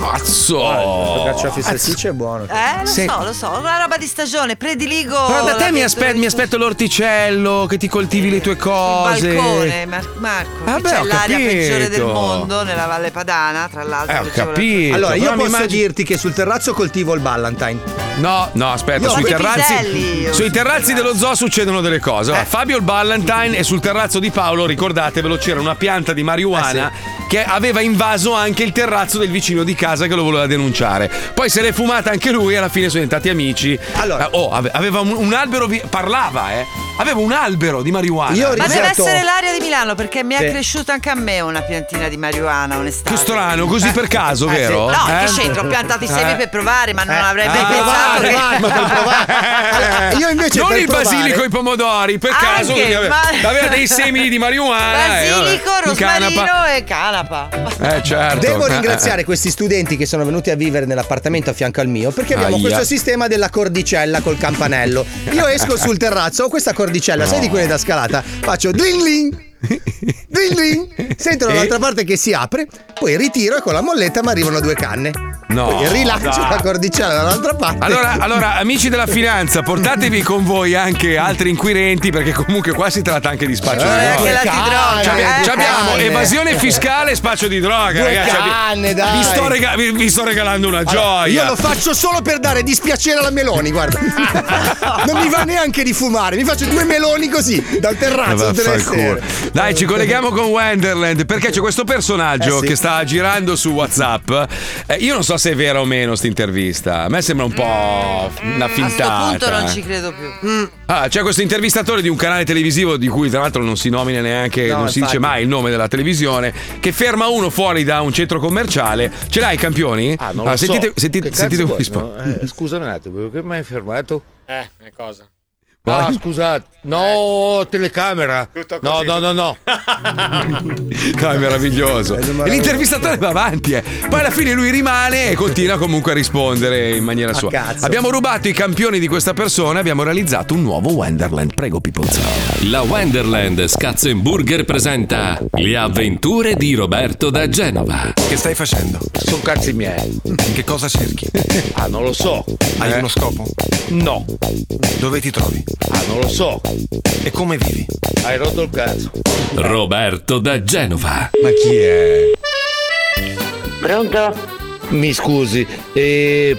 Speaker 6: Cazzo!
Speaker 23: Carciofi e salsiccia è buono.
Speaker 10: Eh, lo
Speaker 6: Sì.
Speaker 10: so, lo so, una roba di stagione, prediligo.
Speaker 6: Però da
Speaker 10: la
Speaker 6: te mi, aspe-
Speaker 10: verdura-
Speaker 6: mi aspetto l'orticello, che ti coltivi le tue cose.
Speaker 10: Balcone, Mar- Marco, qui
Speaker 6: Vabbè,
Speaker 10: c'è
Speaker 6: Ah, ho
Speaker 10: l'aria
Speaker 6: capito.
Speaker 10: peggiore del mondo nella Valle Padana, tra l'altro.
Speaker 6: Eh, ho
Speaker 10: dicevo la-
Speaker 6: capito.
Speaker 23: Allora, io
Speaker 6: Però mi
Speaker 23: posso
Speaker 6: immagino-
Speaker 23: dirti che sul terrazzo coltivo il Ballantine.
Speaker 6: No, no, aspetta,
Speaker 23: Io
Speaker 6: sui
Speaker 23: ho i
Speaker 6: terrazzi,
Speaker 23: piselli, Eh. io
Speaker 6: sui
Speaker 23: sui
Speaker 6: terrazzi dello zoo succedono delle cose. Allora, Fabio il Ballantine e sul terrazzo di Paolo, ricordatevelo, c'era una pianta di
Speaker 23: Eh,
Speaker 6: marijuana che aveva invaso anche il terrazzo del vicino di casa che lo voleva denunciare. Poi se l'è fumata anche lui e alla fine sono diventati amici. Allora, oh, ave- aveva un, un albero, vi- parlava, eh. Aveva un albero di marijuana.
Speaker 10: Ma deve essere l'aria di Milano perché mi
Speaker 6: Sì.
Speaker 10: è cresciuta anche a me una piantina di marijuana, onestamente. Ah,
Speaker 6: Che strano,
Speaker 23: Eh.
Speaker 6: così per caso, vero?
Speaker 10: No, che
Speaker 6: Eh?
Speaker 10: c'entro? Ho piantato i semi
Speaker 6: Eh.
Speaker 10: per provare, ma non avrei mai
Speaker 6: Ah,
Speaker 10: pensato
Speaker 6: provare,
Speaker 10: che.
Speaker 6: Marco, per
Speaker 23: provare.
Speaker 10: io invece
Speaker 6: Eh, non
Speaker 10: per
Speaker 6: il
Speaker 10: provare-
Speaker 6: basilico e i pomodori, per caso
Speaker 10: Anche,
Speaker 6: lui aveva,
Speaker 10: ma-
Speaker 6: aveva dei semini di marijuana. e vabbè,
Speaker 10: Basilico,
Speaker 6: in
Speaker 10: rosmarino
Speaker 6: canapa.
Speaker 10: e canapa.
Speaker 6: Eh, certo.
Speaker 4: Devo
Speaker 6: Eh, eh.
Speaker 4: ringraziare questi studenti che sono venuti a vivere nell'appartamento a fianco al mio perché abbiamo
Speaker 23: Aia.
Speaker 4: questo sistema della cordicella col campanello. Io esco sul terrazzo, ho questa cordicella, sai di quelle da scalata? Faccio ding ding, ding ding, sento dall'altra parte che si apre, poi ritiro e con la molletta mi arrivano due canne.
Speaker 6: No,
Speaker 4: Poi rilancio
Speaker 6: dai.
Speaker 4: la cordicella dall'altra parte.
Speaker 6: Allora, allora, amici della finanza, portatevi con voi anche altri inquirenti, perché comunque qua si tratta anche di spaccio di
Speaker 4: Eh, anche
Speaker 6: droga.
Speaker 4: la
Speaker 6: Ci
Speaker 4: droga,
Speaker 6: abbiamo-
Speaker 4: eh,
Speaker 6: ci abbiamo
Speaker 4: cane.
Speaker 6: evasione fiscale e spaccio di droga,
Speaker 4: Due
Speaker 6: ragazzi. abbi-
Speaker 4: canne, dai.
Speaker 6: Vi, sto rega- vi- vi sto regalando una
Speaker 4: Allora,
Speaker 6: gioia.
Speaker 4: Io lo faccio solo per dare dispiacere alla Meloni, guarda. Non mi va neanche di fumare, mi faccio due meloni così, dal terrazzo tutte le
Speaker 6: Eh, Vaffanculo.
Speaker 4: sere.
Speaker 6: Dai, ci colleghiamo con Wonderland perché c'è questo personaggio
Speaker 4: Eh, sì.
Speaker 6: che sta girando su WhatsApp. Eh, io non so se è vera o meno sta intervista. A me sembra un po'
Speaker 21: Mm,
Speaker 6: una
Speaker 10: A sto
Speaker 6: fintata.
Speaker 10: punto non ci credo più. Mm.
Speaker 6: Ah, c'è questo intervistatore di un canale televisivo di cui tra l'altro non si nomina neanche, non si dice
Speaker 23: infatti.
Speaker 6: mai il nome della televisione, che ferma uno fuori da un centro commerciale. Ce l'hai i campioni?
Speaker 21: Ah, non
Speaker 6: Ah,
Speaker 21: lo so.
Speaker 6: sentite, senti-
Speaker 21: Che cazzo
Speaker 6: sentite
Speaker 21: vuoi,
Speaker 6: come risponde.
Speaker 21: no? Eh, scusa un attimo, perché mi hai fermato?
Speaker 15: Eh, che cosa?
Speaker 21: Ah, scusate, no, telecamera. No, no, no, no.
Speaker 6: No, è meraviglioso. E l'intervistatore va avanti, eh. poi alla fine lui rimane e continua comunque a rispondere in maniera sua.
Speaker 1: cazzo.
Speaker 6: Abbiamo rubato i campioni di questa persona e abbiamo realizzato un nuovo Wonderland. Prego, Pipponzano.
Speaker 1: La Wonderland Scatzenburger presenta Le avventure di Roberto da Genova.
Speaker 24: Che stai facendo?
Speaker 21: Sono cazzi miei.
Speaker 24: Che cosa cerchi?
Speaker 21: Ah, non lo so. Eh?
Speaker 24: Hai uno scopo?
Speaker 21: No.
Speaker 24: Dove ti trovi?
Speaker 21: Ah, non lo so.
Speaker 24: E come vivi?
Speaker 21: Hai rotto il cazzo.
Speaker 1: Roberto da Genova.
Speaker 6: Ma chi è?
Speaker 16: Pronto?
Speaker 21: Mi scusi, e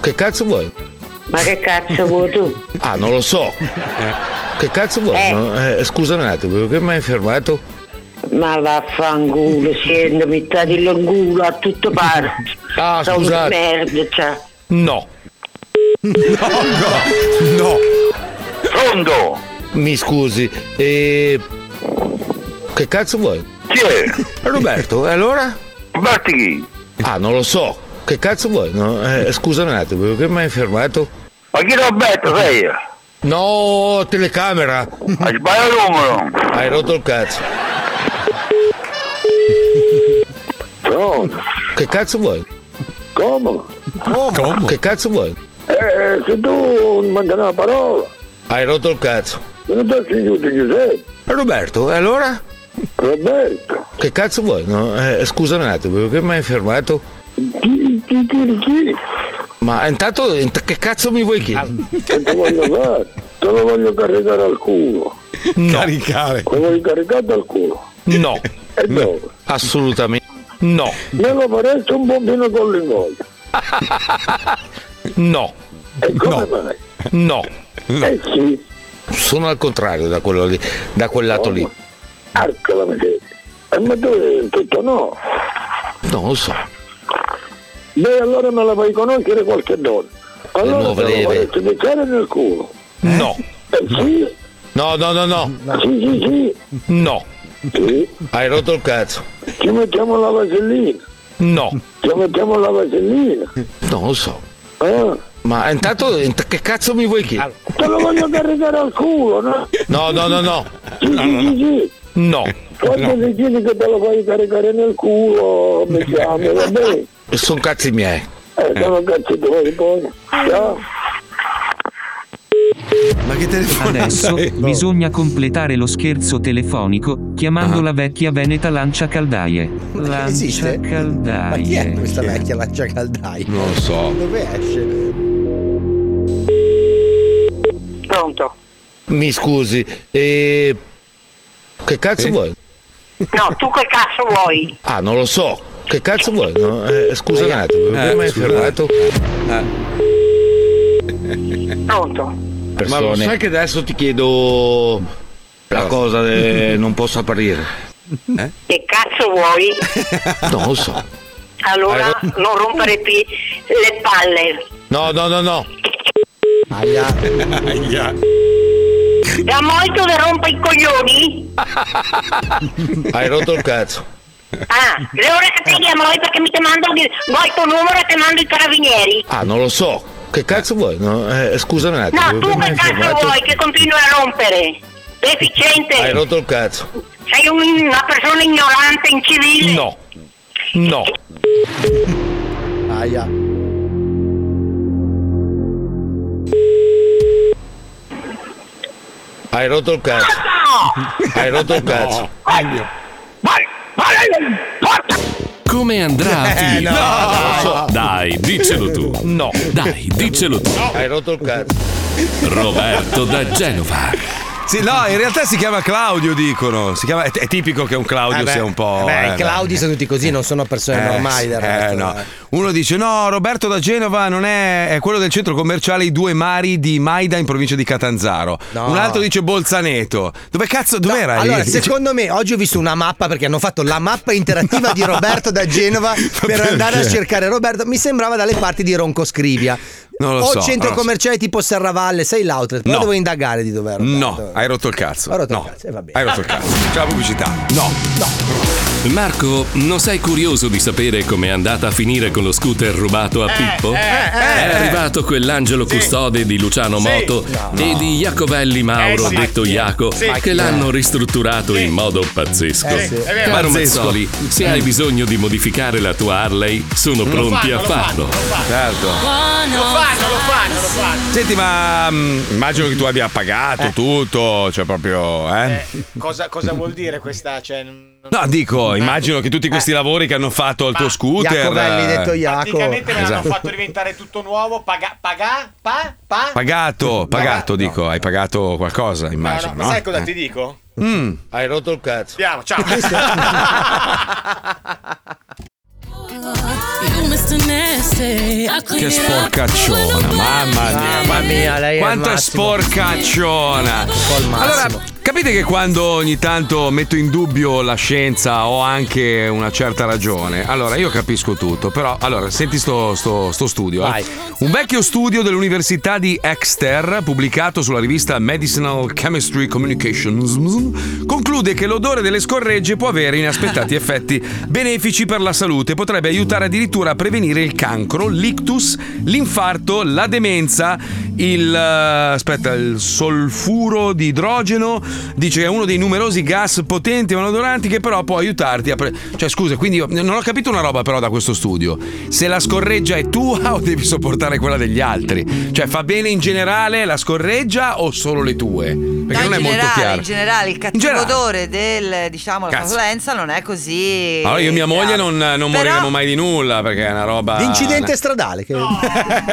Speaker 21: che cazzo vuoi?
Speaker 16: Ma che cazzo vuoi tu?
Speaker 21: Ah, non lo so. Che cazzo vuoi?
Speaker 16: Eh.
Speaker 21: No, eh, scusa un attimo, perché mi hai fermato?
Speaker 16: Ma vaffanculo, scendo, mi tagli lo culo a tutto pare.
Speaker 21: Ah,
Speaker 16: Sono una
Speaker 21: scusate.
Speaker 16: merda, cioè.
Speaker 21: No. No, no. Pronto? Mi scusi, e che cazzo vuoi? Chi è? Roberto, e allora? Batti Ah, non lo so. Che cazzo vuoi? No, eh, scusa un attimo, perché mi hai fermato? Ma chi Roberto sei? No, telecamera. Hai sbagliato il numero. Hai rotto il cazzo. Che cazzo vuoi? Come? Che cazzo vuoi?
Speaker 19: Eh, se tu non manca una parola,
Speaker 21: Hai rotto il cazzo.
Speaker 19: non ti aiuto Giuseppe.
Speaker 21: Roberto, e allora?
Speaker 19: Roberto,
Speaker 21: Che cazzo vuoi? No, eh, scusa un attimo, perché mi hai fermato?
Speaker 19: chi, chi, chi, chi?
Speaker 21: Ma intanto int- che cazzo mi vuoi chiedere?
Speaker 19: Non ti voglio fare, te lo voglio caricare al culo.
Speaker 6: Caricare.
Speaker 19: Te lo voglio caricare dal culo.
Speaker 21: Eh, No.
Speaker 19: E dove?
Speaker 21: Assolutamente. No.
Speaker 19: Me lo faresti un pompino con l'ingolio.
Speaker 21: No.
Speaker 19: E come mai?
Speaker 21: No.
Speaker 19: Eh sì,
Speaker 21: Sono al contrario da quello lì, da quel lato lì.
Speaker 19: arca la miseria. E ma tu hai tutto no.
Speaker 21: Non lo so.
Speaker 19: Beh, allora me la fai conoscere qualche donna.
Speaker 21: Eh,
Speaker 19: Allora
Speaker 21: nuove
Speaker 19: te lo
Speaker 21: leve.
Speaker 19: faresti piacere nel culo.
Speaker 21: No.
Speaker 19: Eh sì,
Speaker 21: No, no, no, no.
Speaker 19: sì, sì, sì.
Speaker 21: No.
Speaker 19: Sì.
Speaker 21: Hai rotto il cazzo.
Speaker 19: Ci mettiamo la vasellina.
Speaker 21: No.
Speaker 19: Ci mettiamo la vasellina.
Speaker 21: Non lo so.
Speaker 19: Eh?
Speaker 21: Ma intanto int- che cazzo mi vuoi chiedere?
Speaker 19: Te lo voglio caricare al culo, no?
Speaker 21: No, no, no, no.
Speaker 19: Sì, sì, sì.
Speaker 21: No.
Speaker 19: Quando mi dici che te lo fai caricare nel culo, mi chiami, va bene?
Speaker 21: Sono cazzi miei.
Speaker 19: Eh, sono cazzi tuoi poi. Ciao.
Speaker 25: Ma che telefono
Speaker 26: Adesso bisogna completare lo scherzo telefonico chiamando
Speaker 25: Ah.
Speaker 26: la vecchia veneta lancia caldaie. Lancia
Speaker 4: Esiste? Ma chi è
Speaker 26: caldaie.
Speaker 4: questa vecchia lancia caldaia?
Speaker 6: Non lo so.
Speaker 4: Dove esce?
Speaker 16: Pronto?
Speaker 21: Mi scusi, e... Che cazzo vuoi?
Speaker 16: No, tu che cazzo vuoi?
Speaker 21: Ah, non lo so. Che cazzo vuoi? No, eh, scusa Eh. un attimo, come mi hai
Speaker 2: scusa.
Speaker 21: fermato?
Speaker 16: Pronto?
Speaker 21: Persone.
Speaker 25: Ma lo sai
Speaker 21: che adesso ti chiedo
Speaker 25: la cosa
Speaker 21: eh,
Speaker 25: non posso aprire.
Speaker 16: Che cazzo vuoi?
Speaker 21: Non lo so.
Speaker 16: Allora
Speaker 21: Eh,
Speaker 16: non rompere più le palle.
Speaker 21: No, no, no, no.
Speaker 4: Aia.
Speaker 6: Aia.
Speaker 16: Da molto le rompo i coglioni?
Speaker 21: Hai rotto il cazzo.
Speaker 16: Ah, le ora che ti chiamo io perché mi ti mando il- vuoi il tuo numero e ti mando i carabinieri.
Speaker 21: Ah, non lo so. Che cazzo vuoi? No, eh, scusa un attimo.
Speaker 16: No, tu
Speaker 21: come
Speaker 16: che
Speaker 21: hai
Speaker 16: cazzo
Speaker 21: fermato?
Speaker 16: vuoi che continui a rompere? Deficiente,
Speaker 21: Hai rotto il cazzo.
Speaker 16: sei un- una persona ignorante, incivile.
Speaker 21: No. No.
Speaker 4: Aia.
Speaker 21: Hai rotto il cazzo. Hai rotto il cazzo.
Speaker 15: ah,
Speaker 1: Come andrà a
Speaker 21: Eh,
Speaker 1: finire?
Speaker 21: no, no, no.
Speaker 1: Dai, dicelo tu.
Speaker 21: No.
Speaker 1: Dai, dicelo tu.
Speaker 21: Hai rotto il cazzo.
Speaker 1: Roberto da Genova.
Speaker 6: Sì, no, in realtà si chiama Claudio, dicono. Si chiama- è, è tipico che un Claudio
Speaker 4: Eh beh,
Speaker 6: sia un po'.
Speaker 4: Beh,
Speaker 6: eh,
Speaker 4: i Claudi sono tutti così, non sono persone
Speaker 6: Eh,
Speaker 4: cioè, normali. del
Speaker 6: eh,
Speaker 4: resto.
Speaker 6: no. Uno dice: No, Roberto da Genova non è, è quello del centro commerciale I Due Mari di Maida in provincia di Catanzaro.
Speaker 4: No.
Speaker 6: Un altro dice Bolzaneto. Dove cazzo, dov'era?
Speaker 4: Allora,
Speaker 6: ieri?
Speaker 4: secondo me, oggi ho visto una mappa perché hanno fatto la mappa interattiva di Roberto da Genova per
Speaker 6: perché?
Speaker 4: andare a cercare Roberto. Mi sembrava dalle parti di Roncoscrivia.
Speaker 6: Non lo
Speaker 4: o
Speaker 6: so,
Speaker 4: centro
Speaker 6: non lo so.
Speaker 4: commerciale tipo Serravalle, sei l'outlet. Poi
Speaker 6: No.
Speaker 4: devo indagare di dov'era.
Speaker 6: No, hai rotto il cazzo.
Speaker 4: Ho rotto il
Speaker 6: no.
Speaker 4: cazzo, eh, va bene.
Speaker 6: Hai rotto il cazzo. C'è la pubblicità. No.
Speaker 1: Marco, non sei curioso di sapere com'è andata a finire con lo scooter rubato a Pippo?
Speaker 2: eh, eh,
Speaker 1: È
Speaker 2: eh.
Speaker 1: arrivato quell'angelo custode di Luciano
Speaker 2: Sì.
Speaker 1: Moto
Speaker 2: No.
Speaker 1: e di Iacovelli Mauro,
Speaker 2: Eh, sì.
Speaker 1: detto Iaco,
Speaker 2: Sì.
Speaker 1: che l'hanno ristrutturato in modo pazzesco.
Speaker 2: Eh, sì. È vero.
Speaker 1: Caro
Speaker 2: Pazzesco.
Speaker 1: Mazzoli, se hai bisogno di modificare la tua Harley, sono pronti
Speaker 2: fanno, Certo.
Speaker 1: a
Speaker 2: lo
Speaker 1: farlo.
Speaker 15: Lo fanno, lo fanno, lo fanno.
Speaker 6: Senti, ma mh, immagino che tu abbia pagato
Speaker 4: Eh.
Speaker 6: tutto, cioè proprio. Eh?
Speaker 15: Cosa, cosa vuol dire questa? Cioè, n-
Speaker 6: No,
Speaker 15: Eh.
Speaker 6: dico, immagino che tutti questi lavori che hanno fatto al tuo scooter.
Speaker 15: Iacovelli,
Speaker 6: eh,
Speaker 15: detto Iaco. praticamente me l'hanno
Speaker 6: Esatto.
Speaker 15: fatto diventare tutto nuovo. Paga, paga, pa, pa.
Speaker 6: Pagato, pagato, dico, hai pagato qualcosa, immagino.
Speaker 15: No,
Speaker 6: No,
Speaker 15: no, Sai cosa
Speaker 6: Eh.
Speaker 15: ti dico?
Speaker 6: Mm.
Speaker 21: Hai rotto il cazzo.
Speaker 15: Andiamo, ciao.
Speaker 6: Che sporcacciona, mamma mia.
Speaker 2: Mamma mia, lei è il
Speaker 6: Quanto è
Speaker 2: massimo.
Speaker 6: sporcacciona. Allora, capite che quando ogni tanto metto in dubbio la scienza ho anche una certa ragione. Allora, io capisco tutto, però, allora, senti sto, sto- sto studio. eh. Un vecchio studio dell'Università di Exeter, pubblicato sulla rivista Medicinal Chemistry Communications, conclude che l'odore delle scorregge può avere inaspettati effetti benefici per la salute. Potrebbe aiutare addirittura a prevenire il cancro, l'ictus, l'infarto, la demenza, il eh, aspetta, il solfuro di idrogeno, dice che è uno dei numerosi gas potenti e malodoranti che però può aiutarti a pre- cioè scusa, quindi io non ho capito una roba però da questo studio. Se la scorreggia è tua o devi sopportare quella degli altri? Cioè fa bene in generale la scorreggia o solo le tue? Perché
Speaker 10: No,
Speaker 6: non è
Speaker 10: in
Speaker 6: molto
Speaker 10: generale,
Speaker 6: chiaro.
Speaker 10: in generale il cattivo
Speaker 6: generale.
Speaker 10: odore del diciamo la
Speaker 6: Cazzo.
Speaker 10: flatulenza non è così.
Speaker 6: Allora io e mia moglie non, non moriremo mai di nulla perché è una roba
Speaker 4: L'incidente stradale, che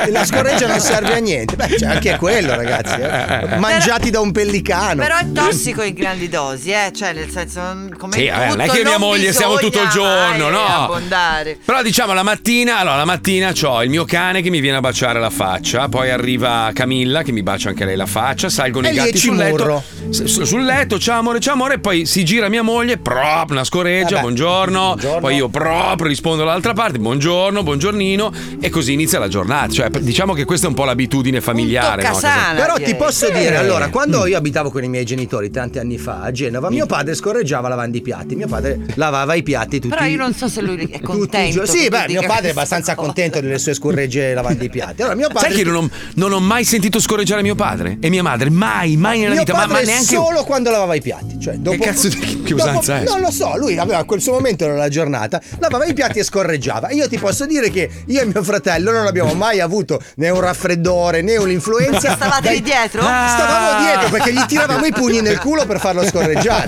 Speaker 4: la scorreggia non serve a niente. Beh, c'è anche quello, ragazzi. eh. Mangiati da un pellicano.
Speaker 10: Però è tossico in grandi dosi, eh? cioè nel senso non- come
Speaker 6: Sì,
Speaker 10: tutto,
Speaker 6: vabbè, non è che mia moglie stiamo tutto il
Speaker 10: bisogna
Speaker 6: giorno,
Speaker 10: mai
Speaker 6: no.
Speaker 10: abbondare.
Speaker 6: Però diciamo la mattina, allora la mattina ho il mio cane che mi viene a baciare la faccia, poi arriva Camilla che mi bacia anche lei la faccia, salgono
Speaker 4: E
Speaker 6: i
Speaker 4: lì
Speaker 6: gatti
Speaker 4: è
Speaker 6: sul
Speaker 4: Cimurro.
Speaker 6: letto, S- su- sul letto, ciao amore, ciao amore, poi si gira mia moglie, prop, una scoreggia,
Speaker 4: Vabbè.
Speaker 6: buongiorno, poi io prop, rispondo dall'altra parte, buongiorno, buongiornino e così inizia la giornata, cioè p- diciamo che questa è un po' l'abitudine familiare. no?
Speaker 4: Però ti posso
Speaker 6: Sì.
Speaker 4: dire, allora, quando io abitavo con i miei genitori tanti anni fa a Genova,
Speaker 10: Mm.
Speaker 4: mio padre scorreggiava lavando i piatti. Mio padre lavava i piatti tutti
Speaker 10: Però io non so se lui è
Speaker 4: i
Speaker 10: contento.
Speaker 4: giorni. Sì,
Speaker 10: che tu
Speaker 4: beh,
Speaker 10: dica
Speaker 4: mio padre è
Speaker 10: questa
Speaker 4: abbastanza
Speaker 10: cosa.
Speaker 4: contento delle sue scorregge lavando i piatti. Allora, mio padre
Speaker 6: Sai che non ho, non ho mai sentito scorreggiare mio padre e mia madre, mai, mai nella
Speaker 4: mio
Speaker 6: vita, ma,
Speaker 4: padre
Speaker 6: ma neanche-
Speaker 4: solo quando lavava i piatti. Cioè, dopo-
Speaker 6: cazzo di- che usanza
Speaker 4: dopo-
Speaker 6: è?
Speaker 4: Non lo so, lui aveva quel suo momento nella giornata, lavava i piatti e scorreggiava. E io ti posso dire che io e mio fratello non abbiamo mai avuto né un raffreddore né un'influenza.
Speaker 10: Stavate
Speaker 4: Dai- Ah.
Speaker 10: lì dietro?
Speaker 4: Stavamo dietro perché gli tiravamo i pugni nel culo per farlo scorreggiare.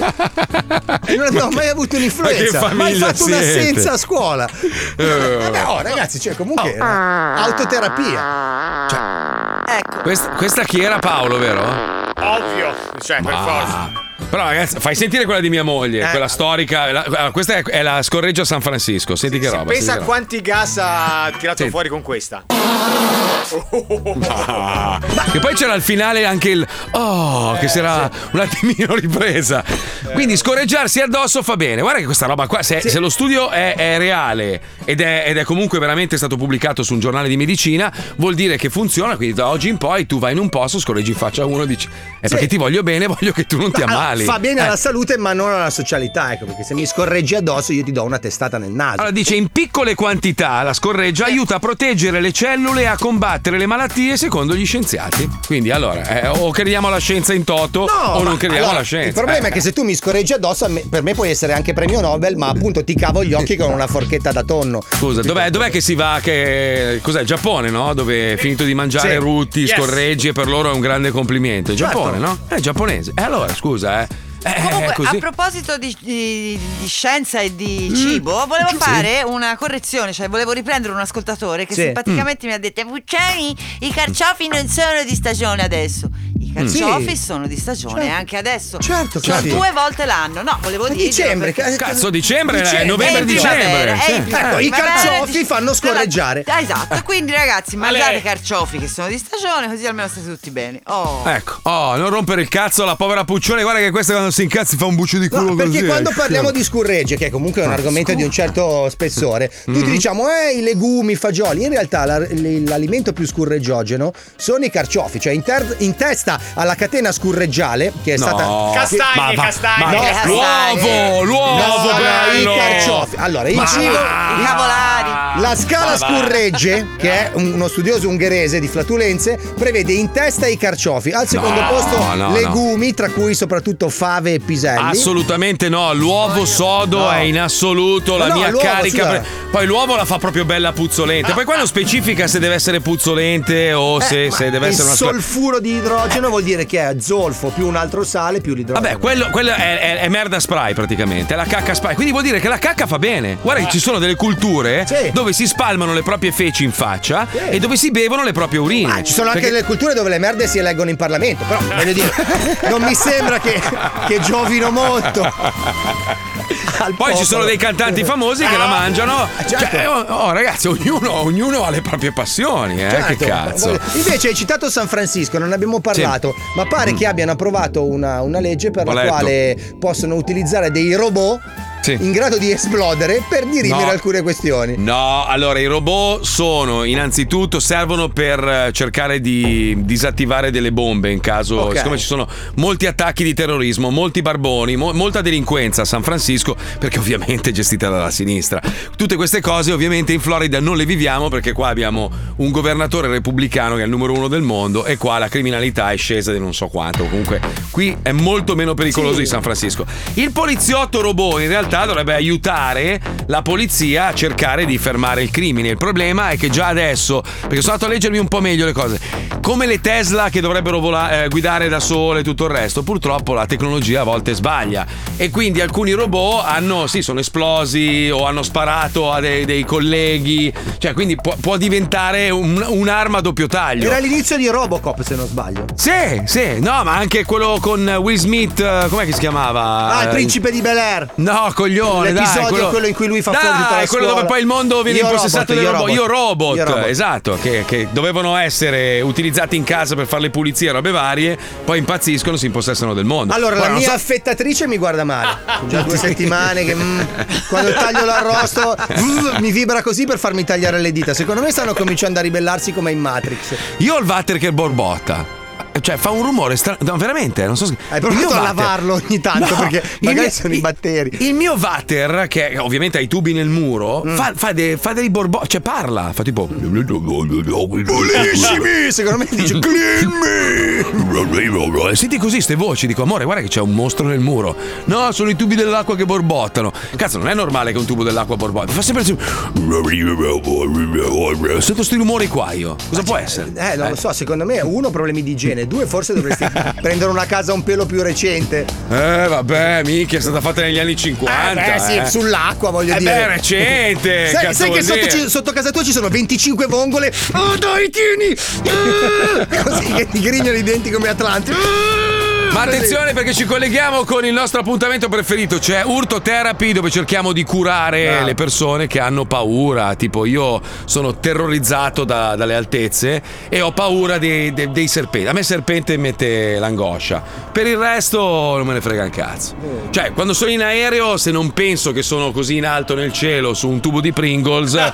Speaker 4: E non abbiamo mai avuto un'influenza.
Speaker 6: ma che
Speaker 4: mai
Speaker 6: famiglia
Speaker 4: fatto
Speaker 6: siete?
Speaker 4: un'assenza a scuola.
Speaker 6: Eh.
Speaker 4: Vabbè, oh, ragazzi, cioè, comunque era autoterapia. Cioè,
Speaker 6: Questa, questa chi era Paolo, vero?
Speaker 15: Ovvio, cioè, per
Speaker 6: Ma-
Speaker 15: forza.
Speaker 6: Però ragazzi, fai sentire quella di mia moglie,
Speaker 15: Eh.
Speaker 6: quella storica. la- ah, questa è, è la scorreggia a San Francisco. Senti che roba.
Speaker 15: Pensa a
Speaker 6: senti che roba.
Speaker 15: quanti gas ha tirato
Speaker 6: Sì.
Speaker 15: fuori con questa.
Speaker 6: Ah. Che poi c'era al finale anche il oh, che si era un attimino ripresa. Quindi scorreggiarsi addosso fa bene. Guarda che questa roba qua, se, se lo studio è, è reale ed è, ed è comunque veramente stato pubblicato su un giornale di medicina, vuol dire che funziona. Quindi da oggi in poi tu vai in un posto, scorreggi in faccia a uno e dici: È perché ti voglio bene, voglio che tu non ti
Speaker 4: Ma, allora,
Speaker 6: ammali.
Speaker 4: Fa bene
Speaker 6: Eh.
Speaker 4: alla salute, ma non alla socialità. Ecco, perché se mi scorreggi addosso, io ti do una testata nel naso.
Speaker 6: Allora dice in piccole quantità la
Speaker 4: Eh.
Speaker 6: scorreggia aiuta a proteggere le cellule e a combattere le malattie secondo gli scienziati. Quindi allora eh, o crediamo alla scienza in toto o
Speaker 4: ma-
Speaker 6: non crediamo
Speaker 4: allora,
Speaker 6: alla scienza. Eh,
Speaker 4: Il problema è che se tu mi scorreggi addosso, a me- per me puoi essere anche premio Nobel, ma appunto ti cavo gli occhi con una forchetta da tonno.
Speaker 6: eh. Scusa, dov'è, dov'è che si va? Che, cos'è? Giappone, no? Dove finito di mangiare
Speaker 4: Sì.
Speaker 6: rutti,
Speaker 4: Yes.
Speaker 6: scorreggi e per loro è un grande complimento. È Giappone,
Speaker 4: Certo.
Speaker 6: no? È giapponese. E allora, scusa, eh. Eh,
Speaker 10: Comunque,
Speaker 6: così.
Speaker 10: a proposito di, di- di scienza e
Speaker 4: Mm.
Speaker 10: di cibo, volevo fare una correzione, cioè volevo riprendere un ascoltatore che
Speaker 14: Sì.
Speaker 4: Mm.
Speaker 10: simpaticamente mi ha detto: Pucciani, i carciofi non sono di stagione adesso. I carciofi
Speaker 4: Mm. Sì.
Speaker 10: sono di stagione
Speaker 4: Certo.
Speaker 10: anche adesso.
Speaker 4: Certo che
Speaker 10: sono
Speaker 4: sì.
Speaker 10: due volte l'anno. No, volevo dire.
Speaker 4: dicembre,
Speaker 6: Cazzo, dicembre, eh, novembre,
Speaker 10: È in
Speaker 6: dicembre.
Speaker 10: primavera, è in
Speaker 6: Sì. Eh.
Speaker 10: primavera.
Speaker 4: Ecco, i
Speaker 10: Vabbè,
Speaker 4: carciofi fanno scorreggiare.
Speaker 10: Ah, Esatto, quindi ragazzi,
Speaker 4: Ale.
Speaker 10: mangiate i carciofi che sono di stagione, così almeno state tutti bene. Oh.
Speaker 6: Ecco, oh, non rompere il cazzo alla povera Puccione. Guarda che questa quando si incazzi fa un buccio di culo
Speaker 4: No, perché
Speaker 6: così,
Speaker 4: quando
Speaker 6: eh.
Speaker 4: parliamo di scurregge, che comunque è un
Speaker 6: Ah,
Speaker 4: argomento di un certo spessore, tutti
Speaker 6: Mhm.
Speaker 4: diciamo eh, i legumi, i fagioli. In realtà la- l- l'alimento più scurreggiogeno sono i carciofi, cioè in, ter- in testa alla catena scurreggiale, che è
Speaker 6: No.
Speaker 4: stata.
Speaker 6: Castagne, Ma va- castagne, ma-
Speaker 4: No,
Speaker 6: l'uovo, l'uovo,
Speaker 4: No,
Speaker 6: bello.
Speaker 4: I carciofi. Allora, il
Speaker 6: Ma-
Speaker 4: cibo.
Speaker 6: I
Speaker 10: cavolari.
Speaker 4: La scala
Speaker 6: Ma va.
Speaker 4: scurregge, che è un- uno studioso ungherese di flatulenze, prevede in testa i carciofi, al secondo
Speaker 6: No,
Speaker 4: posto
Speaker 6: no, no. Ah,
Speaker 4: legumi, tra cui soprattutto fave e piselli.
Speaker 6: Assolutamente no, l'uovo sodo è in assoluto la
Speaker 4: Ma no,
Speaker 6: mia
Speaker 4: l'uovo, eh.
Speaker 6: carica.
Speaker 4: scusa.
Speaker 6: pre- Poi l'uovo la fa proprio bella puzzolente. Poi quando specifica se deve essere puzzolente o Oh, se, se deve
Speaker 4: Eh, il
Speaker 6: essere una scuola-
Speaker 4: solfuro di idrogeno vuol dire che è zolfo più un altro sale più l'idrogeno.
Speaker 6: Vabbè, quello, quello è, è- è merda spray praticamente, è la cacca spray. Quindi vuol dire che la cacca fa bene. Guarda, che ci sono delle culture dove si spalmano le proprie feci in faccia e dove si bevono le proprie urine.
Speaker 4: Ci sono anche
Speaker 6: Perché- Eh.
Speaker 4: delle culture dove le merde si eleggono in Parlamento, però voglio dire, non mi sembra che, che giovino molto.
Speaker 6: Poi ci sono dei cantanti famosi
Speaker 4: Ah,
Speaker 6: che la mangiano.
Speaker 4: certo.
Speaker 6: Cioè, oh, oh, ragazzi, ognuno, ognuno ha le proprie passioni, eh?
Speaker 4: Certo.
Speaker 6: che cazzo. Mm.
Speaker 4: Voglio- Invece hai citato San Francisco, non ne abbiamo parlato, ma pare che abbiano approvato una, una legge per
Speaker 6: Ho
Speaker 4: la
Speaker 6: letto.
Speaker 4: quale possono utilizzare dei robot in grado di esplodere per dirimere
Speaker 6: No.
Speaker 4: alcune questioni.
Speaker 6: No, allora i robot sono innanzitutto servono per eh, cercare di disattivare delle bombe in caso,
Speaker 1: Ok.
Speaker 6: siccome ci sono molti attacchi di terrorismo, molti barboni, mo- molta delinquenza a San Francisco, perché ovviamente è gestita dalla sinistra. Tutte queste cose ovviamente in Florida non le viviamo perché qua abbiamo un governatore repubblicano che è il numero uno del mondo e qua la criminalità è scesa di non so quanto, comunque qui è molto meno pericoloso di San Francisco. Il poliziotto robot in realtà dovrebbe aiutare la polizia a cercare di fermare il crimine. Il problema è che già adesso, perché sono andato a leggermi un po' meglio le cose, come le Tesla che dovrebbero vola- eh, guidare da sole e tutto il resto, purtroppo la tecnologia a volte sbaglia e quindi alcuni robot hanno, sì, sono esplosi o hanno sparato a dei, dei colleghi, cioè quindi può, può diventare un- un'arma a doppio taglio.
Speaker 4: Era l'inizio di Robocop, se non sbaglio.
Speaker 6: Sì, sì, no, ma anche quello con Will Smith, eh, com'è che si chiamava?
Speaker 4: Ah, il
Speaker 6: Eh,
Speaker 4: principe di Bel Air.
Speaker 6: No, coglione, dai,
Speaker 4: L'episodio è quello... in cui lui fa fuori tutta la
Speaker 6: Dai, quello dove
Speaker 4: scuola.
Speaker 6: poi il mondo viene
Speaker 4: Io
Speaker 6: impossessato dai
Speaker 4: Robot, Io
Speaker 6: robot. Io robot,
Speaker 4: Io Robot.
Speaker 6: esatto, che, che dovevano essere utilizzati in casa per fare le pulizie e robe varie, poi impazziscono, si impossessano del mondo.
Speaker 4: Allora,
Speaker 6: Ora,
Speaker 4: la
Speaker 6: non
Speaker 4: mia
Speaker 6: so-
Speaker 4: affettatrice mi guarda male. Sono Già due settimane che mm, quando taglio l'arrosto mm, mi vibra così per farmi tagliare le dita. Secondo me stanno cominciando a ribellarsi come in Matrix.
Speaker 6: Io ho il water che borbotta. Cioè, fa un rumore strano. No, veramente, non so se.
Speaker 4: Hai provato
Speaker 6: Il mio
Speaker 4: a
Speaker 6: water-
Speaker 4: lavarlo ogni tanto
Speaker 6: No,
Speaker 4: perché
Speaker 6: il
Speaker 4: magari
Speaker 6: mio-
Speaker 4: sono i batteri.
Speaker 6: Il mio water, che ovviamente ha i tubi nel muro,
Speaker 4: Mm.
Speaker 6: fa, fa de- fa dei borbò. Cioè, parla. Fa tipo.
Speaker 4: Pulissimi! Secondo me dice clean
Speaker 6: E Senti così queste voci, dico amore, guarda che c'è un mostro nel muro. No, sono i tubi dell'acqua che borbottano. Cazzo, non è normale che un tubo dell'acqua borbotti. Fa sempre. Sento questi rumori qua io. Cosa può essere?
Speaker 5: Eh, non lo so, secondo me uno problemi di igiene, due forse dovresti prendere una casa un pelo più recente.
Speaker 6: Eh, vabbè, minchia, è stata fatta negli anni 50.
Speaker 5: Eh, beh, sì,
Speaker 4: sull'acqua voglio
Speaker 6: Eh,
Speaker 4: dire.
Speaker 6: beh, è recente.
Speaker 4: Sai,
Speaker 6: cazzo
Speaker 4: sai che
Speaker 6: vuol
Speaker 4: sotto,
Speaker 6: dire?
Speaker 4: ci- sotto casa tua ci sono 25 vongole. Oh dai, tieni! Ah! Così che ti grignano i denti come Atlanti. Ah!
Speaker 6: Ma
Speaker 4: Così.
Speaker 6: attenzione perché ci colleghiamo con il nostro appuntamento preferito, cioè Urto Therapy, dove cerchiamo di curare le persone che hanno paura. Tipo, io sono terrorizzato da- dalle altezze e ho paura dei, dei- dei serpenti. A me il serpente mette l'angoscia. Per il resto non me ne frega un cazzo. Cioè, quando sono in aereo, se non penso che sono così in alto nel cielo su un tubo di Pringles.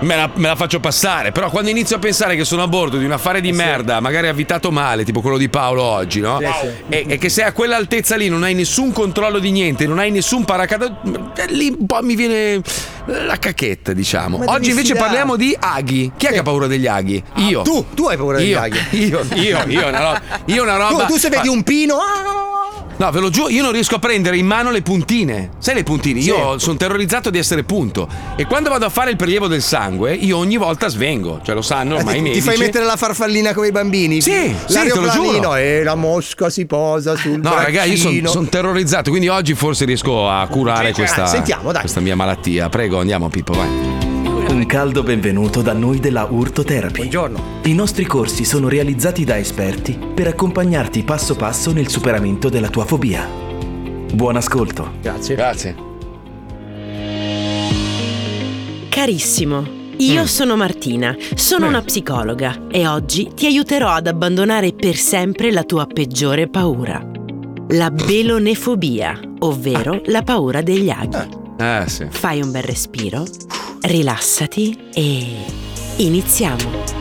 Speaker 6: Me la, me la faccio passare, però quando inizio a pensare che sono a bordo di un affare
Speaker 5: Eh
Speaker 6: di merda, magari avvitato male, tipo quello di Paolo oggi, no? E, e che se a quell'altezza lì non hai nessun controllo di niente, non hai nessun paracadute, eh, lì un po' mi viene la cacchetta, diciamo.
Speaker 5: Ma devi
Speaker 6: oggi invece
Speaker 5: sfidare. Ah,
Speaker 6: parliamo di aghi. Chi è che ha paura degli aghi? Io.
Speaker 5: tu, tu hai paura degli
Speaker 6: Io,
Speaker 5: aghi.
Speaker 6: Io, io, io, una roba. Io una roba.
Speaker 5: Tu, tu se vedi un pino. ah!
Speaker 6: No, ve lo giuro, io non riesco a prendere in mano le puntine. Sai le puntine? Io sono terrorizzato di essere punto. E quando vado a fare il prelievo del sangue, io ogni volta svengo. Cioè, lo sanno ormai i
Speaker 4: Eh, ti,
Speaker 6: medici.
Speaker 4: fai mettere la farfallina come i bambini? Sì,
Speaker 6: te lo giuro.
Speaker 4: E la mosca si posa sul
Speaker 6: No, raga, io sono
Speaker 4: braccino.
Speaker 6: terrorizzato, quindi oggi forse riesco a curare
Speaker 4: Ah,
Speaker 6: questa,
Speaker 4: sentiamo, dai.
Speaker 6: questa mia malattia. Prego, andiamo, Pippo, vai.
Speaker 7: Un caldo benvenuto da noi della Urtoterapy. Buongiorno. I nostri corsi sono realizzati da esperti per accompagnarti passo passo nel superamento della tua fobia. Buon ascolto.
Speaker 6: Grazie. Grazie.
Speaker 14: Carissimo,
Speaker 6: Mm.
Speaker 14: io sono Martina, sono una psicologa e oggi ti aiuterò ad abbandonare per sempre la tua peggiore paura. La belonefobia, ovvero la paura degli aghi.
Speaker 6: Ah. Eh, sì.
Speaker 14: Fai un bel respiro, rilassati e iniziamo.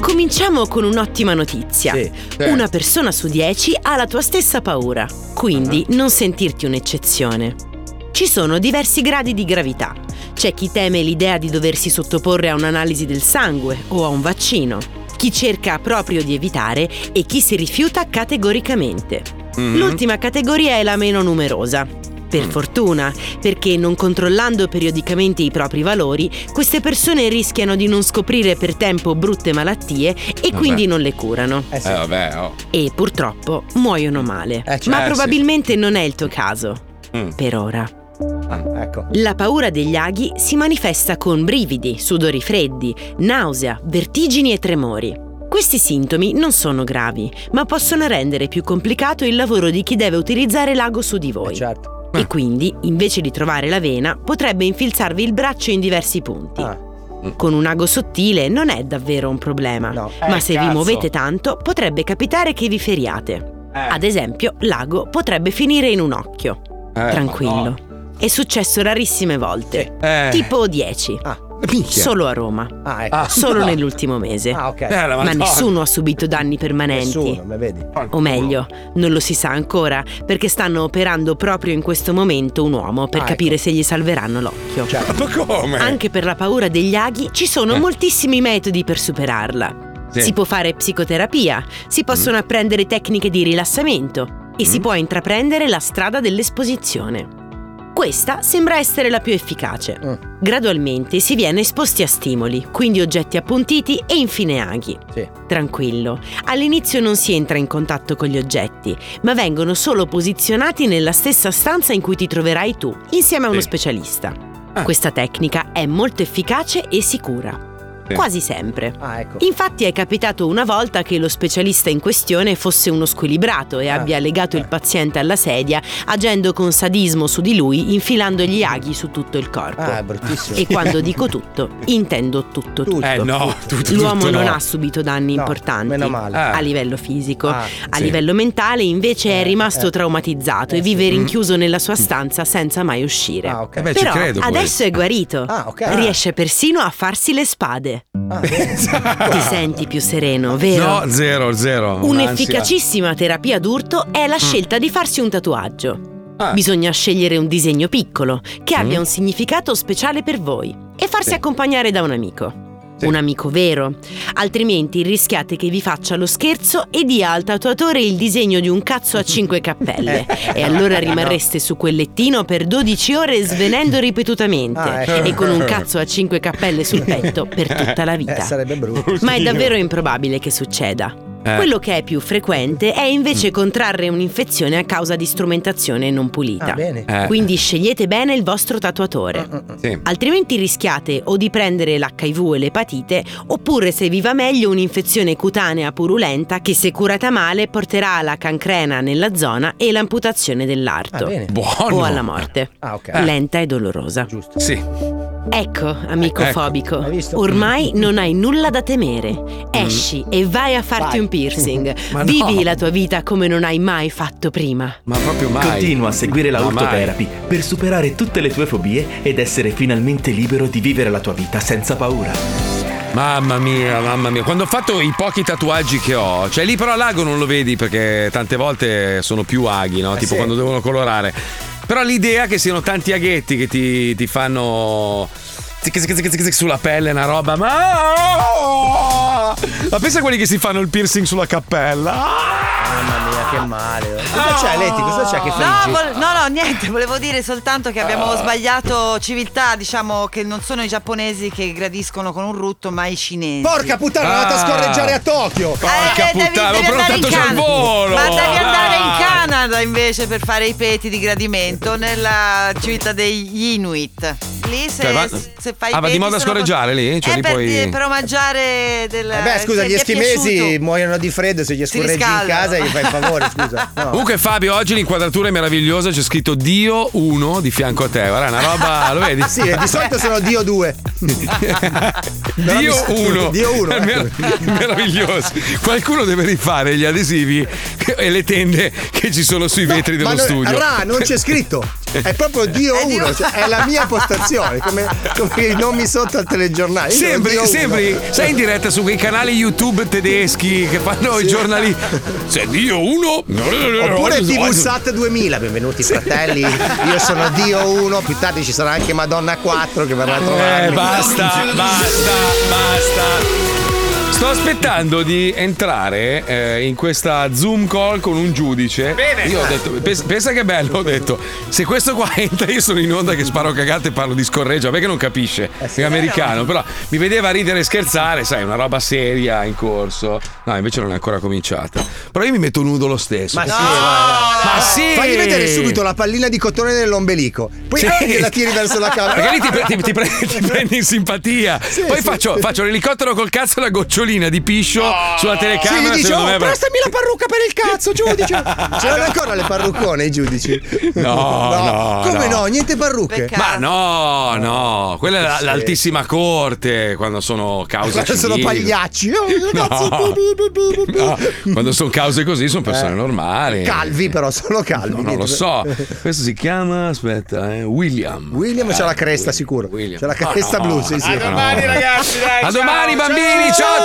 Speaker 14: Cominciamo con un'ottima notizia. Una persona su dieci ha la tua stessa paura, quindi non sentirti un'eccezione. Ci sono diversi gradi di gravità. C'è chi teme l'idea di doversi sottoporre a un'analisi del sangue o a un vaccino, chi cerca proprio di evitare e chi si rifiuta categoricamente.
Speaker 27: Mhm.
Speaker 14: L'ultima categoria è la meno numerosa.
Speaker 6: Mm.
Speaker 14: Per fortuna, perché non controllando periodicamente i propri valori, queste persone rischiano di non scoprire per tempo brutte malattie e
Speaker 6: Vabbè.
Speaker 14: quindi non le curano.
Speaker 6: Eh, vabbè, oh.
Speaker 14: E purtroppo muoiono male.
Speaker 6: certo.
Speaker 14: Ma
Speaker 6: Eh, sì. Mm.
Speaker 14: probabilmente non è il tuo caso. Per ora.
Speaker 6: Ah, ecco.
Speaker 14: La paura degli aghi si manifesta con brividi, sudori freddi, nausea, vertigini e tremori. Questi sintomi non sono gravi, ma possono rendere più complicato il lavoro di chi deve utilizzare l'ago su di
Speaker 6: Eh,
Speaker 14: voi.
Speaker 6: certo. Ah.
Speaker 14: E quindi, invece di trovare la vena, potrebbe infilzarvi il braccio in diversi punti.
Speaker 6: Ah.
Speaker 14: Con un ago sottile non è davvero un problema, ma Eh, se vi cazzo. muovete tanto potrebbe capitare che vi feriate. Ad esempio, l'ago potrebbe finire in un occhio. Eh, Tranquillo. È successo rarissime volte. Eh. Tipo 10. minchia. Solo a Roma. Ah, Solo no. nell'ultimo mese. Ah, ok. Eh, Ma la Madonna. nessuno ha subito danni permanenti. Nessuno,
Speaker 5: vedi?
Speaker 14: O meglio, non lo si sa ancora perché stanno operando proprio in questo momento un uomo per Ah, Certo. capire se gli salveranno l'occhio.
Speaker 6: Ma come?
Speaker 14: Anche per la paura degli aghi ci sono moltissimi metodi per superarla. Sì. Si può fare psicoterapia, si possono apprendere tecniche di rilassamento e si può intraprendere la strada dell'esposizione. Questa sembra essere la più efficace. Gradualmente si viene esposti a stimoli, quindi oggetti appuntiti e infine aghi. Tranquillo, all'inizio non si entra in contatto con gli oggetti, ma vengono solo posizionati nella stessa stanza in cui ti troverai tu, insieme a uno Sì. specialista. Questa tecnica è molto efficace e sicura. Sì. Quasi sempre.
Speaker 3: Ah, ecco.
Speaker 14: Infatti è capitato una volta che lo specialista in questione fosse uno squilibrato
Speaker 3: Ah,
Speaker 14: e abbia legato
Speaker 3: eh.
Speaker 14: il paziente alla sedia, agendo con sadismo su di lui, infilandogli aghi su tutto il corpo.
Speaker 3: Ah, è bruttissimo.
Speaker 14: E quando dico tutto, intendo tutto, tutto.
Speaker 3: Eh, no, tutto,
Speaker 14: L'uomo
Speaker 3: tutto
Speaker 14: non
Speaker 3: no.
Speaker 14: ha subito danni importanti
Speaker 3: meno male.
Speaker 14: a
Speaker 3: Ah.
Speaker 14: livello fisico. a
Speaker 3: sì.
Speaker 14: livello mentale invece è rimasto
Speaker 3: eh.
Speaker 14: traumatizzato e vive rinchiuso nella sua stanza senza mai uscire.
Speaker 3: Mm. Eh beh, ci
Speaker 14: Però
Speaker 3: credo, poi.
Speaker 14: adesso è guarito.
Speaker 3: Ah, ok. Ah,
Speaker 14: Riesce persino a farsi le spade. Ti senti più sereno, vero?
Speaker 6: No, zero, zero.
Speaker 14: Un'efficacissima terapia d'urto è
Speaker 3: Mm.
Speaker 14: la scelta di farsi un tatuaggio.
Speaker 3: Ah.
Speaker 14: Bisogna scegliere un disegno piccolo che abbia
Speaker 6: Mm.
Speaker 14: un significato speciale per voi e farsi
Speaker 6: Sì.
Speaker 14: accompagnare da un amico. Un amico vero, altrimenti rischiate che vi faccia lo scherzo e dia al tatuatore il disegno di un cazzo a cinque cappelle.
Speaker 3: Eh.
Speaker 14: e allora rimarreste su quel lettino per 12 ore svenendo ripetutamente
Speaker 3: Ah, ecco.
Speaker 14: e con un cazzo a cinque cappelle sul petto per tutta la vita.
Speaker 3: Eh, sarebbe brutto.
Speaker 14: Ma è davvero improbabile che succeda.
Speaker 3: Eh.
Speaker 14: Quello che è più frequente è
Speaker 6: Mm.
Speaker 14: invece contrarre un'infezione a causa di strumentazione non pulita.
Speaker 3: Ah, bene. Eh.
Speaker 14: Quindi scegliete bene il vostro tatuatore.
Speaker 6: Mm,
Speaker 14: Altrimenti rischiate o di prendere l'HIV e l'epatite, oppure se vi va meglio un'infezione cutanea purulenta che se curata male porterà alla cancrena nella zona e l'amputazione dell'arto.
Speaker 6: Ah, bene. Buono.
Speaker 14: O alla morte.
Speaker 6: Ah, ok.
Speaker 14: Lenta e dolorosa.
Speaker 6: Sì.
Speaker 14: Ecco, amico
Speaker 6: Ecco.
Speaker 14: fobico, ormai non hai nulla da temere. Esci e vai a farti
Speaker 7: Mm. Vai.
Speaker 14: un piercing.
Speaker 7: Ma no.
Speaker 14: Vivi la tua vita come non hai mai fatto prima.
Speaker 6: Ma proprio
Speaker 14: mai.
Speaker 7: Continua a seguire la
Speaker 14: Ma
Speaker 7: Urtoterapy per superare tutte le tue fobie ed essere finalmente libero di vivere la tua vita senza paura.
Speaker 6: Mamma mia, mamma mia. Quando ho fatto i pochi tatuaggi che ho, cioè lì però l'ago non lo vedi perché tante volte sono più aghi,
Speaker 3: Eh
Speaker 6: no? tipo
Speaker 9: sì.
Speaker 6: quando devono colorare. Però l'idea che siano tanti aghetti che ti, ti fanno zic, zic, zic, zic, zic sulla pelle una roba, ma...
Speaker 4: Ah.
Speaker 6: Ma pensa a quelli che si fanno il piercing sulla cappella.
Speaker 3: Mamma mia, che male. Cosa c'è, Leti? Cosa c'è che
Speaker 10: No,
Speaker 3: friggi?
Speaker 10: vol- no, no, niente, volevo dire soltanto che abbiamo
Speaker 3: Ah.
Speaker 10: sbagliato civiltà, diciamo che non sono i giapponesi che gradiscono con un rutto, ma i cinesi. Eh,
Speaker 4: Porca puttana, sono andata a scorreggiare a Tokyo!
Speaker 10: Porca
Speaker 6: Ah. puttana, ho prenotato già il volo! Ah.
Speaker 10: Ma devi andare in
Speaker 6: Dai!
Speaker 10: Canada invece per fare i peti di gradimento nella civiltà degli Inuit. Lì se,
Speaker 6: Cioè, va-
Speaker 10: se fai i
Speaker 6: ah, va di
Speaker 10: peti
Speaker 6: moda
Speaker 10: sono
Speaker 6: scorreggiare lì? Cioè,
Speaker 10: eh,
Speaker 6: li
Speaker 10: per,
Speaker 6: puoi-
Speaker 10: per omaggiare del
Speaker 3: Eh beh, scusa,
Speaker 10: se
Speaker 3: gli
Speaker 10: ti è piaciuto.
Speaker 3: eschimesi muoiono di freddo se gli scorreggi in
Speaker 10: riscaldano.
Speaker 3: casa gli fai il favore, scusa. No.
Speaker 6: Comunque Fabio, oggi l'inquadratura è meravigliosa, c'è scritto Dio 1 di fianco a te, guarda, è una roba, lo vedi?
Speaker 3: Sì, di solito sono Dio 2.
Speaker 6: Dio 1
Speaker 3: Dio uno, ecco.
Speaker 6: meraviglioso qualcuno deve rifare gli adesivi e le tende che ci sono sui vetri dello
Speaker 4: Ma non-
Speaker 6: studio
Speaker 4: Ra, non c'è scritto. È proprio Dio
Speaker 3: È Dio-
Speaker 4: 1, è la mia postazione, come, come i nomi sotto al telegiornale. Io sono
Speaker 6: Sembri,
Speaker 4: Dio uno.
Speaker 6: sembri, sei in diretta su quei canali YouTube tedeschi che fanno i giornali. Se Dio uno.
Speaker 4: Oppure TV Sat 2000, benvenuti fratelli. Io sono Dio 1, più tardi ci sarà anche Madonna 4 che verrà a trovarmi.
Speaker 6: Eh, basta, basta, basta. Sto aspettando di entrare eh, in questa Zoom call con un giudice.
Speaker 15: Bene.
Speaker 6: Io ho detto, pens- pensa che bello, ho detto, se questo qua entra io sono in onda che sparo cagate e parlo di scorreggio, perché non capisce,
Speaker 4: Eh
Speaker 6: è americano, però mi vedeva ridere e scherzare, sai, una roba seria in corso. No, invece non è ancora cominciata. Però io mi metto nudo lo stesso.
Speaker 4: Ma sì,
Speaker 6: Ma sì!
Speaker 4: Fagli vedere subito la pallina di cotone nell'ombelico. Poi
Speaker 6: Sì.
Speaker 4: eh, la tiri verso la camera.
Speaker 6: Perché lì ti, pre- ti- ti pre- ti prendi in simpatia. Poi Faccio, faccio l'elicottero col cazzo e la gocciolina di piscio sulla
Speaker 4: Sì,
Speaker 6: telecamera.
Speaker 4: gli dice,
Speaker 6: secondo
Speaker 4: oh,
Speaker 6: me-
Speaker 4: prestami la parrucca per il cazzo, giudice. Ce l'hanno ancora le parruccone i giudici?
Speaker 6: No, no,
Speaker 4: Come no? Niente parrucche.
Speaker 6: Ma no, no, quella è la-
Speaker 4: Sì.
Speaker 6: l'altissima corte quando sono cause
Speaker 4: Quando
Speaker 6: civili.
Speaker 4: sono pagliacci. Oh,
Speaker 6: No.
Speaker 4: cazzo, bi, bi, bi, bi, bi.
Speaker 6: No, quando sono cause così sono persone
Speaker 4: Eh.
Speaker 6: normali.
Speaker 4: Calvi però, solo
Speaker 6: No,
Speaker 4: calvi.
Speaker 6: non lo
Speaker 4: niente.
Speaker 6: so. Questo si chiama, aspetta, eh, William. Eh.
Speaker 4: William c'ha la cresta sicuro. C'ha la cresta
Speaker 6: Ah,
Speaker 4: blu,
Speaker 6: no.
Speaker 4: sì, sì.
Speaker 6: A domani,
Speaker 4: ragazzi,
Speaker 6: A domani bambini, ciao a